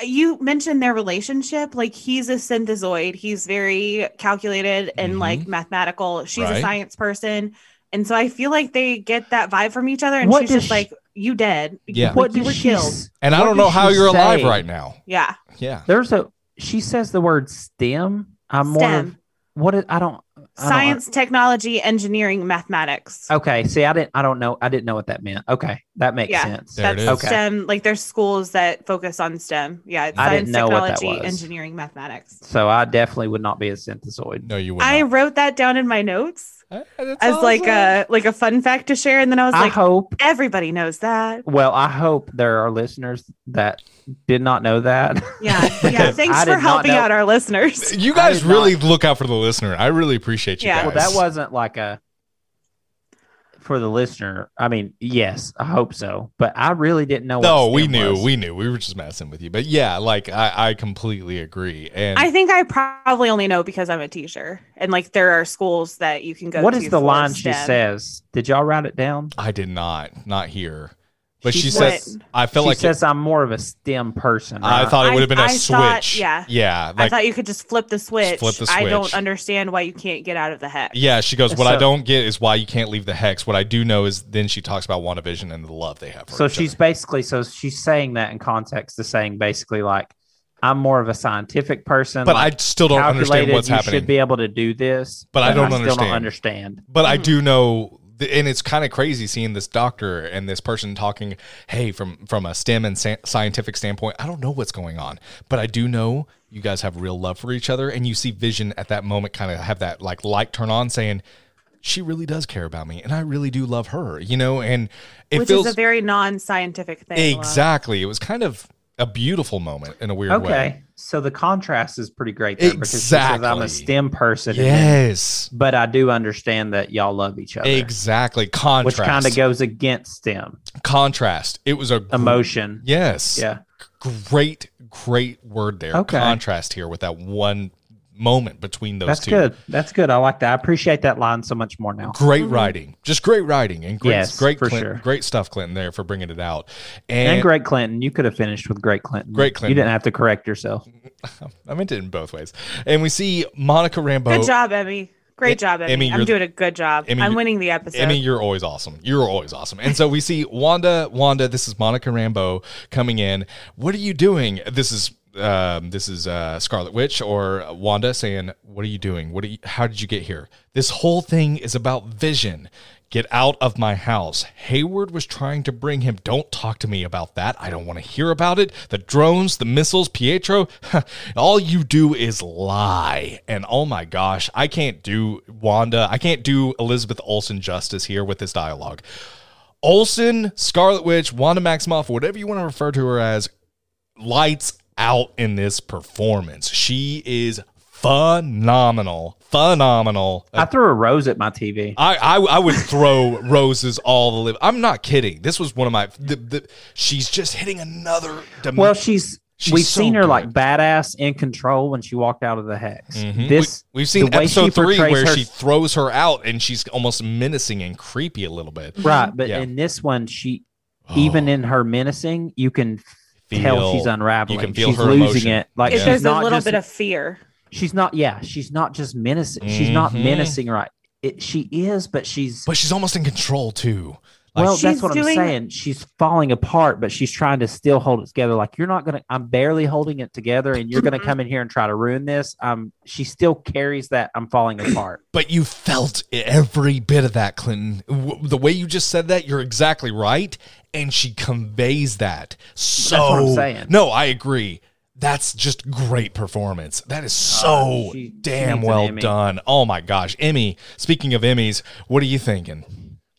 You mentioned their relationship. Like he's a synthesoid. He's very calculated and Mm-hmm. Mhm. like mathematical. She's Right. a science person, and so I feel like they get that vibe from each other. And What she's does just she- like, "You dead? Yeah. What you were killed? and I what don't does know how she you're alive say? right now. Yeah, Yeah, There's a. She says the word STEM. I'm more of STEM. what is, I don't I don't- science, technology, engineering, mathematics. okay, see, I didn't. I don't know. I didn't know what that meant. Okay, that makes Yeah. sense. There it That's is. Okay. STEM. Like there's schools that focus on STEM. Yeah, it's I science, didn't know what that technology, was. engineering, mathematics. So I definitely would not be a synthesoid. no, you I wouldn't. wrote that down in my notes as like a like a fun fact to share, and then I was I like, hope. everybody knows that. Well, I hope there are listeners that did not know that. Yeah, yeah. Because I Thanks did for not helping know- out our listeners. You I guys did not- really look out for the listener. I really appreciate you Yeah. guys. Well, that wasn't like a for the listener. I mean, yes, I hope so, but I really didn't know. no, what we STEM knew, was. we knew, we were just messing with you. But yeah, like I, I completely agree. And I think I probably only know because I'm a teacher, and like there are schools that you can go. What to is the for line she STEM. says? Did y'all write it down? I did not, not here. But she, She says, said- I felt she like says I'm more of a STEM person. I right? thought it would have been a I- I switch. thought- yeah. yeah, I like thought you could just flip the switch. flip the I switch. don't understand why you can't get out of the hex. yeah. She goes, "What I So- don't get is why you can't leave the hex. What I do know is then she talks about WandaVision and the love they have." For so each she's other. basically so she's saying that in context to saying basically like I'm more of a scientific person. But like, I still don't understand calculated, what's you happening. Should be able to do this, But I and don't Still understand. don't understand. But I do know, th- and it's kind of crazy seeing this doctor and this person talking. Hey, from from a STEM and sa- scientific standpoint, I don't know what's going on, but I do know you guys have real love for each other, and you see vision at that moment, kind of have that like light turn on, saying. She really does care about me, and I really do love her, you know. And it which feels is a very non-scientific thing. Lon. exactly. It was kind of a beautiful moment in a weird Okay, way. so the contrast is pretty great. There Because she says I'm Exactly. a STEM person, and then- Yes, but I do understand that y'all love each other, exactly. Contrast, which kind of goes against STEM contrast. It was a gr- emotion. Yes, Yeah. great, great word there. Okay. Contrast here with that one moment between those That's two. good. That's good. I like that. I appreciate that line so much more now. Great Mhm. writing, just great writing, and great, Yes, great, for Clint- sure. great stuff, Clinton. There for bringing it out, And, and, Great Clinton, you could have finished with Great Clinton. Great Clinton. You didn't have to correct yourself. I meant it in both ways. And we see Monica Rambo. Good job, Emmy. Great job, Emmy. Oh. Emmy, you're I'm doing a good job. Emmy, I'm you're- winning the episode. Emmy, you're always awesome. You're always awesome. And so we see Wanda, Wanda, this is Monica Rambeau coming in. What are you doing? This is um, this is uh, Scarlet Witch or Wanda saying, "What are you doing? What? Are you, how did you get here? This whole thing is about Vision. Get out of my house. Hayward was trying to bring him. Don't talk to me about that. I don't want to hear about it. The drones, the missiles, Pietro. All you do is lie. And oh my gosh, I can't do Wanda. I can't do Elizabeth Olsen justice here with this dialogue. Olsen, Scarlet Witch, Wanda Maximoff, whatever you want to refer to her as, lights out in this performance. She is phenomenal. Phenomenal. I threw a rose at my TV. I, I I would throw roses all the live. I'm not kidding. This was one of my. The, the, she's just hitting another dimension. Well, she's, She's we've so seen her like good. badass in control when she walked out of the hex. Mhm. This we, have seen the way she episode three portrays where her- she throws her out and she's almost menacing and creepy a little bit. right, Mm-hmm. but Yeah. in this one, she even Oh, in her menacing, you can tell she's unraveling. you can feel she's her losing emotion. it. Like If Yeah. she's there's a not little just, bit of fear. she's not. Yeah, she's not just menacing. She's not Mhm. menacing. Right. It, she is, but she's but she's almost in control too. Like, Well, She's that's what doing- I'm saying. She's falling apart, but she's trying to still hold it together. Like you're not gonna. I'm barely holding it together, and you're gonna Mhm. come in here and try to ruin this. Um, she still carries that. I'm falling apart. But you felt every bit of that, Clinton. W- the way you just said that, you're exactly right, and she conveys that. So what I'm saying. no, I agree. That's just great performance. That is so Uh, she- she damn needs an well Emmy. done. Oh my gosh, Emmy. Speaking of Emmys, what are you thinking?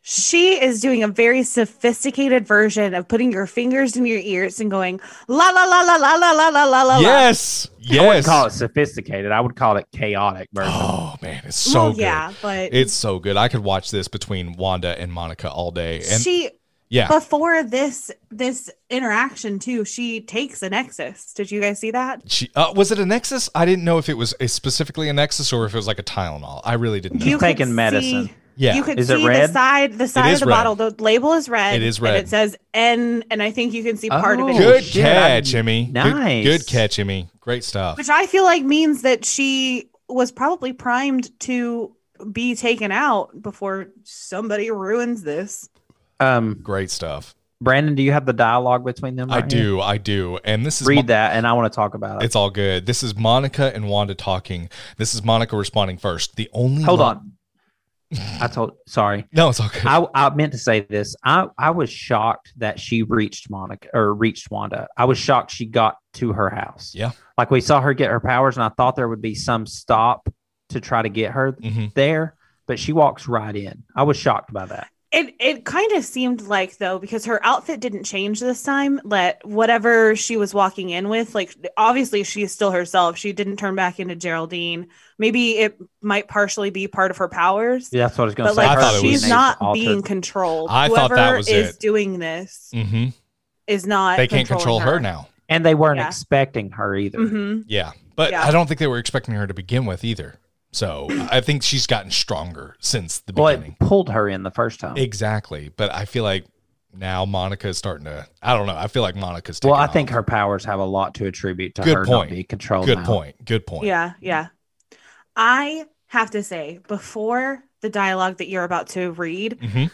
She is doing a very sophisticated version of putting your fingers in your ears and going la la la la la la la la la la. la. yes, I wouldn't yes. call it sophisticated. I would call it chaotic version. Oh man, it's so Well, good. yeah, but It's so good. I could watch this between Wanda and Monica all day. And she yeah, before this this interaction too, she takes a nexus. Did you guys see that? she, uh, was it a Nexus? I didn't know if it was a specifically a Nexus or if it was like a Tylenol. I really didn't know. You- could taking see- medicine. yeah, You could Is it see the red? side the side is of the red. bottle. The label is red. It is and red. it says N and I think you can see part of it. Oh, good shit, I catch, didn't- Emmy. Good- Nice. Good, catch, Emmy. Great stuff. Which I feel like means that she was probably primed to be taken out before somebody ruins this. Um, Great stuff. Brandon, do you have the dialogue between them? I right here? do. I do. And this is Read Mo- that, and I want to talk about it. It's all good. This is Monica and Wanda talking. This is Monica responding first. The only Hold li- on. I told. Sorry. No, it's all good. I, I meant to say this. I, I was shocked that she reached Monica or reached Wanda. I was shocked she got to her house. Yeah. Like we saw her get her powers, and I thought there would be some stop to try to get her hmm there, but she walks right in. I was shocked by that. It it kind of seemed like though because her outfit didn't change this time. That whatever she was walking in with, like obviously she's still herself. She didn't turn back into Geraldine. Maybe it might partially be part of her powers, Yeah, that's what I was going to but say. I like thought it Her she's was- name's not altered. being controlled. I thought Whoever that was is it. doing this hmm is not. They can't control controlling her. now. and they weren't Yeah. expecting her either. Mhm. Yeah, but Yeah. I don't think they were expecting her to begin with either. So I think she's gotten stronger since the Well, beginning. it pulled her in the first time. Exactly. But I feel like now Monica's starting to. I don't know. I feel like Monica's. well, I taking think off. her powers have a lot to attribute to Good her point. not being controlled. Good now. point. Good point. Yeah, yeah. I have to say before the dialogue that you're about to read, hmm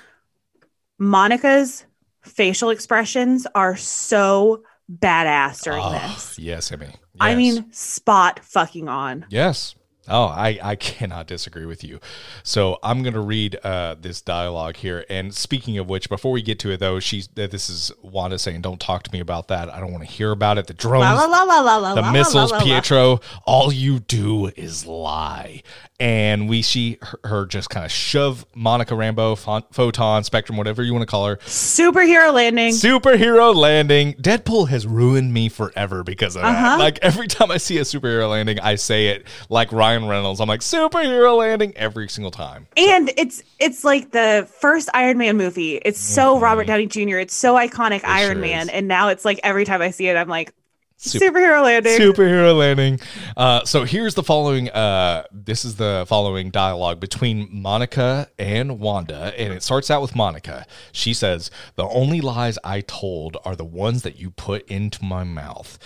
Monica's facial expressions are so badass during this. Ah, yes, Emmy. I Yes. mean, spot fucking on. Yes. Oh, I, I cannot disagree with you. So I'm going to read uh, this dialogue here. And speaking of which, before we get to it, though, she's uh, this is Wanda saying, "Don't talk to me about that. I don't want to hear about it." The drones, La la la la la la. the la, la, missiles, la, la, la. Pietro. All you do is lie. And we see her, her just kind of shove Monica Rambo, phon- photon, spectrum, whatever you want to call her, Superhero landing. Superhero landing. Deadpool has ruined me forever because of that. Uh-huh. Like every time I see a superhero landing, I say it like Ryan Reynolds. I'm like superhero landing every single time. and it's it's like the first Iron Man movie. It's so Robert Downey Jr. It's so iconic Iron Mm-hmm. sure Man. is. And now it's like every time I see it, I'm like Sup- superhero landing. Superhero landing. Uh, so here's the following. Uh, this is the following dialogue between Monica and Wanda, and it starts out with Monica. She says, "The only lies I told are the ones that you put into my mouth."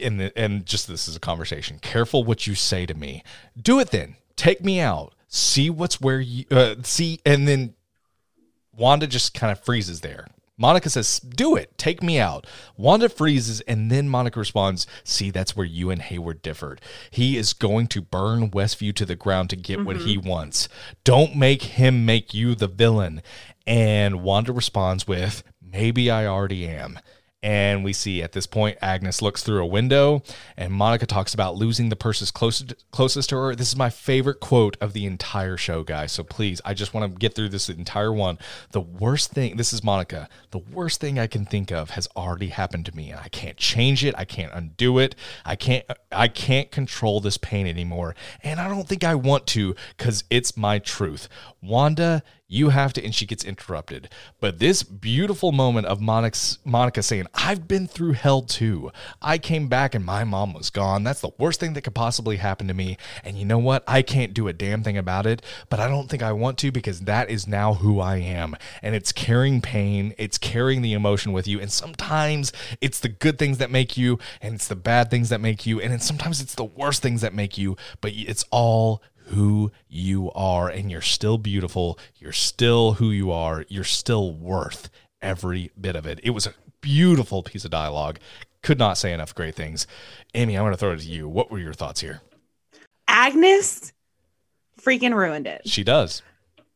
And the, and just this is a conversation. Careful what you say to me. Do it then. Take me out. See what's where you uh, see, and then Wanda just kind of freezes there. Monica says, Do it, take me out. Wanda freezes, and then Monica responds, See, that's where you and Hayward differed. He is going to burn Westview to the ground to get what he wants. Don't make him make you the villain. And Wanda responds with, Maybe I already am. And we see at this point, Agnes looks through a window, and Monica talks about losing the person closest closest to her. This is my favorite quote of the entire show, guys. So please, I just want to get through this entire one. The worst thing, this is Monica. The worst thing I can think of has already happened to me, and I can't change it. I can't undo it. I can't. I can't control this pain anymore, and I don't think I want to because it's my truth. Wanda, you have to and she gets interrupted but this beautiful moment of monica's, monica saying i've been through hell too i came back and my mom was gone that's the worst thing that could possibly happen to me and you know what i can't do a damn thing about it but i don't think i want to because that is now who i am and it's carrying pain it's carrying the emotion with you and sometimes it's the good things that make you and it's the bad things that make you and it's, sometimes it's the worst things that make you but it's all who you are and you're still beautiful you're still who you are you're still worth every bit of it it was a beautiful piece of dialogue could not say enough great things amy i'm going to throw it to you what were your thoughts here Agnes freaking ruined it. she does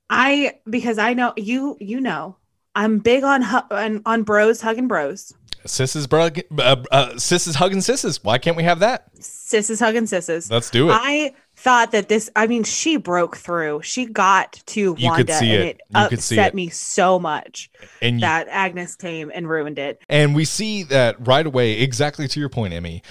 I because I know you you know I'm big on hu- on, on bros hugging bros, sis's brug uh, uh, sis's hugging sis's why can't we have that sisses hugging sisses. let's do it I thought that this. I mean, she broke through. She got to Wanda, You could see and it. it, You upset could see it. me so much and you, that Agnes came and ruined it. And we see that right away, exactly to your point, Emmy.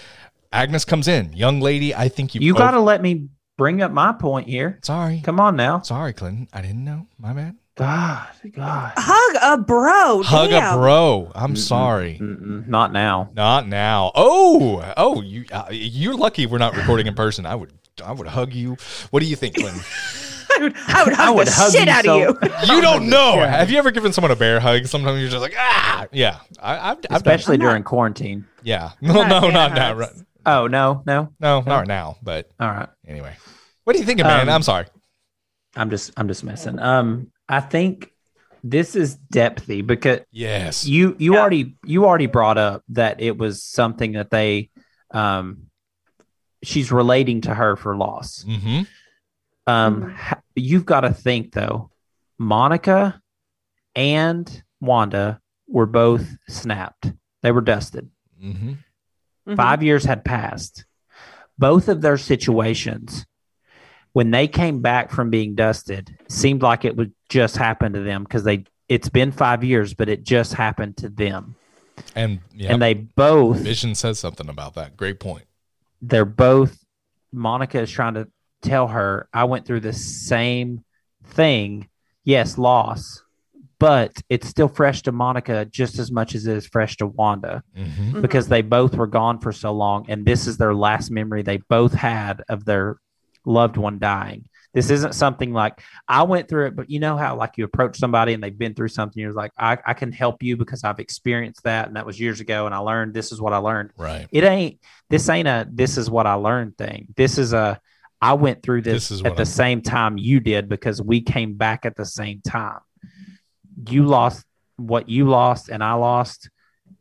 Agnes comes in. Young lady, I think you You got to let me bring up my point here. Sorry. Come on now. Sorry, Clinton. I didn't know. My bad. God, God. Hug a bro. Hug a damn. bro. I'm Mm-mm. sorry. Mm-mm, not now. Not now. Oh, oh, you uh, you're lucky we're not recording in person. I would I would hug you. What do you think, Clinton? I would, I would hug the shit you out so- of you. you don't know. Yeah. Have you ever given someone a bear hug? Sometimes you're just like, ah, yeah. I, I've, I've done. Especially I'm not- during quarantine. Yeah. No, not a no, fan not of now. hugs. Right- Oh, no, no. No, not right now. But All right. anyway, what do you thinking, man? Um, I'm sorry. I'm just I'm just messing. Um I think this is depthy because Yes. you you Yeah. already you already brought up that it was something that they um she's relating to her for loss. Mm-hmm. Um, ha- you've got to think though, Monica and Wanda were both snapped. They were dusted. Mm-hmm. Mhm. Five years had passed. Both of their situations, when they came back from being dusted, seemed like it would just happen to them because they. It's been five years, but it just happened to them, And yeah, and they both Vision says something about that. Great point. they're both Monica is trying to tell her I went through the same thing. Yes, loss, but it's still fresh to Monica just as much as it is fresh to Wanda Mm-hmm. Mhm. because they both were gone for so long and this is their last memory they both had of their loved one dying. This isn't something like I went through it, but you know how like you approach somebody and they've been through something, you're like, I, I can help you because I've experienced that and that was years ago and I learned this is what I learned Right. it ain't this ain't a this is what I learned thing. This is a I went through this, This is what at the I'm- same time you did because we came back at the same time. You lost what you lost and I lost.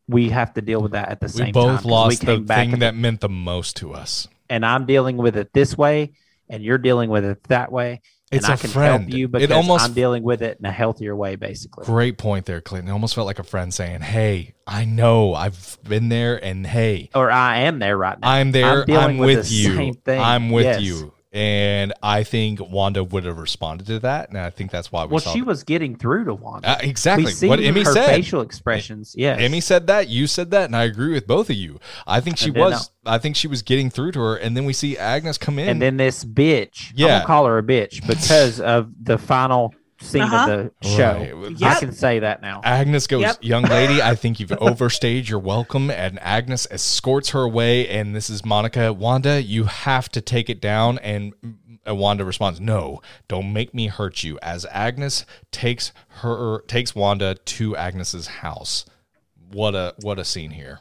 we have to deal with that at the We same time. both 'cause we lost the came back thing and- that meant the most to us. and I'm dealing with it this way, and you're dealing with it that way. It's and I a can friend. help you because it almost I'm dealing with it in a healthier way, basically. great point there, Clinton. It almost felt like a friend saying, "Hey, I know I've been there, and hey, Or I am there right now. I'm there. I'm, dealing with with the you. same thing. I'm with Yes. you." And I think Wanda would have responded to that, and I think that's why we well, saw she the- was getting through to Wanda. Uh, exactly we see what Emmy her said. facial expressions. Yes, Emmy said that, you said that, and I agree with both of you. I think she And then, was I think she was getting through to her, and then we see Agnes come in. and then this bitch. I'm Yeah. gonna call her a bitch because of the final scene Uh-huh. of the show. Right. Yep. I can say that now. Agnes goes, Yep. Young lady, I think you've overstayed your welcome. And Agnes escorts her away. And this is Monica. Wanda, you have to take it down. And uh, Wanda responds, No, don't make me hurt you. As Agnes takes her takes Wanda to Agnes's house. What a what a scene here.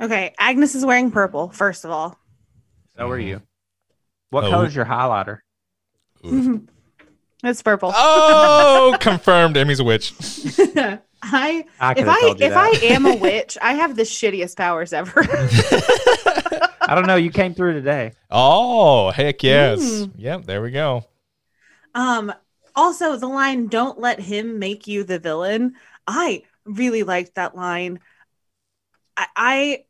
Okay, Agnes is wearing purple. First of all, So are you? What Oh. color's your highlighter? Oof. it's purple. Oh, confirmed. Emmy's a witch. I I if could have I told you if I that. am a witch, I have the shittiest powers ever. I, don't know. You came through today. Oh, heck yes. Mm. Yep, there we go. um, also the line "Don't let him make you the villain." I really liked that line. I, I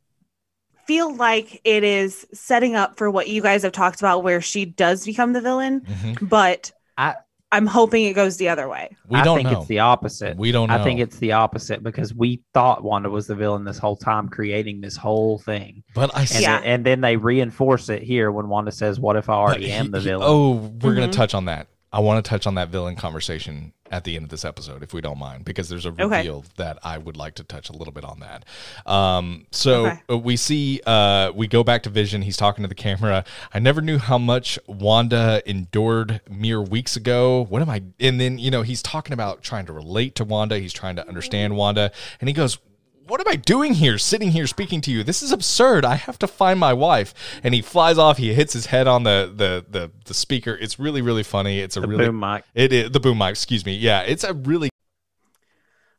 feel like it is setting up for what you guys have talked about, where she does become the villain, Mhm. but I- I'm hoping it goes the other way. We I don't think know. it's the opposite. we don't know. I think it's the opposite because we thought Wanda was the villain this whole time, creating this whole thing. but I And, see. Yeah. then, and then they reinforce it here when Wanda says, What if I already am the villain? Oh, we're gonna Mhm. touch on that. I want to touch on that villain conversation at the end of this episode, if we don't mind, because there's a reveal Okay. that I would like to touch a little bit on that. Um, so Okay. uh, we see, uh, we go back to Vision. He's talking to the camera. I never knew how much Wanda endured mere weeks ago. What am I? And then you know he's talking about trying to relate to Wanda. He's trying to understand Wanda, and he goes. What am I doing here, sitting here speaking to you? This is absurd. I have to find my wife. And he flies off. He hits his head on the the the, the speaker. It's really really funny. It's a the really boom mic. it is the boom mic. Excuse me. Yeah, it's a really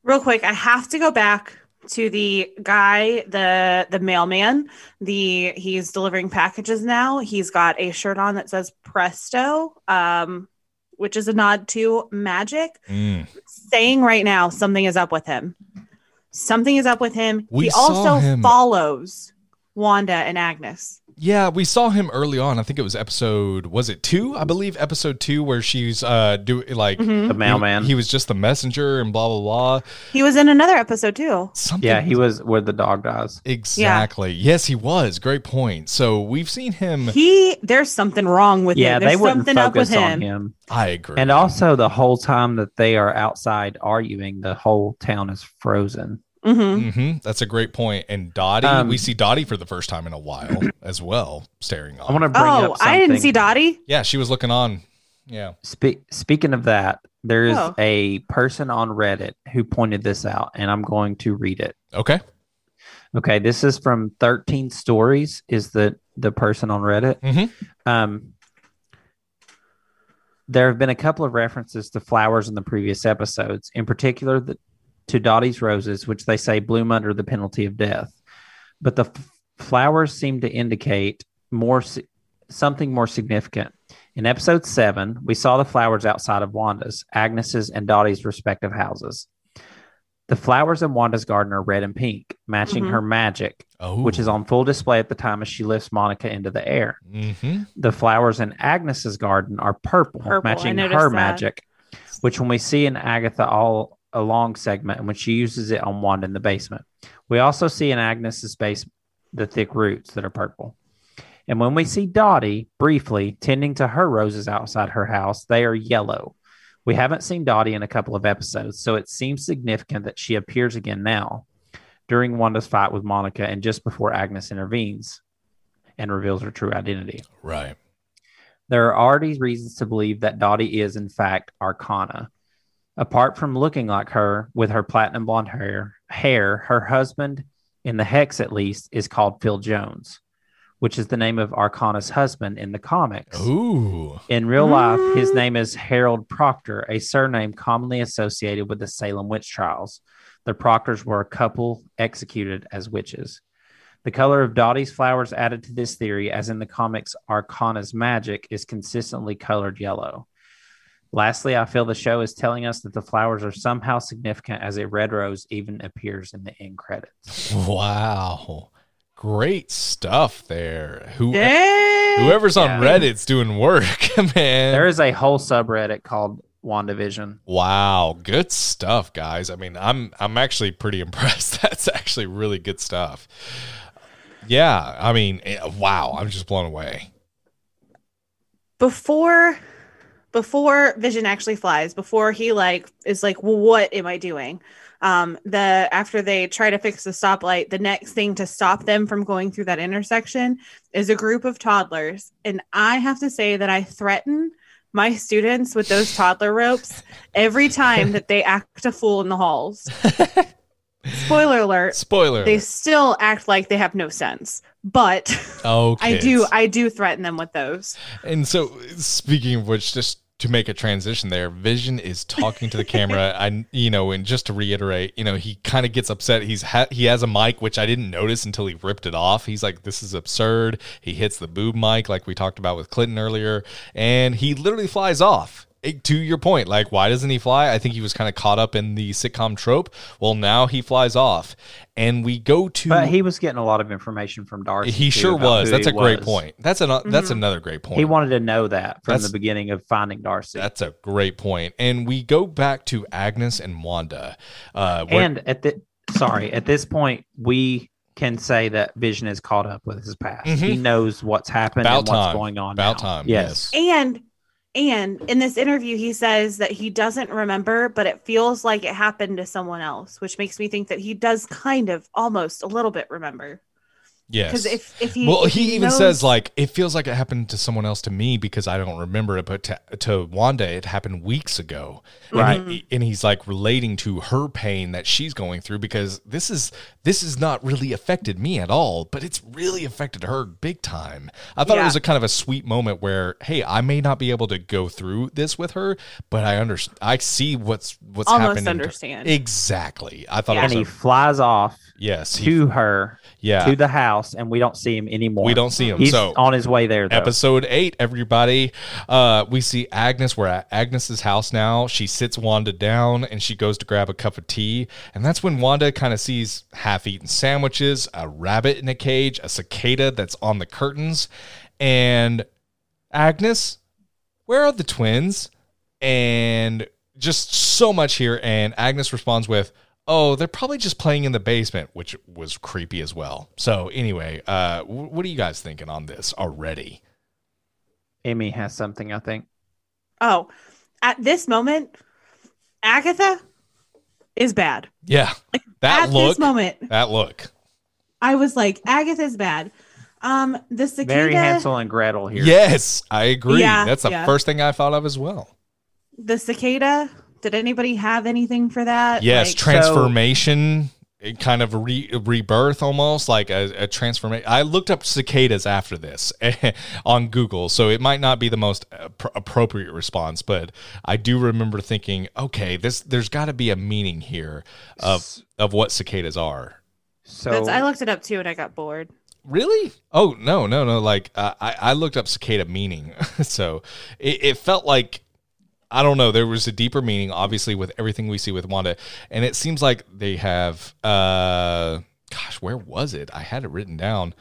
real quick i have to go back to the guy the the mailman the he's delivering packages now he's got a shirt on that says presto um which is a nod to magic Mm. saying right now something is up with him something is up with him We he saw also him. follows wanda and agnes yeah. We saw him early on. I think it was episode was it two? I believe episode two where she's uh do like Mhm. The Mm-hmm. mailman. He, was just the messenger and blah blah blah. he was in another episode too Something. yeah, he was where the dog dies. exactly. Yes, he was. Great point. So we've seen him. he there's something wrong with Yeah, him they there's wouldn't something up with focus on him, him. I agree. And also, the whole time that they are outside arguing, the whole town is frozen. Mhm. hmm That's a great point. And Dottie, Um, we see Dottie for the first time in a while as well, staring on. I want to bring oh up something. i didn't see dottie yeah, she was looking on. Yeah. Spe- speaking of that, there is Oh. a person on Reddit who pointed this out, and I'm going to read it. Okay. Okay, this is from 13 Stories. Is the the person on Reddit? Mhm. Um, there have been a couple of references to flowers in the previous episodes, in particular the, to Dottie's roses, which they say bloom under the penalty of death. But the f- flowers seem to indicate more si- something more significant. In episode seven, we saw the flowers outside of Wanda's, Agnes's, and Dottie's respective houses. The flowers in Wanda's garden are red and pink, matching Mhm. her magic, Oh. which is on full display at the time as she lifts Monica into the air. hmm The flowers in Agnes's garden are purple, Purple, I matching her noticed that. magic, which when we see in Agatha all along segment and when she uses it on Wanda in the basement. We also see in Agnes's base the thick roots that are purple. And when we see Dottie briefly tending to her roses outside her house, they are yellow. We haven't seen Dottie in a couple of episodes, so it seems significant that she appears again now during Wanda's fight with Monica and just before Agnes intervenes and reveals her true identity. Right. There are already reasons to believe that Dottie is, in fact, Arcana. Apart from looking like her with her platinum blonde hair, hair, her husband, in the hex at least, is called Phil Jones, which is the name of Arcana's husband in the comics. Ooh. In real life, his Mm. name is Harold Proctor, a surname commonly associated with the Salem witch trials. The Proctors were a couple executed as witches. The color of Dottie's flowers added to this theory, as in the comics, Arcana's magic is consistently colored yellow. Lastly, I feel the show is telling us that the flowers are somehow significant as a red rose even appears in the end credits. Wow. Great stuff there. Who, Dang. whoever's on Yeah. Reddit's doing work, man. There is a whole subreddit called WandaVision. Wow, good stuff, guys. I mean, I'm I'm actually pretty impressed. That's actually really good stuff. Yeah, I mean, eh, wow, I'm just blown away. before before vision actually flies before he like is like well what am i doing um the after they try to fix the stoplight the next thing to stop them from going through that intersection is a group of toddlers and i have to say that i threaten my students with those toddler ropes every time that they act a fool in the halls spoiler alert Spoiler. they alert. still act like they have no sense but oh, i kids. do i do threaten them with those And so, speaking of which, just to make a transition there, Vision is talking to the camera. I, you know, and just to reiterate, you know, he kind of gets upset. He's ha- he has a mic which I didn't notice until he ripped it off. He's like, "This is absurd." He hits the boob mic like we talked about with Clinton earlier, and he literally flies off. It- to your point, like why doesn't he fly? I think he was kind of caught up in the sitcom trope. Well, now he flies off, and we go to But he was getting a lot of information from Darcy. He too, sure about was. who That's he a great was. point. That's an that's Mhm. another great point. He wanted to know that from That's- the beginning of finding Darcy. That's a great point. And we go back to Agnes and Wanda. Uh, where- And at the sorry, at this point, we can say that Vision is caught up with his past. He knows what's happened Mm-hmm. About and what's time. going on. about now. time. Yes. Yes. And and in this interview, he says that he doesn't remember, but it feels like it happened to someone else, which makes me think that he does kind of almost a little bit remember. Yes. Because if if he well, if he even knows- says like it feels like it happened to someone else to me because I don't remember it, but to, to Wanda it happened weeks ago. Right. And, he- and he's like relating to her pain that she's going through because this is this is not really affected me at all, but it's really affected her big time. I thought it Yeah. was a kind of a sweet moment where hey, I may not be able to go through this with her, but I under I see what's what's almost happening. understand. Exactly. I thought Yeah. it And he was a, flies off yes. He, to her yeah. to the house, and we don't see him anymore. we don't see him. He's so on his way there. Though. episode eight, everybody. Uh, we see Agnes. We're at Agnes's house now. She sits Wanda down and she goes to grab a cup of tea. And that's when Wanda kind of sees half-eaten sandwiches, a rabbit in a cage, a cicada that's on the curtains, and Agnes. Where are the twins? And just so much here. And Agnes responds with. Oh, they're probably just playing in the basement, which was creepy as well. So, anyway, uh, wh- what are you guys thinking on this already? Emmy has something. I think. oh, at this moment, Agatha is bad. Yeah. at That look. this moment, That look. I was like, Agatha's bad. Um, the cicada. Very Hansel and Gretel here. Yes, I agree. Yeah, That's the yeah. first thing I thought of as well. The cicada. Did anybody have anything for that? Yes, Uh, Like, transformation, it kind of re- rebirth almost, like a, a transformation. I looked up cicadas after this on Google, so it might not be the most appro- appropriate response, but I do remember thinking, okay, this there's got to be a meaning here of S- of what cicadas are. So that's, I looked it up too, and I got bored. Really? Oh no, no, no! Like uh, I, I looked up cicada meaning, so it, it felt like I don't know. There was a deeper meaning, obviously, with everything we see with Wanda, and it seems like they have. uh Gosh, where was it? I had it written down.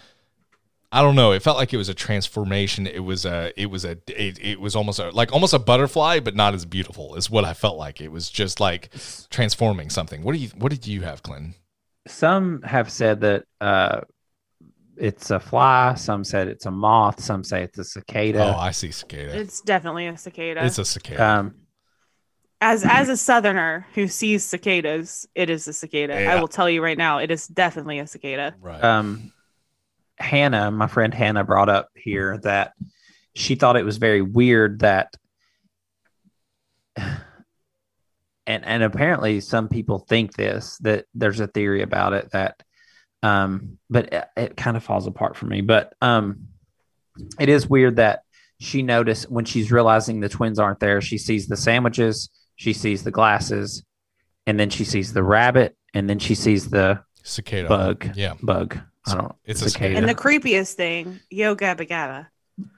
I don't know. It felt like it was a transformation. It was a. It was a. It, it was almost a, like almost a butterfly, but not as beautiful. Is what I felt like. It was just like transforming something. What do you? What did you have, Clinton? some have said that uh, it's a fly. Some said it's a moth. Some say it's a Oh, cicada. I see cicada. It's definitely a cicada. It's a cicada. um, as as a southerner who sees cicadas, it is a cicada. Yeah. I will tell you right now, it is definitely a cicada. right. um, Hannah, my friend Hannah, brought up here that she thought it was very weird that, and and apparently some people think this that there's a theory about it that, um, but it, it kind of falls apart for me. But um, it is weird that she noticed when she's realizing the twins aren't there. She sees the sandwiches, she sees the glasses, and then she sees the rabbit, and then she sees the Cicada. bug. Yeah. Bug. I don't. It's a cicada. And the creepiest thing, Yo Gabba Gabba.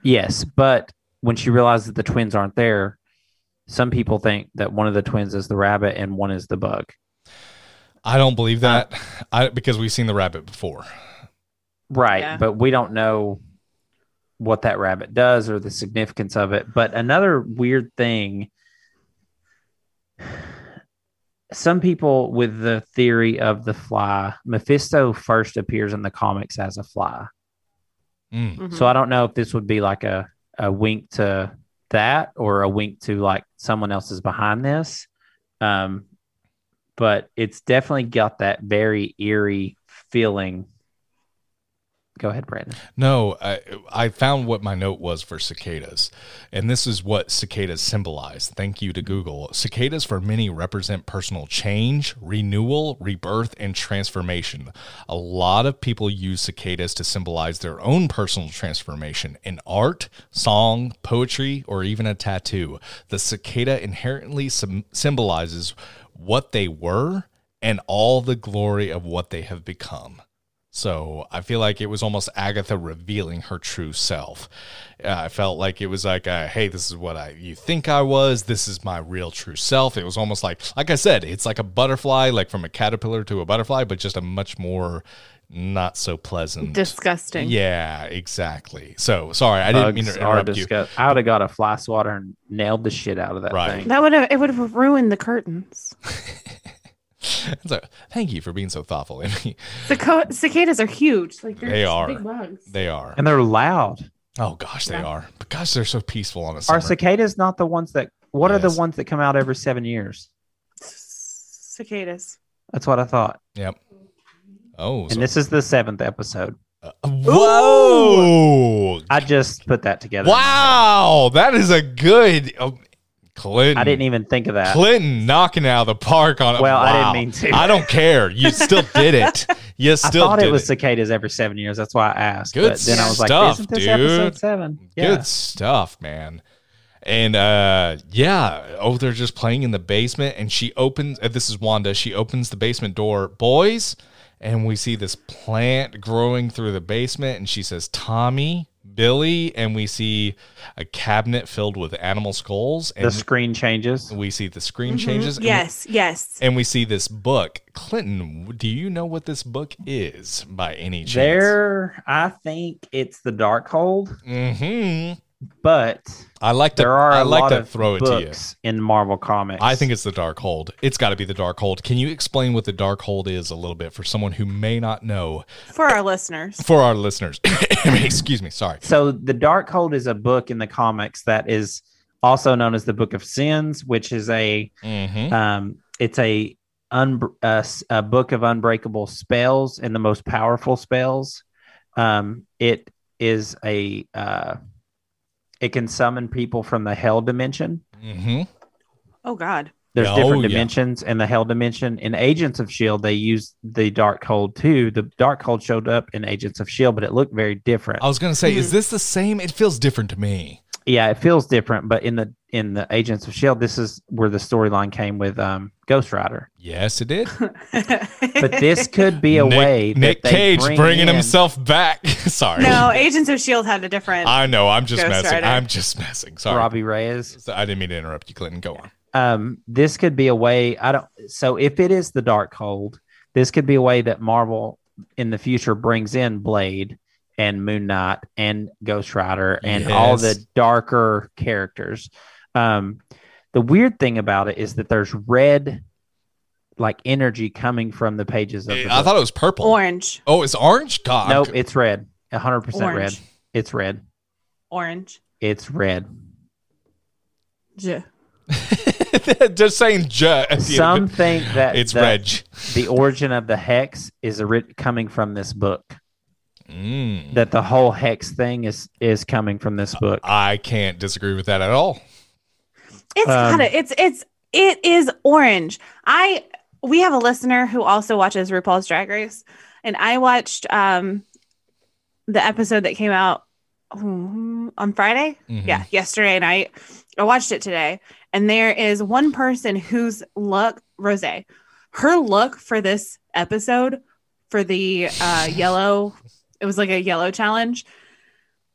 Yes, but when she realizes that the twins aren't there, some people think that one of the twins is the rabbit and one is the bug. I don't believe that I, because we've seen the rabbit before. Right, Yeah. but we don't know what that rabbit does or the significance of it. But another weird thing some people with the theory of the fly, Mephisto first appears in the comics as a fly. Mm. Mhm. So I don't know if this would be like a, a wink to that or a wink to like someone else is behind this. Um, but it's definitely got that very eerie feeling. Go ahead, Brandon. No, I, I found what my note was for cicadas, and this is what cicadas symbolize. Thank you to Google. Cicadas for many represent personal change, renewal, rebirth, and transformation. A lot of people use cicadas to symbolize their own personal transformation in art, song, poetry, or even a tattoo. The cicada inherently sym- symbolizes what they were and all the glory of what they have become. So I feel like it was almost Agatha revealing her true self. Uh, I felt like it was like, uh, hey, this is what I you think I was. This is my real true self. It was almost like, like I said, it's like a butterfly, like from a caterpillar to a butterfly, but just a much more not so pleasant. Disgusting. yeah, exactly. So sorry, I didn't mean to Bugs are interrupt you. disgust- I would have got a fly swatter and nailed the shit out of that Right. thing. That would have it would have ruined the curtains. So thank you for being so thoughtful, Amy. Cico- cicadas are huge. Like they're They just are. big bugs. They are. And they're loud. Oh gosh, they Yeah. are. But gosh, they're so peaceful on a Are summer. cicadas not the ones that what are the Yes. ones that come out every seven years? cicadas. That's what I thought. yep. Oh, so- uh, And this is the seventh episode. Whoa! I just put that together. in my head. Wow, that is a good oh, Clinton. I didn't even think of that. Clinton knocking it out of the park on it. Well, I didn't Wow. mean to. I don't care. You still did it. You I still thought did it was it. cicadas every seven years. That's why I asked. Good but then I was like, stuff, isn't this dude. episode seven? Yeah. Good stuff, man. And uh yeah, oh, they're just playing in the basement, and she opens. uh, This is Wanda. She opens the basement door, boys, and we see this plant growing through the basement. And she says, "Tommy, Billy," and we see a cabinet filled with animal skulls, The and screen changes. we see the screen Mhm. changes. and we- Yes, yes. and we see this book. Clinton, do you know what this book is by any chance? There, I think it's the dark hold, hmm but I like to. there are I a like lot to of throw it to you. books in Marvel Comics. I think it's the dark hold. It's got to be the dark hold. Can you explain what the dark hold is a little bit for someone who may not know For our listeners. for our listeners? Excuse me. Sorry. so. The dark hold is a book in the comics that is also known as the Book of Sins, which is a Mm-hmm. um, it's a un- a s- a book of unbreakable spells and the most powerful spells um, it is a uh, it can summon people from the hell dimension Mm-hmm. Oh God. there's Yeah, oh, different yeah. dimensions in the hell dimension in agents of shield E they used the dark hold too the dark hold showed up in agents of shield E but it looked very different I was gonna say, is Mhm. this the same? It feels different to me. yeah it feels different but in the in the agents of shield E this is where the storyline came with um, ghost rider Yes, it did. but but this could be a Nick, way that Nick they Cage bring bringing in- himself back. sorry. No, Agents of Shield E had a different. I know. I'm just Ghost messing. Rider. I'm just messing. Sorry. Robbie Reyes. So I didn't mean to interrupt you, Clinton. Go on. Um, this could be a way. I don't. So if it is the dark hold, this could be a way that Marvel in the future brings in Blade and Moon Knight and Ghost Rider and all Yes. the darker characters. Um, the weird thing about it is that there's red, like energy coming from the pages of. The Eh, I book. thought it was purple. Orange. Oh, it's orange. God. nope, it's red. 100% Orange. red. It's red. Orange. It's red. J- just saying. Ju- at the end of Some it. think that It's the, reg. the origin of the hex is ori- coming from this book. Mm. That the whole hex thing is is coming from this book. I can't disagree with that at all. It's Um, got it. It's it's it is orange. I we have a listener who also watches RuPaul's Drag Race, and I watched um the episode that came out mm, on Friday. Mhm. yeah yesterday night i watched it today and there is one person whose look Rose. Her look for this episode for the uh, yellow, it was like a yellow challenge,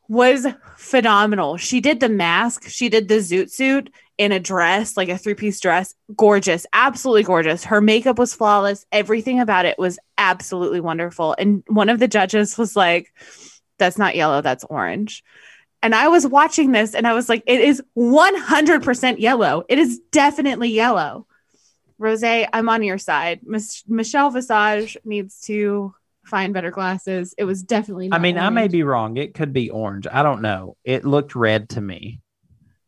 was phenomenal. She did the mask, she did the zoot suit in a dress, like a three piece dress. Gorgeous, absolutely gorgeous. Her makeup was flawless. Everything about it was absolutely wonderful. And one of the judges was like, that's not yellow, that's orange. And I was watching this and I was like, it is 100% yellow. It is definitely yellow. Rose, I'm on your side. Mich- Michelle Visage needs to find better glasses. It was definitely. I not mean, I may orange. be wrong. It could be orange. I don't know. It looked red to me.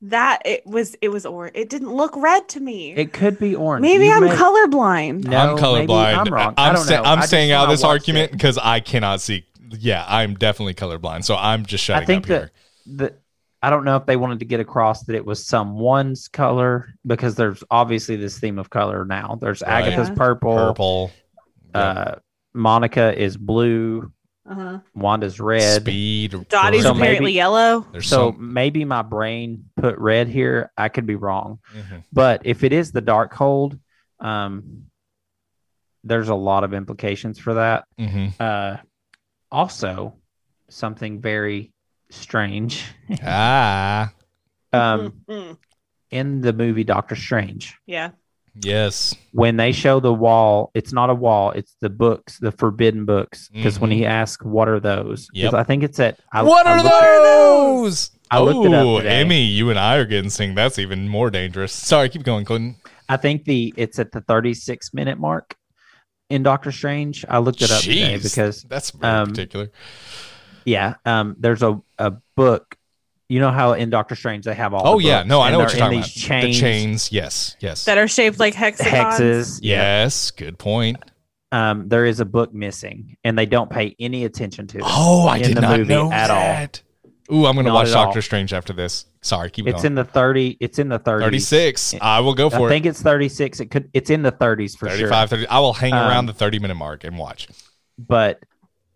that it was it was or it didn't look red to me. It could be orange. Maybe You I'm may- colorblind. No, I'm maybe colorblind. I'm wrong. I I'm, don't sta- know. I'm I just staying out thought I of this watched argument it. because I cannot see. Yeah, I'm definitely colorblind, so I'm just shutting I think up that here. the I don't know if they wanted to get across that it was someone's color because there's obviously this theme of color now. There's Right. Agatha's Yeah. purple. Purple, Uh, Monica is blue. Uh-huh. Wanda's yeah, red. speed. Dottie's So green. maybe- apparently yellow. There's So some. maybe my brain put red here. I could be wrong. mhm. But if it is the dark hold, um, there's a lot of implications for that. Mhm. Uh, also, something very strange Ah, um, Mm, mm. in the movie Doctor Strange. Yeah. yes. When they show the wall, it's not a wall, it's the books, the forbidden books. Because when Mhm. he asks, What are those? 'Cause Yep. I think it's at. I, what I are looked at- those? I looked it up oh, today. Emmy, you and I are getting sing. That's even more dangerous. Sorry, keep going, Clinton. I think the it's at the 36 minute mark in Doctor Strange. I looked it up today Jeez, because that's very um, particular. yeah, um, there's a, a book. You know how in Doctor Strange they have all. Oh the yeah, books, no, I and know what they're you're talking in about. these Chains, The chains, yes, yes, That are shaped like hexagons. hexes. yes. Good point. Um, there is a book missing, and they don't pay any attention to it. Oh, I in did the not movie know at all. that. Ooh, I'm gonna Not watch at all. Doctor Strange after this. Sorry, keep it's going. in the 30. It's in the 30s. 36. I will go I for it. think it's 36. It could. It's in the 30s for sure. 35, 30. I will hang around Um, the 30 minute mark and watch. but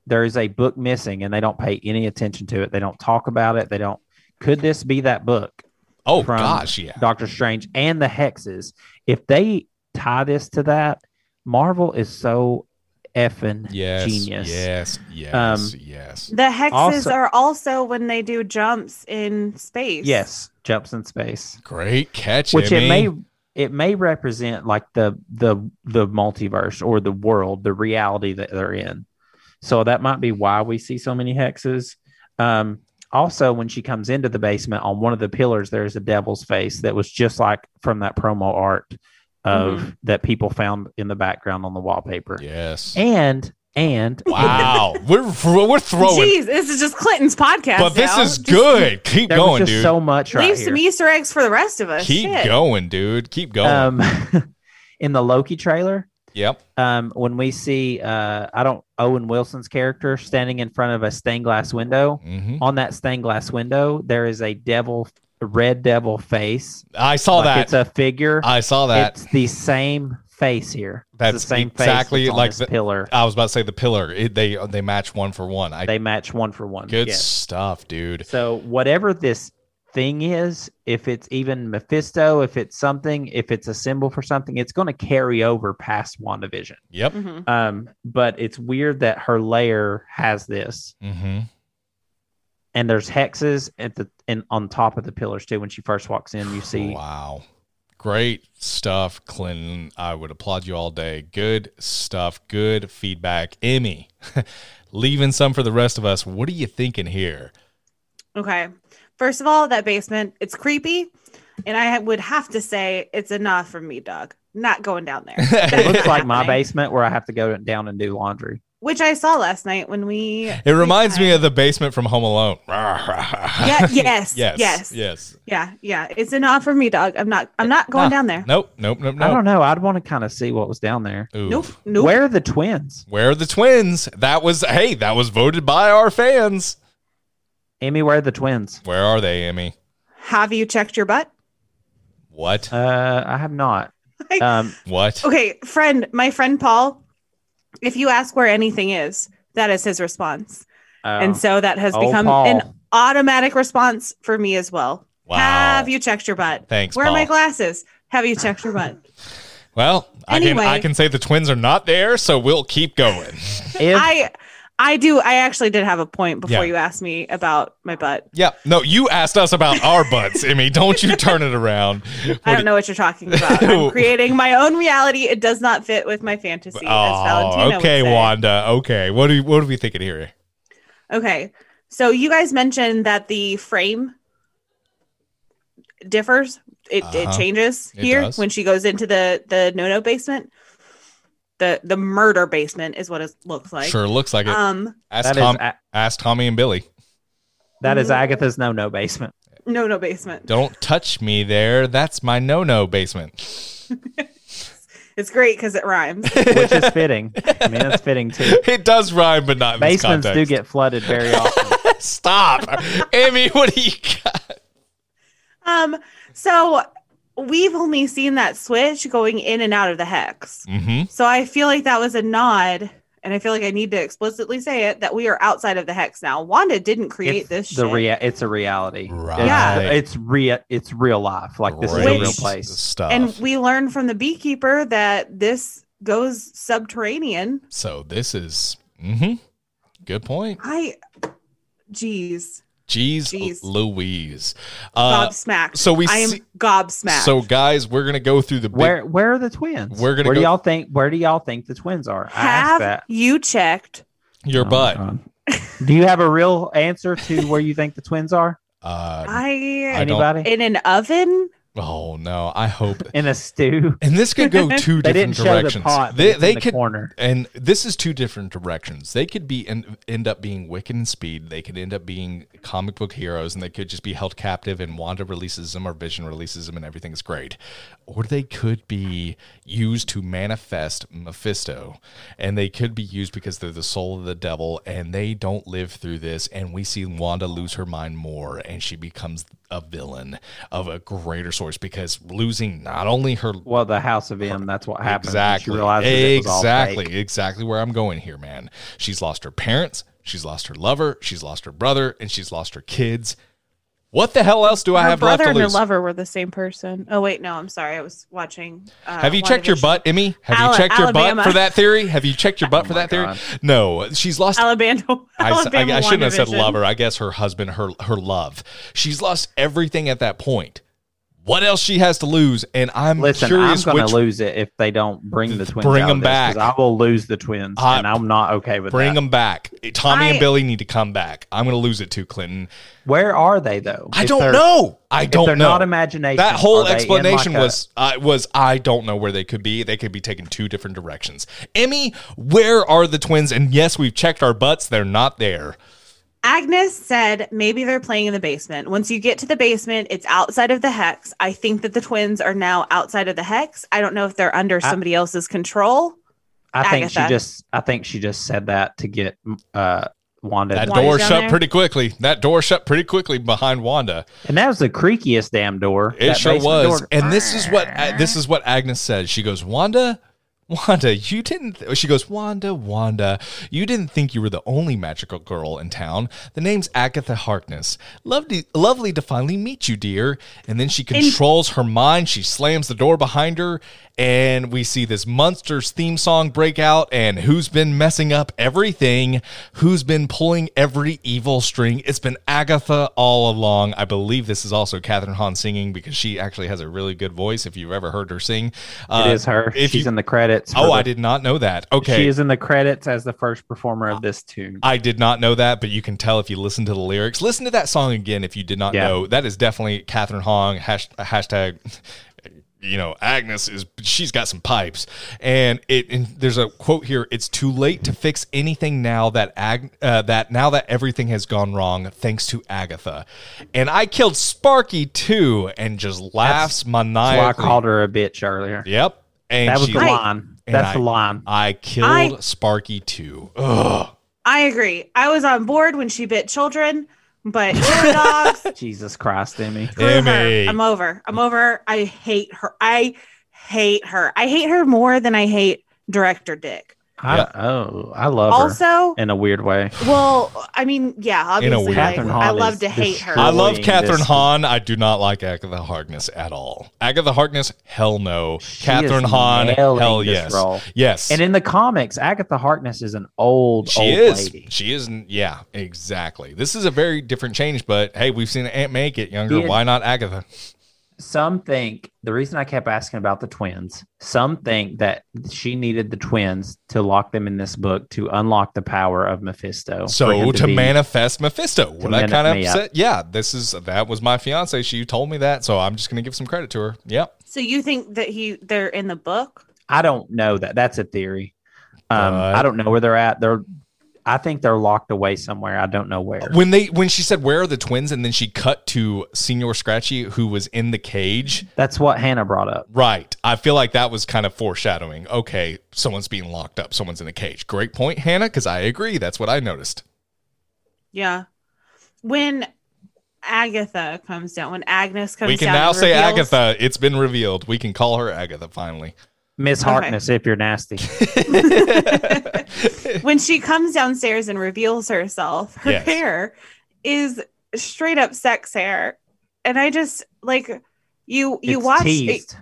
there is a book missing and they don't pay any attention to it. They don't talk about it. They don't. Could this be that book, Oh from gosh, yeah. Doctor Strange and the hexes? If they tie this to that, Marvel is so effing Yes, genius. yes, yes, Um, yes. The hexes Also- are also when they do jumps in space. Yes, jumps in space, Great catch, which Emmy. it may it may represent like the the the multiverse or the world, the reality that they're in. So that might be why we see so many hexes. Um, also, when she comes into the basement, on one of the pillars there is a devil's face that was just like from that promo art of that people found in the background on the wallpaper. Yes. And and Wow, we're we're throwing, Jeez, this is just Clinton's podcast. but this now. is Just good. Keep there was going, just dude. so much right leave here. some Easter eggs for the rest of us. Keep Shit. going, dude. Keep going. um, in the Loki trailer, yep. um, when we see uh, I don't Owen Wilson's character standing in front of a stained glass window. hmm On that stained glass window, there is a devil, a red devil face. I saw Like It's that. a figure. I saw that. It's the same face here. It's That's the same exactly face that's on like this the- pillar. I was about to say the pillar. It, they they match one for one. I They match one for one. good Yes. stuff, dude. So whatever this thing is, if it's even Mephisto, if it's something, if it's a symbol for something, it's going to carry over past WandaVision. Yep. Mhm. Um, but it's weird that her layer has this. hmm and there's hexes at the and on top of the pillars too. When she first walks in, you see Wow. Great stuff, Clinton. I would applaud you all day. Good stuff. Good feedback. Emmy, leaving some for the rest of us. What are you thinking here? Okay. First of all, that basement, it's creepy. And I ha- would have to say it's a nah from me, Doug. Not going down there. That's It it not looks like my happening. basement where I have to go down and do laundry. Which I saw last night when we It reminds me of the basement from Home Alone. yeah, Yeah, yes, yes. yes. Yes. Yeah, yeah. It's a nah for me, Doug. I'm not I'm not going Nah. down there. Nope. Nope. Nope. I Nope. don't know. I'd want to kind of see what was down there. Ooh. Nope. Nope. Where are the twins? Where are the twins? That was hey, that was voted by our fans. Amy, where are the twins? Where are they, Emmy? Have you checked your butt? What? Uh, I have not. I- Um, What? Okay, friend, my friend Paul, if you ask where anything is, that is his response. uh, and so that has oh, become Paul. an automatic response for me as well. Wow. Have you checked your butt? Thanks, Where Paul. are my glasses? Have you checked your butt? Well, I Anyway. can I can say the twins are not there, so we'll keep going. If, I I do. I actually did have a point before Yeah. you asked me about my butt. yeah. No, you asked us about our butts, Emmy. Don't you turn it around. I don't know what you're talking about. I'm creating my own reality. It does not fit with my fantasy. as Valentina Oh, okay, would say. Wanda. Okay. What do what are we thinking here? Okay. So you guys mentioned that the frame differs. It, it Uh-huh. changes It here does. when she goes into the the no no basement. The the murder basement is what it looks like. sure looks like it. Um ask that, is, Tom A- ask Tommy and Billy. that is Agatha's no no basement. no no basement. Don't touch me there. That's my no no basement. It's great because it rhymes. which is fitting. I mean, that's fitting too. It does rhyme, but not in this Basements do context. get flooded very often. Stop. Emmy, what do you got? um so we've only seen that switch going in and out of the hex. Mm-hmm. So I feel like that was a nod, and I feel like I need to explicitly say it that we are outside of the hex now. Wanda didn't create It's this the shit. rea- It's a reality. Right. Yeah. It's, real. It's real life. Like this is a real Which- place. Mm-hmm. Stuff. and we learned from the beekeeper that this goes subterranean. so this is mm-hmm. good point. I, geez, Jeez, Jeez. Louise. Uh, gobsmacked. so we I am see- gobsmacked. so guys, we're gonna go through the big Where Where are the twins? We're gonna Where go- do y'all think? Where do y'all think the twins are? I asked have that. you checked? your Oh, butt. God. do you have a real answer to where you think the twins are? Uh, I I don't- Anybody in an oven. oh no, I hope. in a stew? And this could go two They different didn't show the directions. pot. but they it's in they the could corner. and this is two different directions. They could be and end up being Wiccan and Speed. They could end up being comic book heroes, and they could just be held captive. And Wanda releases them, or Vision releases them, and everything's great. Or they could be used to manifest Mephisto, and they could be used because they're the soul of the devil, and they don't live through this. And we see Wanda lose her mind more, and she becomes a villain of a greater source because losing not only her Well, the House of M. That's what happened. She Exactly. realized that it was all fake. exactly. Exactly where I'm going here, man. She's lost her parents. She's lost her lover. She's lost her brother, and she's lost her kids. What the hell else do I her have left brother to and her lose? lover were the same person. Oh wait, no, I'm sorry. I was watching. Uh, Have you checked your WandaVision. butt, Emmy? Have Ala- you checked your butt Alabama. for that theory? Have you checked your butt for my that theory? God. No, she's lost. Alabama. I, s- I- Alabama I shouldn't have said WandaVision. lover. I guess her husband, her her love. She's lost everything at that point. What else she has to lose? And I'm Listen, I'm curious going which to lose it if they don't bring the twins. Bring out of 'em this, 'cause back. I will lose the twins, I- and I'm not okay with bring that. them back. Tommy and I- Billy need to come back. I'm going to lose it too, Clinton. Where are they though? I If don't they're- know. I If they're don't know. not imagination. that whole are they in, explanation like, a- was I was I don't know where they could be. They could be taken two different directions. Emmy, where are the twins? And yes, we've checked our butts. They're not there. Agnes said maybe they're playing in the basement. Once you get to the basement, it's outside of the hex. I think that the twins are now outside of the hex. I don't know if they're under somebody else's control. I think she Agatha. just. I think she just said that to get uh, Wanda, That Wanda's door down shut there? pretty quickly. That door shut pretty quickly behind Wanda. and that was the creakiest damn door. It That sure basement was. door. And this is what uh, this is what Agnes said. She goes, Wanda, Wanda, you didn't. She goes, Wanda, Wanda, you didn't think you were the only magical girl in town. The name's Agatha Harkness. Lovely, lovely to finally meet you, dear. And then she controls her mind. She slams the door behind her, and we see this monsters theme song break out. And who's been messing up everything? Who's been pulling every evil string? It's been Agatha all along. I believe this is also Catherine Hahn singing because she actually has a really good voice. If you've ever heard her sing, uh, It is her. if She's you- in the credits. for Oh, the- I did not know that. Okay. She is in the credits as the first performer of this tune. I did not know that, but you can tell if you listen to the lyrics. Listen to that song again if you did not Yeah. know. That is definitely Catherine Hong, hash, hashtag, you know, Agnes is, she's got some pipes. And it, and there's a quote here it's too late to fix anything now that, Ag, uh, that now that everything has gone wrong, thanks to Agatha. And I killed Sparky too, and just laughs That's why I maniacally. called her a bitch earlier. Yep. And that was she, the I- line. and That's I- the line. I killed I- Sparky too. Ugh. I agree. I was on board when she bit children, but her dogs. Jesus Christ, Emmy. screw her. Emmy. I'm over. I'm over. I hate her. I hate her. I hate her more than I hate director Dick. I, Yeah. Oh, I love her also, in a weird way. well, I mean, yeah, In a obviously, weird like, Catherine I Hahn love is to hate her. I love Annoying Catherine this- Hahn. I do not like Agatha Harkness at all. Agatha Harkness, hell no. She is Catherine Hahn, nailing hell this yes. role. Yes. And in the comics, Agatha Harkness is an old, she old is. lady. She isn't. Yeah, exactly. This is a very different change, but hey, we've seen Aunt May get younger. Yeah. Why not Agatha? Some think the reason I kept asking about the twins, some think that she needed the twins to lock them in this book to unlock the power of Mephisto. for So him to be- manifest Mephisto, what I mani- kind of yeah. upset. Yeah, this is that was my fiance. She told me that, so I'm just gonna give some credit to her. Yep. So you think that he they're in the book? I don't know that. That's a theory. Um, But- I don't know where they're at. They're, I think they're locked away somewhere. I don't know where. When they when she said where are the twins, and then she cut to Senor Scratchy, who was in the cage. That's what Hannah brought up. Right. I feel like that was kind of foreshadowing. Okay, someone's being locked up. Someone's in a cage. Great point, Hannah. Because I agree. That's what I noticed. Yeah. When Agatha comes down, when Agnes comes down, we can now and say reveals- Agatha. It's been revealed. We can call her Agatha finally. Miss Okay. Harkness, if you're nasty. When she comes downstairs and reveals herself, her Yes. hair is straight up sex hair, and I just like you. You It's watch it, teased.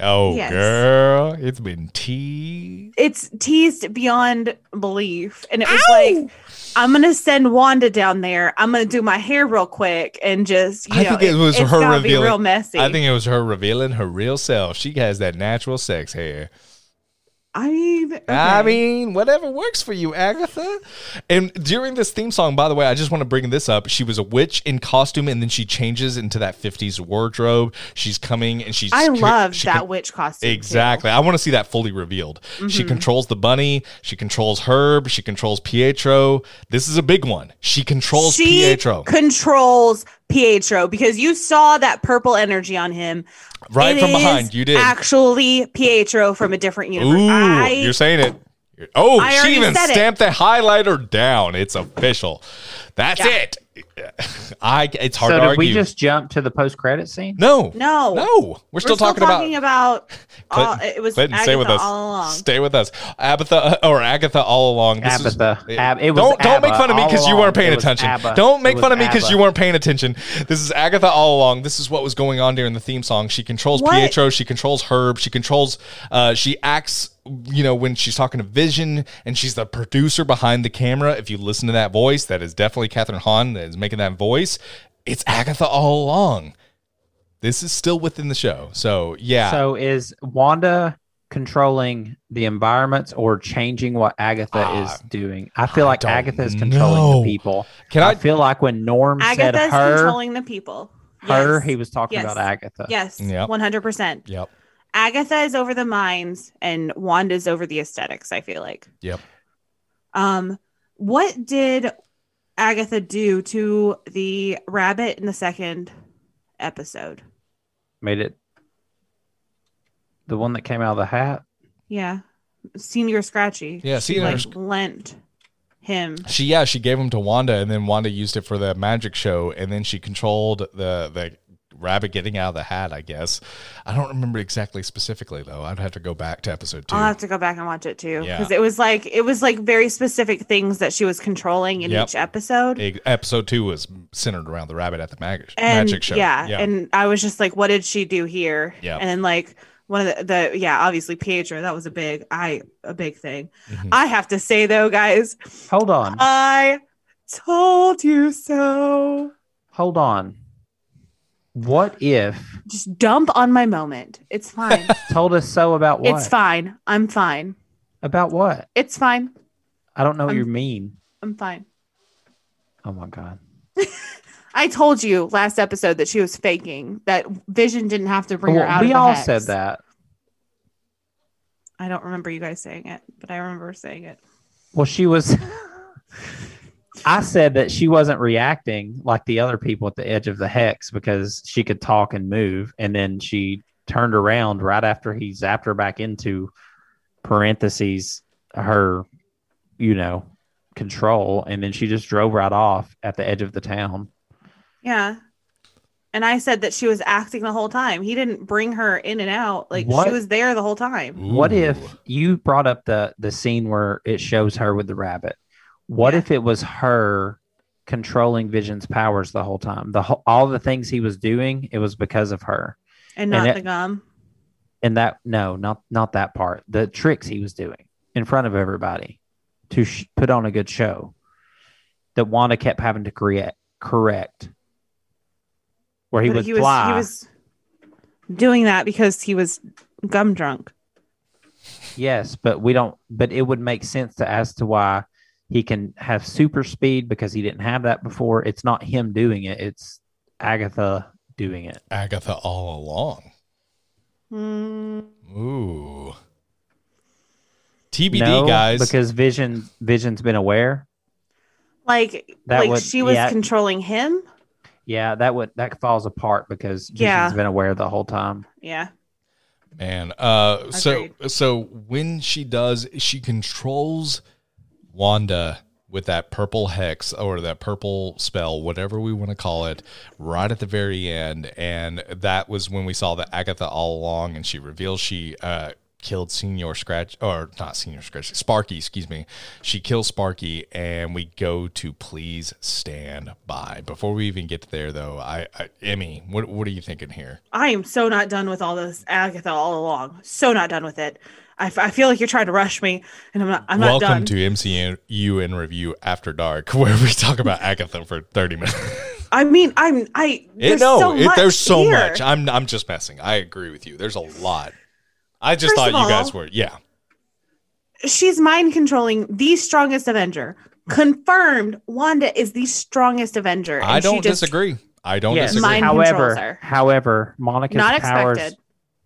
oh, Yes. girl, it's been teased. it's teased beyond belief. And it was like, I'm gonna send Wanda down there. I'm gonna do my hair real quick and just you I know, think it was it's her gonna be revealing- real messy. I think it was her revealing her real self. She has that natural sex hair. I mean I okay. mean, whatever works for you, Agatha. And during this theme song, by the way, I just want to bring this up. She was a witch in costume, and then she changes into that 50s wardrobe. She's coming and she's. I love she that con- witch costume. too. Exactly. I want to see that fully revealed. She Mhm. controls the bunny. She controls Herb. She controls Pietro. This is a big one. She controls She Pietro controls Pietro because you saw that purple energy on him. right It from is behind. You did. Actually, Pietro from a different universe. Ooh, I- you're saying it. Oh, I she already even said it. stamped the highlighter down. It's official. That's Yeah. it. I. It's hard so to did argue. we just jump to the post credit scene? no, no, no, We're still, talking, about. about. all- Clinton- it was Clinton, Agatha stay with us. all along. Stay with us, Abatha uh, or Agatha all along. This is- Abatha. Ab- it was don't don't make Abba fun of me all because you along. weren't paying It was attention. Abba. Don't make It fun of was me because Abba. you weren't paying attention. This is Agatha all along. This is what was going on during the theme song. She controls What? Pietro. She controls Herb. She controls. Uh, she acts. You know when she's talking to Vision, and she's the producer behind the camera. If you listen to that voice, that is definitely Catherine Hahn that is making that voice. It's Agatha all along. This is still within the show. So yeah, So is Wanda controlling the environments or changing what Agatha Ah, is doing? I feel I like don't Agatha is controlling know. the people. can I I? feel like when Norm said Agatha's her, controlling the people. her, Yes. he was talking Yes. about Agatha. Yes, Yep. one hundred percent. Yep. Agatha is over the minds and Wanda's over the aesthetics, I feel like. Yep. Um, what did Agatha do to the rabbit in the second episode? Made it the one that came out of the hat. Yeah. Senior Scratchy. Yeah, She, Senior like, Sc- lent him. She yeah, she gave him to Wanda, and then Wanda used it for the magic show, and then she controlled the the rabbit getting out of the hat. I guess I don't remember exactly specifically though. I'd have to go back to episode 2 I'll have to go back and watch it too. Yeah. Because it was like it was like very specific things that she was controlling in Yep. each episode. E- episode two was centered around the rabbit at the magic and magic show. Yeah, and I was just like, what did she do here? Yeah. and then like one of the, the yeah, obviously Pietro, that was a big I a big thing. Mhm. I have to say though, guys, Hold on, Uh, I told you so. hold on. What if Just dump on my moment. It's fine. told us so about what? it's fine. I'm fine. Um, About what? It's fine. I don't know what I'm- you mean. I'm fine. Oh my god. I told you last episode that she was faking that Vision didn't have to bring her Well, out. we of the all hex. said that. I don't remember you guys saying it, but I remember saying it. Well, she was. I said that she wasn't reacting like the other people at the edge of the hex because she could talk and move. And then she turned around right after he zapped her back into parentheses her, you know, control. And then she just drove right off at the edge of the town. Yeah. And I said that she was acting the whole time. He didn't bring her in and out. Like What? she was there the whole time. What Ooh. if you brought up the the scene where it shows her with the rabbit? What Yeah. if it was her controlling Vision's powers the whole time? The whole, all the things he was doing, it was because of her. And not it- the gum. And that no, not not that part. The tricks he was doing in front of everybody to sh- put on a good show that Wanda kept having to create correct. Where he But would he was fly. he was doing that because he was gum drunk. Yes, but we don't. But it would make sense to as to why he can have super speed because he didn't have that before. It's not him doing it; it's Agatha doing it. Agatha all along? Mm, Ooh. TBD, no, guys. because Vision Vision's been aware. like That like would- she was yeah. controlling him. Yeah, that would that falls apart because Vision's Yeah. been aware the whole time. Yeah. Man, uh, so so when she does, she controls Wanda with that purple hex or that purple spell, whatever we want to call it, right at the very end, and that was when we saw the Agatha all along, and she reveals she uh, killed Senior Scratch or not Senior Scratch, Sparky, excuse me. She kills Sparky, and we go to please stand by. Before we even get there, though, I, I Emmy, what what are you thinking here? I am so not done with all this Agatha all along. So not done with it. I, f- I feel like you're trying to rush me, and I'm not. I'm not Welcome done. to MCU in Review After Dark, where we talk about Agatha for 30 minutes. I mean, I'm. I there's no, so it- much there's so here. much. I'm I'm just messing. I agree with you. There's a lot. I just First thought of you guys all- were yeah. She's mind controlling the strongest Avenger. Confirmed, Wanda is the strongest Avenger. I and she don't just- disagree. I don't yes, disagree. Mind however, controls her. however, Monica's Not powers expected.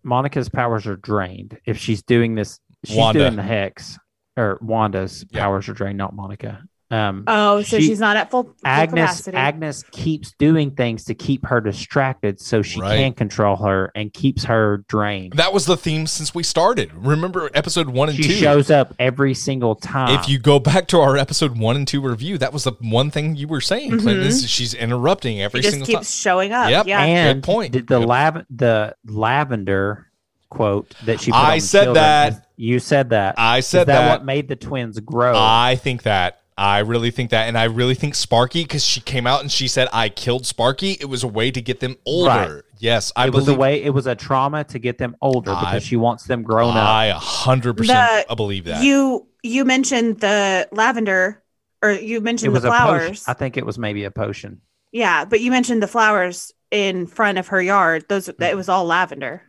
Monica's powers are drained if she's doing this. She's Wanda. doing the hex or Wanda's Yeah. powers are drained, not Monica. Um, Oh, so she- she's not at full, full Agnes capacity. Agnes keeps doing things to keep her distracted so she Right. can control her and keeps her drained. That was the theme since we started. Remember episode 1 and She 2. shows up every single time. if you go back to our episode 1 and 2 review, that was the one thing you were saying, Clinton, Mhm. is she's interrupting she every just single keeps time. showing up. Yep. Yeah. and Good point. The, the Good- lav- the lavender quote that she put I on the said children, that. you said that I Is said that, that what made the twins grow I think that. I really think that. And I really think Sparky, because she came out and she said, I killed Sparky. It was a way to get them older. Right. Yes, I it was believe. a way it was a trauma to get them older because I- she wants them grown up I 100% The- believe that. You you mentioned the lavender, or you it mentioned the was a potion flowers. i think it was maybe a potion Yeah, but you mentioned the flowers in front of her yard. Those Hmm. that it was all lavender,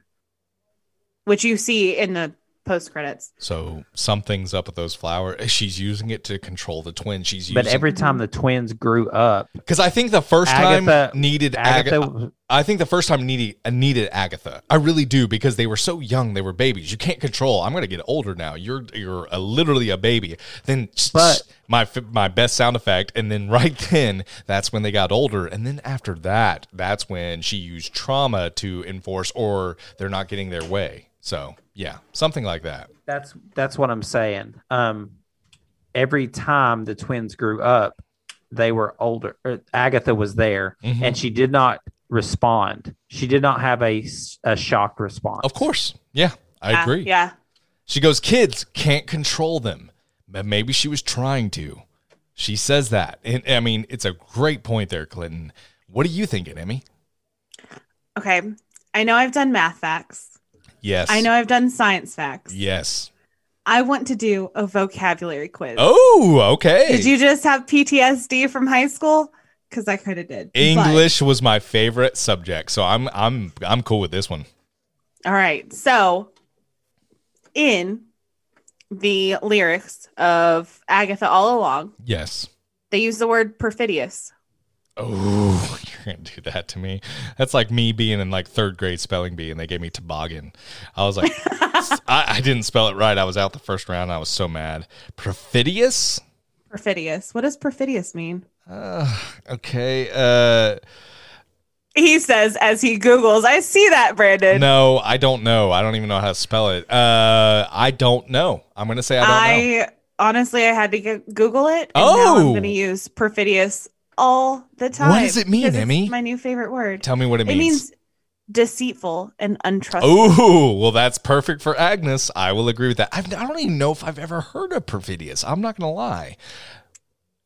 which you see in the post credits. so something's up with those flowers. She's using it to control the twin. She's using but every time the twins grew up because I think the first Agatha- time needed agatha Agatha. was- I think the first time needed needed Agatha. I really do because they were so young. They were babies. You can't control. I'm gonna get older now. You're you're a, literally a baby. Then But- my f- my best sound effect, and then right then that's when they got older, and then after that that's when she used trauma to enforce or they're not getting their way. So yeah, something like that. that's that's what i'm saying um every time the twins grew up they were older er, agatha was there Mhm. and she did not respond she did not have a, s- a shocked response Of course, yeah, I Yeah, agree. Uh, Yeah, She goes, kids can't control them. But maybe she was trying to. She says that. And I mean, it's a great point there, Clinton. What are you thinking, Emmy? Okay. I know I've done math facts. Yes. I know I've done science facts. Yes. I want to do a vocabulary quiz. Oh, okay. Did you just have PTSD from high school? Because I kind of did. But- English was my favorite subject, so I'm I'm I'm cool with this one. all right. So, in the lyrics of Agatha All Along, Yes. they use the word perfidious. Oh, you're gonna do that to me. That's like me being in like third grade spelling bee, and they gave me toboggan. I was like, I, I didn't spell it right. I was out the first round. I was so mad. Perfidious. Perfidious. What does perfidious mean? Uh, okay. Uh, He says as he Googles, I see that, Brandon. no, I don't know. I don't even know how to spell it. Uh, I don't know. I'm gonna say I don't know. I honestly, I had to go- Google it. And now Oh. I'm going to use perfidious all the time. does it mean, because it's Emmy? My new favorite word. Tell me what it It means. means deceitful and untrustworthy. Oh, well, that's perfect for Agnes. I will agree with that. I've, I don't even know if I've ever heard of perfidious. I'm not going to lie.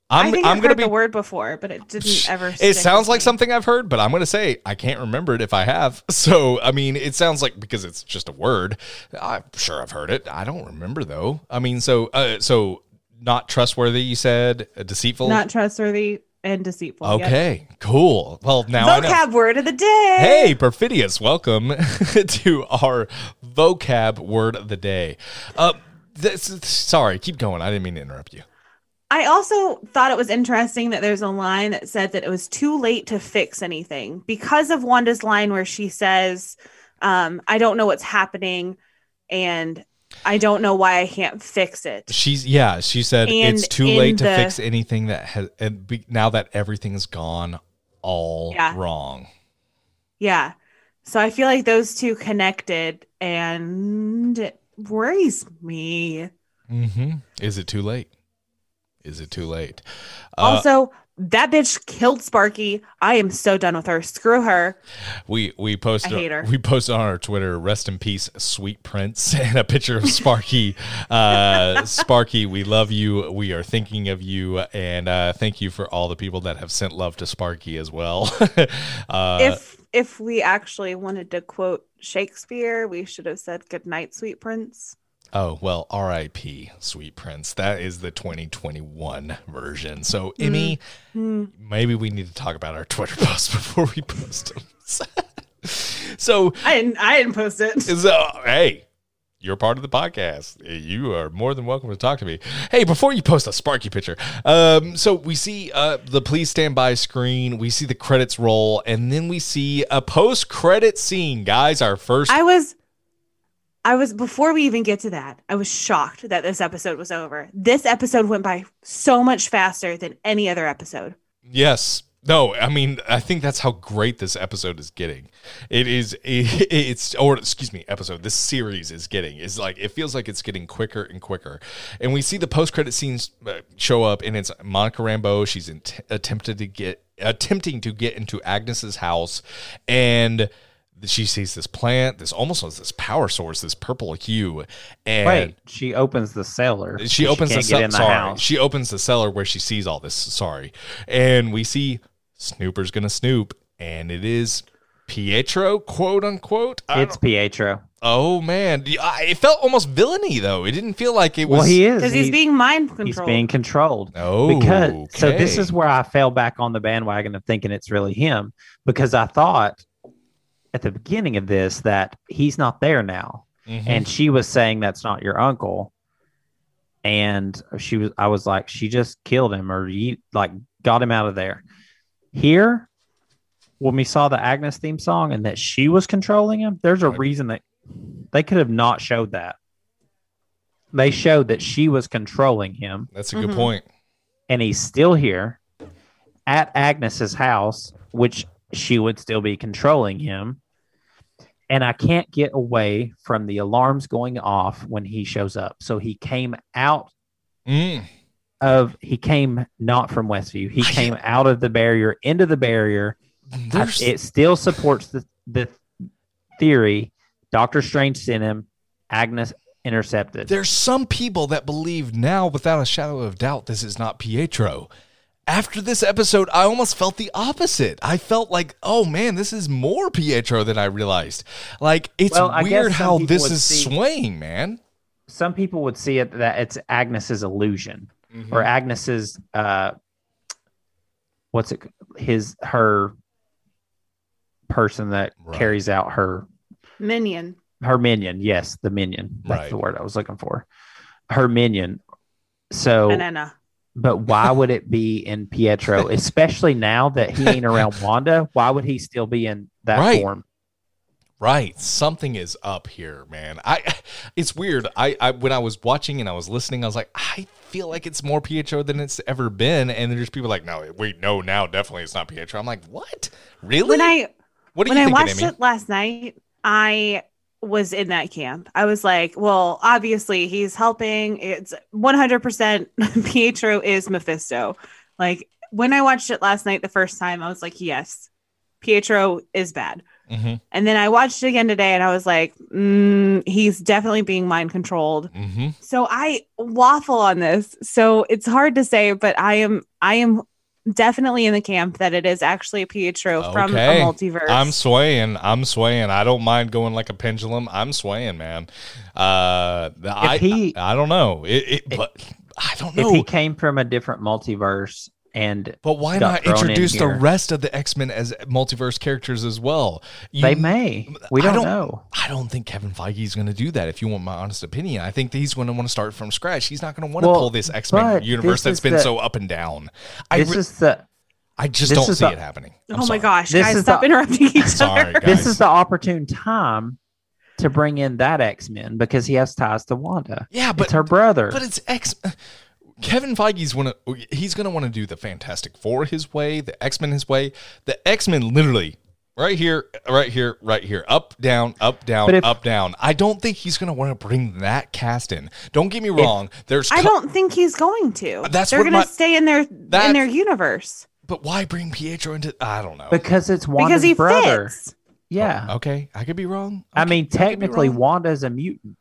i I'm, think I'm going I've to heard be. the word before, but it didn't ever. It stick sounds with like me. something I've heard, but I'm going to say I can't remember it if I have. So, I mean, it sounds like because it's just a word. I'm sure I've heard it. I don't remember though. I mean, so uh, so not trustworthy. You said uh, deceitful. not trustworthy and deceitful. yep. okay, cool. Well, now I know. Vocab word of the day. Hey, perfidious. Welcome to our vocab word of the day. Uh, this, sorry, keep going. I didn't mean to interrupt you. I also thought it was interesting that there's a line that said that it was too late to fix anything because of Wanda's line where she says, um, I don't know what's happening and I don't know why I can't fix it. She's yeah. She said And it's too in late to the- fix anything that has and be, now that everything's gone all Yeah. wrong. Yeah. So I feel like those two connected and it worries Uh, me. hmm Is it too late? Is it too late? Uh, also, that bitch killed Sparky. I am so done with her. Screw her. we we posted I hate her. we posted on our Twitter rest in peace sweet prince and a picture of Sparky uh Sparky we love you we are thinking of you and uh thank you for all the people that have sent love to Sparky as well uh if if we actually wanted to quote Shakespeare, we should have said good night, sweet prince. oh well RIP sweet prince that is the 2021 version so Emmy Hmm. maybe we need to talk about our Twitter posts before we post them so I didn't I didn't post it. So, hey, you're part of the podcast. You are more than welcome to talk to me. Hey, before you post a Sparky picture, um, so we see uh, the please stand by screen, we see the credits roll, and then we see a post credit scene, guys. Our first. I was I was before we even get to that, I was shocked that this episode was over. This episode went by so much faster than any other episode. Yes. No, I mean, I think that's how great this episode is getting. It is, it, it's, or excuse me, episode, this series is getting. Is like, it feels like it's getting quicker and quicker. And we see the post credit scenes uh, show up, and it's Monica Rambeau. She's in attempted to get, attempting to get into Agnes's house. And she sees this plant, this almost was this power source, this purple hue. And Wait, she opens the cellar. she, so opens the, can't cell get in the sorry, house. she opens the cellar where she sees all this sorry and we see snooper's gonna snoop and it is pietro quote unquote I It's don't- Pietro. oh man I- it felt almost villainy though it didn't feel like it was Well, he is. Because he's being mind controlled. he's being controlled. oh because so this okay. is where I fell back on the bandwagon of thinking it's really him because I thought at the beginning of this that he's not there now Mhm. and she was saying that's not your uncle and she was I was like she just killed him or you like got him out of there here when we saw the Agnes theme song and that she was controlling him there's a Right. reason that they could have not showed that they showed that she was controlling him that's a good Mhm. point and he's still here at Agnes's house, which she would still be controlling him. And I can't get away from the alarms going off when he shows up. So he came out Mm. of he came not from Westview. He came out of the barrier into the barrier. I- There's, it still supports the the theory. Doctor Strange sent him. Agnes intercepted. there's some people that believe now without a shadow of doubt this is not pietro after this episode, I almost felt the opposite. I felt like, oh man, this is more Pietro than I realized. Like it's Well, I guess weird some how people this would is see- swaying, man. Some people would see it that it's Agnes's illusion. or Agnes's uh what's it his her person that Right. carries out her minion. her minion yes the minion that's Right. the word I was looking for her minion so Banana. but why would it be in Pietro especially now that he ain't around Wanda why would he still be in that Right. form Right, something is up here, man. I, it's weird. I, I when I was watching and I was listening, I was like, I feel like it's more Pietro than it's ever been. And there's people like, no, wait, no, now definitely it's not Pietro. I'm like, what? Really? When I what do when you I think, watched Amy? it last night, I was in that camp. I was like, well, obviously he's helping. It's 100% Pietro is Mephisto. Like when I watched it last night the first time, I was like, yes, Pietro is bad. Mm-hmm. And then I watched it again today and I was like, mm, he's definitely being mind controlled. Mm-hmm. So I waffle on this. So it's hard to say, but I am I am definitely in the camp that it is actually Pietro from a Okay. multiverse. I'm swaying. I'm swaying. I don't mind going like a pendulum. I'm swaying, man. Uh, the- I he- I don't know. It, it but I don't If he know. came from a different multiverse and But why got not thrown in introduce the here. rest of the X Men as multiverse characters as well? You- they may, we I don't, don't- know. I don't think Kevin Feige is going to do that. If you want my honest opinion, I think that he's going to want to start from scratch. He's not going to want to Well, pull this X Men but universe this that's is been the- so up and down. I This re- is the I just this don't is see a- it happening. I'm oh my sorry. gosh, This guys, is stop the- interrupting each Sorry, other. guys. this is the opportune time to bring in that X Men because he has ties to Wanda. Yeah, But, but it's her brother. But it's X. Kevin Feige's want to. He's going to want to do the Fantastic Four his way, the X Men his way. The X Men literally right here, right here, right here, up, down, up, down, But if- up, down. I don't think he's going to want to bring that cast in. Don't get me wrong. there's I co- Uh, don't think he's going to. That's They're what gonna my- stay in their That's- in their universe. but why bring Pietro into? I don't know. because it's Wanda's because he brother. fits. Yeah. Oh, Okay, I could be wrong. I mean, could be technically, wrong. Wanda is a mutant.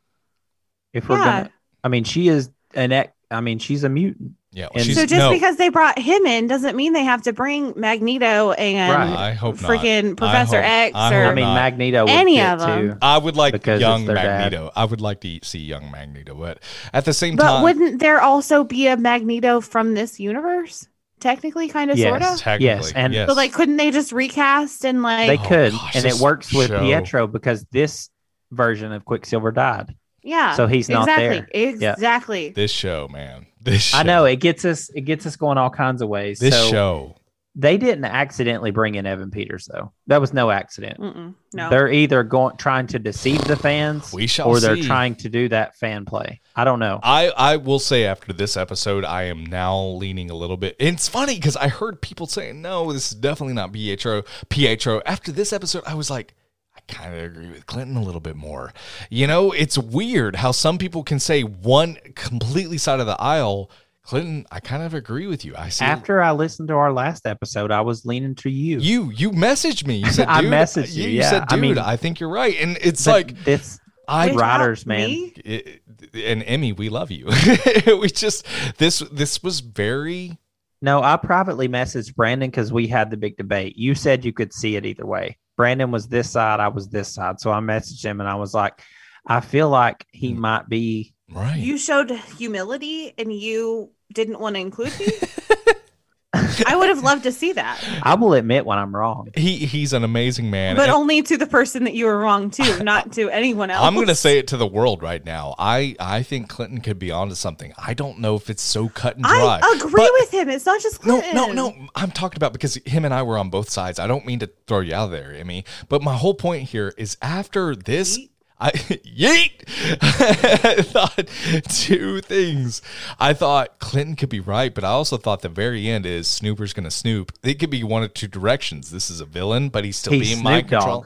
If we're Yeah. gonna, I mean, she is an ex. I mean, she's a mutant. yeah. and- she's, So just no, because they brought him in doesn't mean they have to bring Magneto and Right. I hope not. freaking Professor hope- X I or They're I mean, not. Magneto. Would Any fit of 'em. too. I would like because it's young their dad. Magneto. I would like to see young Magneto, but at the same But time, wouldn't there also be a Magneto from this universe? Technically, kind of, sort Yes. of. technically, Yes, and- So, like, couldn't they just recast and like, They Oh, could, gosh, and it this works with show. Pietro because this version of Quicksilver died, yeah, so he's not exactly, there. Yeah. exactly. this show, man. This show. I know it gets us. It gets us going all kinds of ways. This so show. they didn't accidentally bring in Evan Peters though. That was no accident. Mm-mm, no, They're either going trying to deceive the fans, We shall or they're see. trying to do that fan play. I don't know. I, I will say after this episode, I am now leaning a little bit. and It's funny because I heard people saying, no, this is definitely not Pietro. Pietro. After this episode, I was like, I kind of agree with Clinton a little bit more. You know, it's weird how some people can say one completely side of the aisle. Clinton, I kind of agree with you. I see After I listened to our last episode, I was leaning to you. you. You messaged me. You said, I dude, messaged you, You yeah. said, I dude, I, mean- think you're right. And it's But like, this. I Without Riders, man. me? it, and Emmy, we love you. we just this this was very No, I privately messaged Brandon because we had the big debate. You said you could see it either way. Brandon was this side, I was this side. So I messaged him and I was like, I feel like he Mm. might be. right. You showed humility and you didn't want to include me. I would have loved to see that, I will admit when I'm wrong. he he's an amazing man. but oh, And only to the person that you were wrong to, not to anyone else. I'm going to say it to the world right now. I I think Clinton could be onto something. I don't know if it's so cut and dry. I agree But- with him. It's not just no, Clinton. no, no. I'm talking about because him and I were on both sides. I don't mean to throw you out of there, Emmy. But my whole point here is after this, Yeet. I yeet. I thought two things. I thought Clinton could be right, but I also thought the very end is Snooper's going to snoop. It could be one of two directions. This is a villain, but he's still He's being mind Snoop Dogg. control.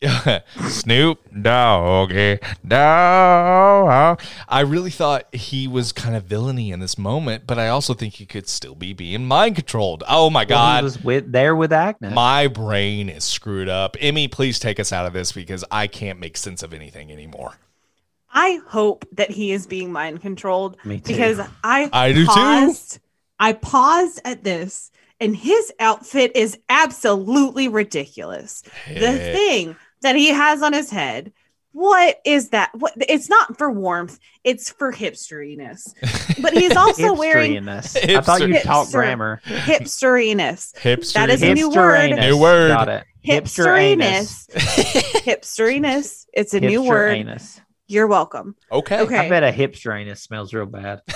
Snoop Doggy Dog. I really thought he was kind of villainy in this moment, but I also think he could still be being mind controlled. Oh my Well, God. He was with, there with Agnes. my brain is screwed up. Emmy, please take us out of this because I can't make sense of anything anymore. I hope that he is being mind controlled Me too. because I I do too. paused, I paused at this, and his outfit is absolutely ridiculous. The Heck. thing that he has on his head. What is that? What it's not for warmth, it's for hipsteriness. But he's also wearing Hipsteriness. I thought you Hipster. taught Hipster. grammar. hipsteriness. Hipster. That is a new word. Hipsteriness. New word. Got it. Hipsteriness. hipsteriness. It's a new word. Hipsteriness. You're welcome. okay. Okay. I bet a hipsteriness smells real bad.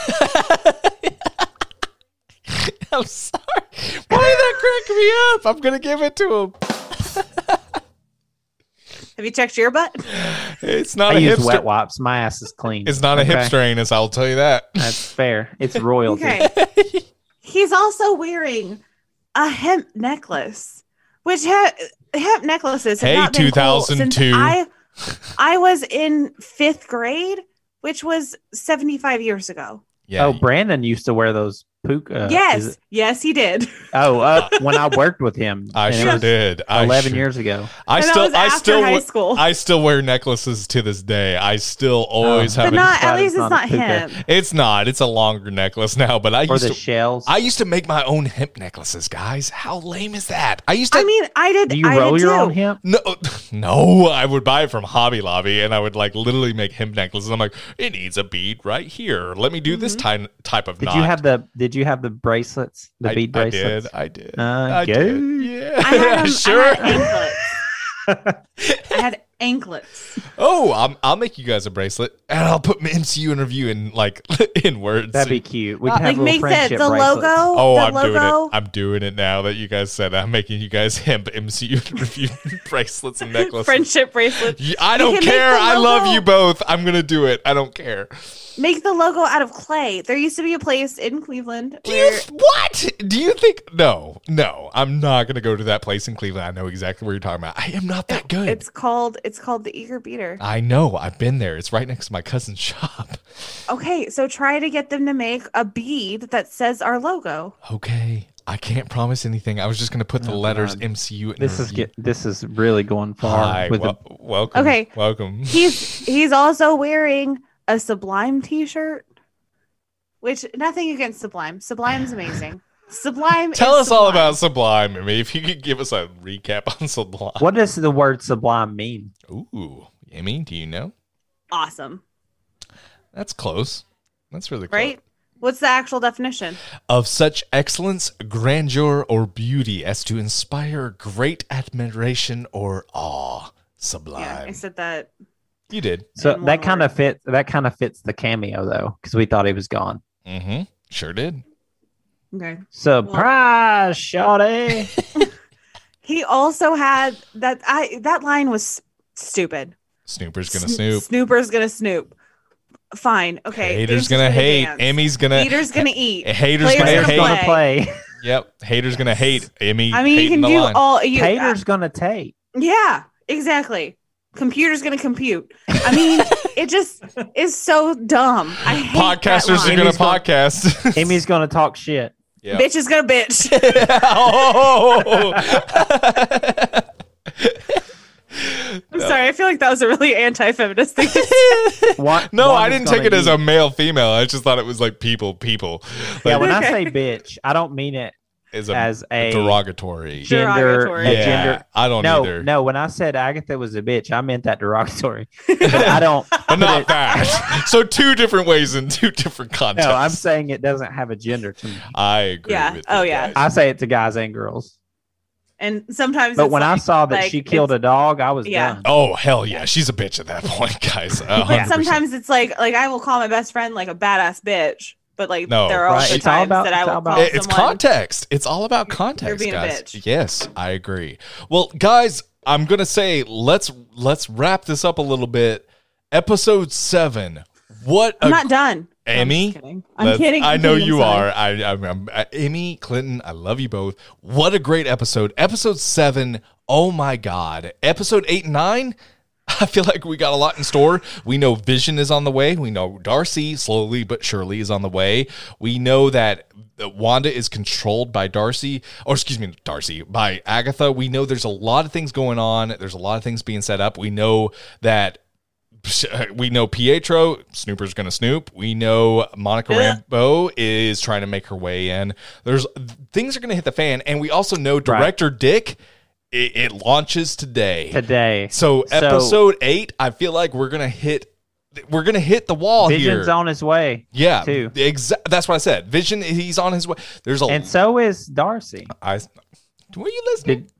I'm sorry. Why did that crack me up? I'm going to give it to him. Have you checked your butt? It's not I a use hipster. wet wipes. My ass is clean. It's not a Okay? hipster anus, I'll tell you that. That's fair. It's royalty. Okay. He's also wearing a hemp necklace, which ha- hemp necklaces. Have Hey, not been cool since 2002. I I was in fifth grade, which was seventy five years ago. Yeah. oh, Brandon used to wear those Puka. is yes, it- yes, he did. Oh, uh, when I worked with him, I and it sure was did. I Eleven sure- years ago. I And that still, was I after still, high wear- school. I still wear necklaces to this day. I still always Oh. but have. it. not That at is least it's not a not puka. him. It's not. It's a longer necklace now. But I Or used the to. shells. I used to make my own hemp necklaces, guys. How lame is that? I used to. I mean, I did. Do you I roll did your too. own hemp? no, no, I would buy it from Hobby Lobby and I would like literally make hemp necklaces. I'm like, it needs a bead right here. Let me do this ty- type of Did knot. you have the Did you have the bracelets? The I, bead I bracelets. did. I did. Uh, I go. did. Yeah. I had, um, sure. I had anklets. I had anklets. oh, I'm, I'll make you guys a bracelet and I'll put my MCU interview in like in words. That'd be cute. We could have Like little make the, friendship the logo. bracelets. Oh, the I'm logo. doing it. I'm doing it now that you guys said I'm making you guys hemp MCU interview bracelets and necklaces. Friendship bracelets. Y- I We don't can make care. the I love logo. you both. I'm gonna do it. I don't care. Make the logo out of clay. There used to be a place in Cleveland Do you where what? Do you think? No, no. I'm not gonna go to that place in Cleveland. I know exactly where you're talking about. I am not that good. it's called it's called the Eager Beater. I know. I've been there. It's right next to my cousin's shop. Okay, so try to get them to make a bead that says our logo. Okay. I can't promise anything. I was just gonna put the Oh, letters God. MCU. in This is review. get. This is really going far Hi. with the wel- welcome. Okay. Welcome. He's he's also wearing a Sublime t-shirt, which nothing against Sublime. Sublime's amazing. Sublime. Tell is us all Sublime. about Sublime. I mean, if you could give us a recap on Sublime. What does the word sublime mean? Ooh, Emmy, do you know? awesome, That's close. That's really close. right? What's the actual definition? Of such excellence, grandeur, or beauty as to inspire great admiration or awe. Sublime. Yeah, I said that. you did. So In one that kind word. of fits. That kind of fits the cameo though, because we thought he was gone. Mm-hmm. Sure did. Okay. Surprise, shawty. He also had that. I that line was stupid. Snooper's gonna Sn- snoop. Snooper's gonna snoop. Fine. Okay. Haters Imps gonna, hate. dance. Emmy's gonna. Eater's gonna eat. haters Players gonna Haters hate. gonna play. Yep. Haters gonna hate. Emmy. I mean, you hating can the do line. all. You, uh, Haters gonna take. Yeah, exactly. Computer's gonna compute. I mean, it just is so dumb. I hate Podcasters that are line. gonna Amy's gonna- podcast. Amy's gonna talk shit. Yeah. Bitch is gonna bitch. oh. I'm sorry. I feel like that was a really anti-feminist thing. What? No, one I is didn't take gonna it as eat. a male female. I just thought it was like people, people. Yeah, Like, when I Okay. say bitch, I don't mean it is a, as a derogatory. Sure. gender. Derogatory. A yeah, gender. I don't No, either. no. When I said Agatha was a bitch, I meant that derogatory. But I don't. But not that. so two different ways in two different contexts. No, I'm saying it doesn't have a gender to me. I agree. Yeah. With Oh, you yeah. guys. I say it to guys and girls. And sometimes. But it's when I like- saw that like, she killed a it's- dog, I was Yeah. done. oh hell yeah, she's a bitch at that point, guys. A But hundred percent. sometimes it's like like I will call my best friend like a badass bitch, but like No. there are also Right, it's all times about- that I it's all will about- call It- it's someone. context. It's all about context, being a guys. bitch. Yes, I agree. Well, guys, I'm gonna say let's let's wrap this up a little bit. Episode seven. What I'm a not done. No, Amy? I'm, just kidding. I'm That's- kidding. I I'm know kidding, you I'm sorry. are. I, I'm, I'm, I, Amy Clinton. I love you both. What a great episode. Episode seven. Oh my God. Episode eight and nine. I feel like we got a lot in store. We know Vision is on the way. We know Darcy slowly but surely is on the way. We know that that Wanda is controlled by Darcy, or excuse me, Darcy, by Agatha. We know there's a lot of things going on. There's a lot of things being set up. We know that we know Pietro Snooper's going to snoop. We know Monica Yeah. Rambeau is trying to make her way in. There's things are going to hit the fan, and we also know director Dick. It, it launches today. Today, So So- episode eight, I feel like we're gonna hit, we're gonna hit the wall Vision's here. on his way, yeah, too. exactly. That's what I said. Vision, he's on his way. There's a. and so is Darcy. I, were you listening?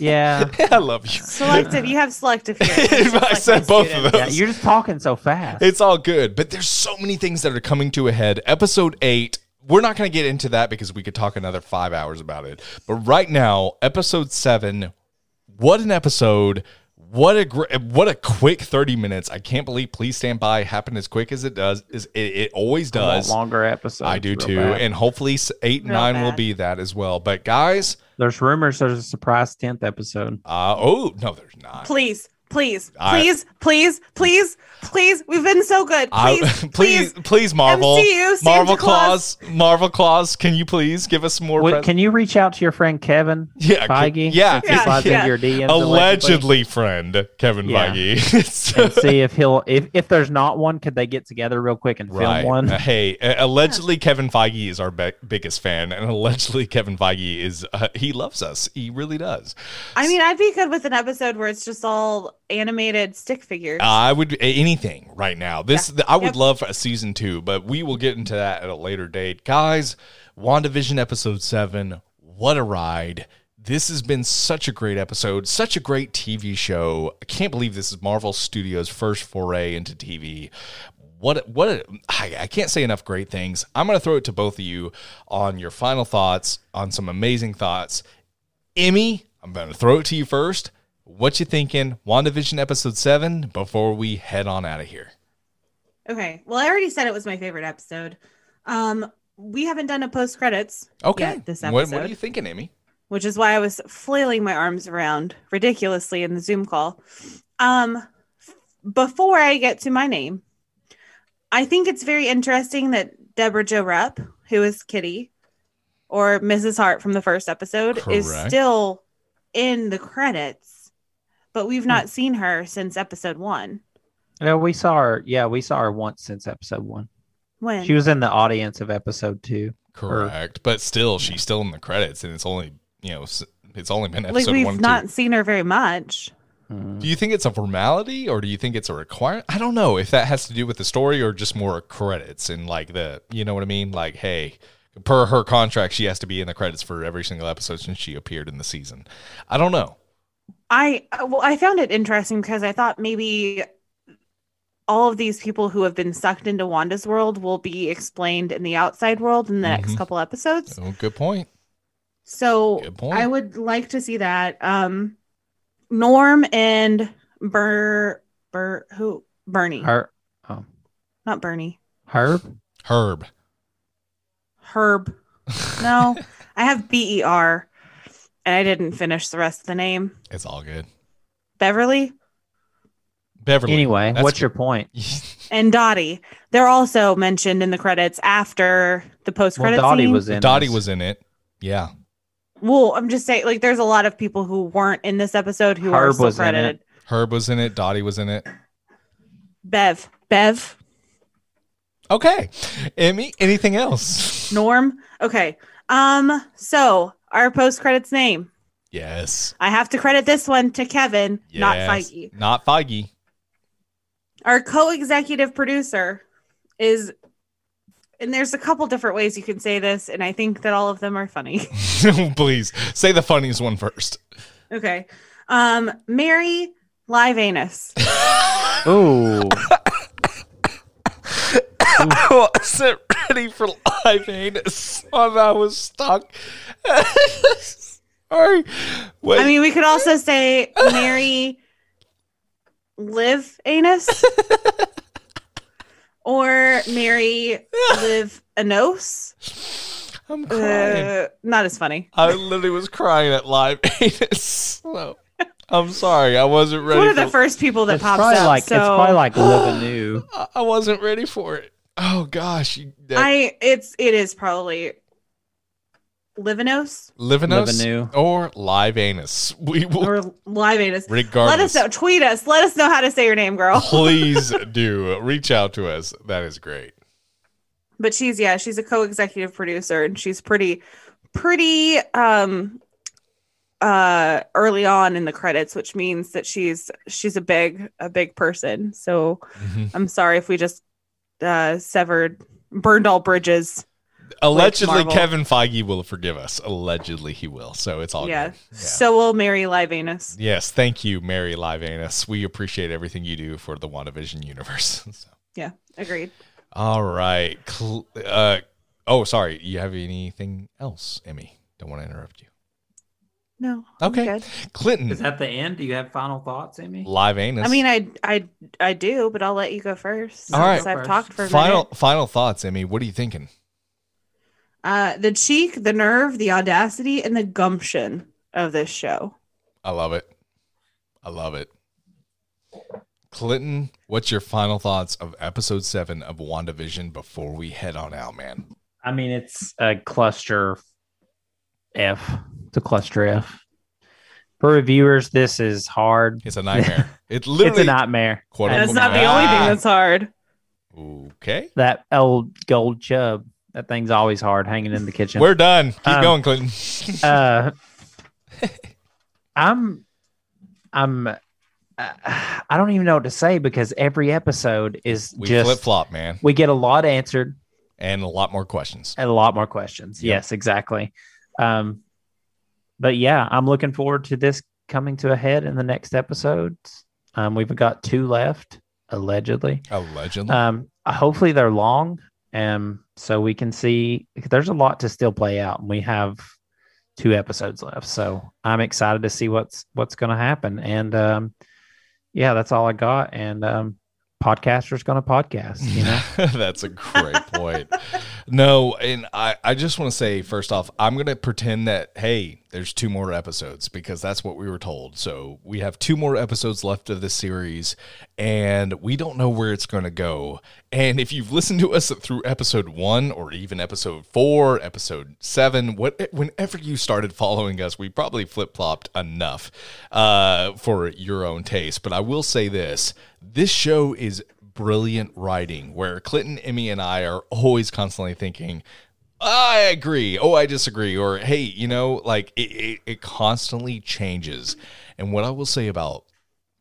Yeah. I love you. Selective. You have selective. hearing. I said Selective both student. of those. yeah, you're just talking so fast. It's all good, but there's so many things that are coming to a head. Episode eight, we're not going to get into that because we could talk another five hours about it. But right now, episode seven, what an episode! What a gr- what a quick thirty minutes! I can't believe. Please stand by. Happened as quick as it does. Is it, it always I want does. longer episodes. I do real too, bad. and hopefully s- eight and Real nine will bad. be that as well. But guys, There's rumors there's a surprise tenth episode. uh, oh no, there's not. Please, Please, I- please, please, please, please. We've been so good. I- Please, please, please, please, Marvel, MCU, Santa Marvel Claus. Claus, Marvel Claus. Can you please give us more? What, pres- can you reach out to your friend Kevin yeah, can- Feige? yeah, Since he Yeah, slides yeah. into your DMs allegedly, allegedly friend Kevin Yeah. Feige. So- and see if he'll if, if there's not one, could they get together real quick and film one? Uh, Hey, uh, allegedly Kevin Feige is our be- biggest fan, and allegedly Kevin Feige is uh, he loves us. He really does. I mean, I'd be good with an episode where it's just all animated stick figures. I would a- anything right now. This I would Yep. love a season two, but we will get into that at a later date, guys. WandaVision episode seven. What a ride! This has been such a great episode, such a great TV show. I can't believe this is Marvel Studios' first foray into TV. What a- what a, I, I can't say enough great things. I'm going to throw it to both of you on your final thoughts on some amazing thoughts. Emmy, I'm going to throw it to you first. What you thinking? WandaVision episode seven before we head on out of here. okay. Well, I already said it was my favorite episode. Um, we haven't done a post credits, Okay. Yeah, this What, what are episode. you thinking, Emmy? which is why I was flailing my arms around ridiculously in the Zoom call. Um, before I get to my name, I think it's very interesting that Deborah Jo Rupp, who is Kitty or Mrs. Hart from the first episode, is Correct. still in the credits, but we've Hmm. not seen her since episode one. No, we saw her. Yeah, we saw her once since episode one. When She was in the audience of episode two. Correct. But still, she's still in the credits, and it's only you know s- it's only been like episode we've one. and not two. seen her very much. Mm. Do you think it's a formality, or do you think it's a requirement? I don't know if that has to do with the story or just more credits and like the you know what I mean. Like, hey, per her contract, she has to be in the credits for every single episode since she appeared in the season. I don't know. I uh, well, I found it interesting because I thought maybe all of these people who have been sucked into Wanda's world will be explained in the outside world in the next Mhm. couple episodes. Oh, good point. So Good point. I would like to see that. Um, Norm and Bur Bur who Bernie, Her, oh, not Bernie, Herb. Herb. Herb. No, I have B E R, and I didn't finish the rest of the name. It's all good. Beverly Beverly. Anyway, That's what's your point? and Dottie. They're also mentioned in the credits after the post Well, credits. Dottie was in. Dottie this. was in it. Yeah. Well, I'm just saying, like, there's a lot of people who weren't in this episode who are Herb still was in it. credited. Herb was in it. Dottie was in it. Bev, Bev, Okay. Emmy, anything else? Norm. Okay. Um. So our post credits name. Yes. I have to credit this one to Kevin, not Yes. Feige. Not Feige. Our co-executive producer is, and there's a couple different ways you can say this, and I think that all of them are funny. Please say the funniest one first. okay. Um. Mary Live Anus. Ooh, I wasn't ready for live anus. I was stuck. Sorry. Wait. I mean, we could also say Mary Live Anus or Mary Live Anos. I'm crying. Uh, not as funny. I literally was crying at live anus. No. I'm sorry. I wasn't It's ready. one of for- the first people that it's pops probably up. like so it's probably like Lebanon. I- I wasn't ready for it. Oh gosh, you, that, I it's it is probably Livinos Livinos Lebanon. or live anus. We will, or Live Anus. Let us Oh. regardless. know. Tweet us. Let us know how to say your name, girl. please do reach out to us. That is great. But she's yeah, she's a co-executive producer and she's pretty pretty um uh early on in the credits, which means that she's she's a big a big person. So I'm sorry if we just uh severed burned all bridges. Allegedly, Marvel. Kevin Feige will forgive us. Allegedly, he will. So it's all yeah. good. Yeah. So we'll marry Live Anus. Yes, thank you, Mary Live Anus. We appreciate everything you do for the WandaVision universe. So- Yeah, agreed. All right. Cl- uh, oh, sorry. You have anything else, Emmy? Don't want to interrupt you. No. I'm Okay. good. Clinton, Is that the end? Do you have final thoughts, Amy? Live Anus. I mean I I I do, but I'll let you go first. All right. since I've talked for a final minute. final thoughts, Emmy. What are you thinking? Uh the cheek, the nerve, the audacity, and the gumption of this show. I love it. I love it. Clinton, what's your final thoughts of episode seven of WandaVision before we head on out, man? I mean, it's a cluster F. It's a cluster F. For reviewers, this is hard. It's a nightmare. It literally. it's a nightmare. quote And unquote, that's not the only Ah. thing that's hard. Okay. That old gold chub. That thing's always hard hanging in the kitchen. We're done. Keep Um, going, Clinton. uh, I'm, I'm, uh, I don't even know what to say because every episode is We just flip flop, man, we get a lot answered and a lot more questions. and a lot more questions. Yep. Yes, exactly. Um, but yeah, I'm looking forward to this coming to a head in the next episodes. Um, we've got two left allegedly. Allegedly. Um, hopefully they're long, um, so we can see. There's a lot to still play out, and we have two episodes left. So I'm excited to see what's what's going to happen. And um, yeah, that's all I got. And um, podcaster's going to podcast. You know, That's a great point. no, and I, I just want to say first off, I'm going to pretend that, hey, there's two more episodes because that's what we were told. So we have two more episodes left of this series and we don't know where it's going to go. And if you've listened to us through episode one or even episode four, episode seven, what, whenever you started following us, we probably flip flopped enough uh, for your own taste. But I will say this this show is brilliant writing where Clinton, Emmy, and I are always constantly thinking, I agree. Oh, I disagree. Or, hey, you know, like it, it, it constantly changes. And what I will say about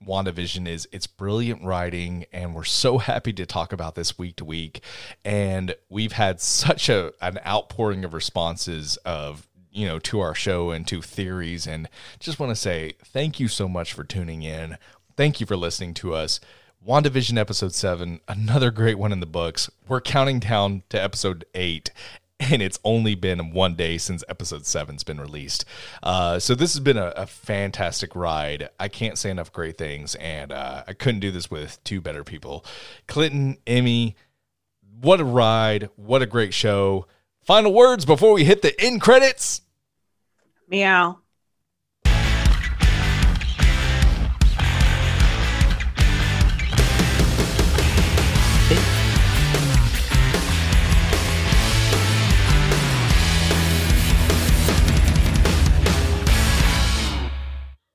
WandaVision is it's brilliant writing, and we're so happy to talk about this week to week. And we've had such a an outpouring of responses of you know to our show and to theories. And just want to say thank you so much for tuning in. Thank you for listening to us. WandaVision episode seven, another great one in the books. We're counting down to episode eight. And it's only been one day since episode seven's been released. Uh, so this has been a, a fantastic ride. I can't say enough great things. And uh, I couldn't do this with two better people Clinton, Emmy. What a ride. What a great show. Final words before we hit the end credits. Meow.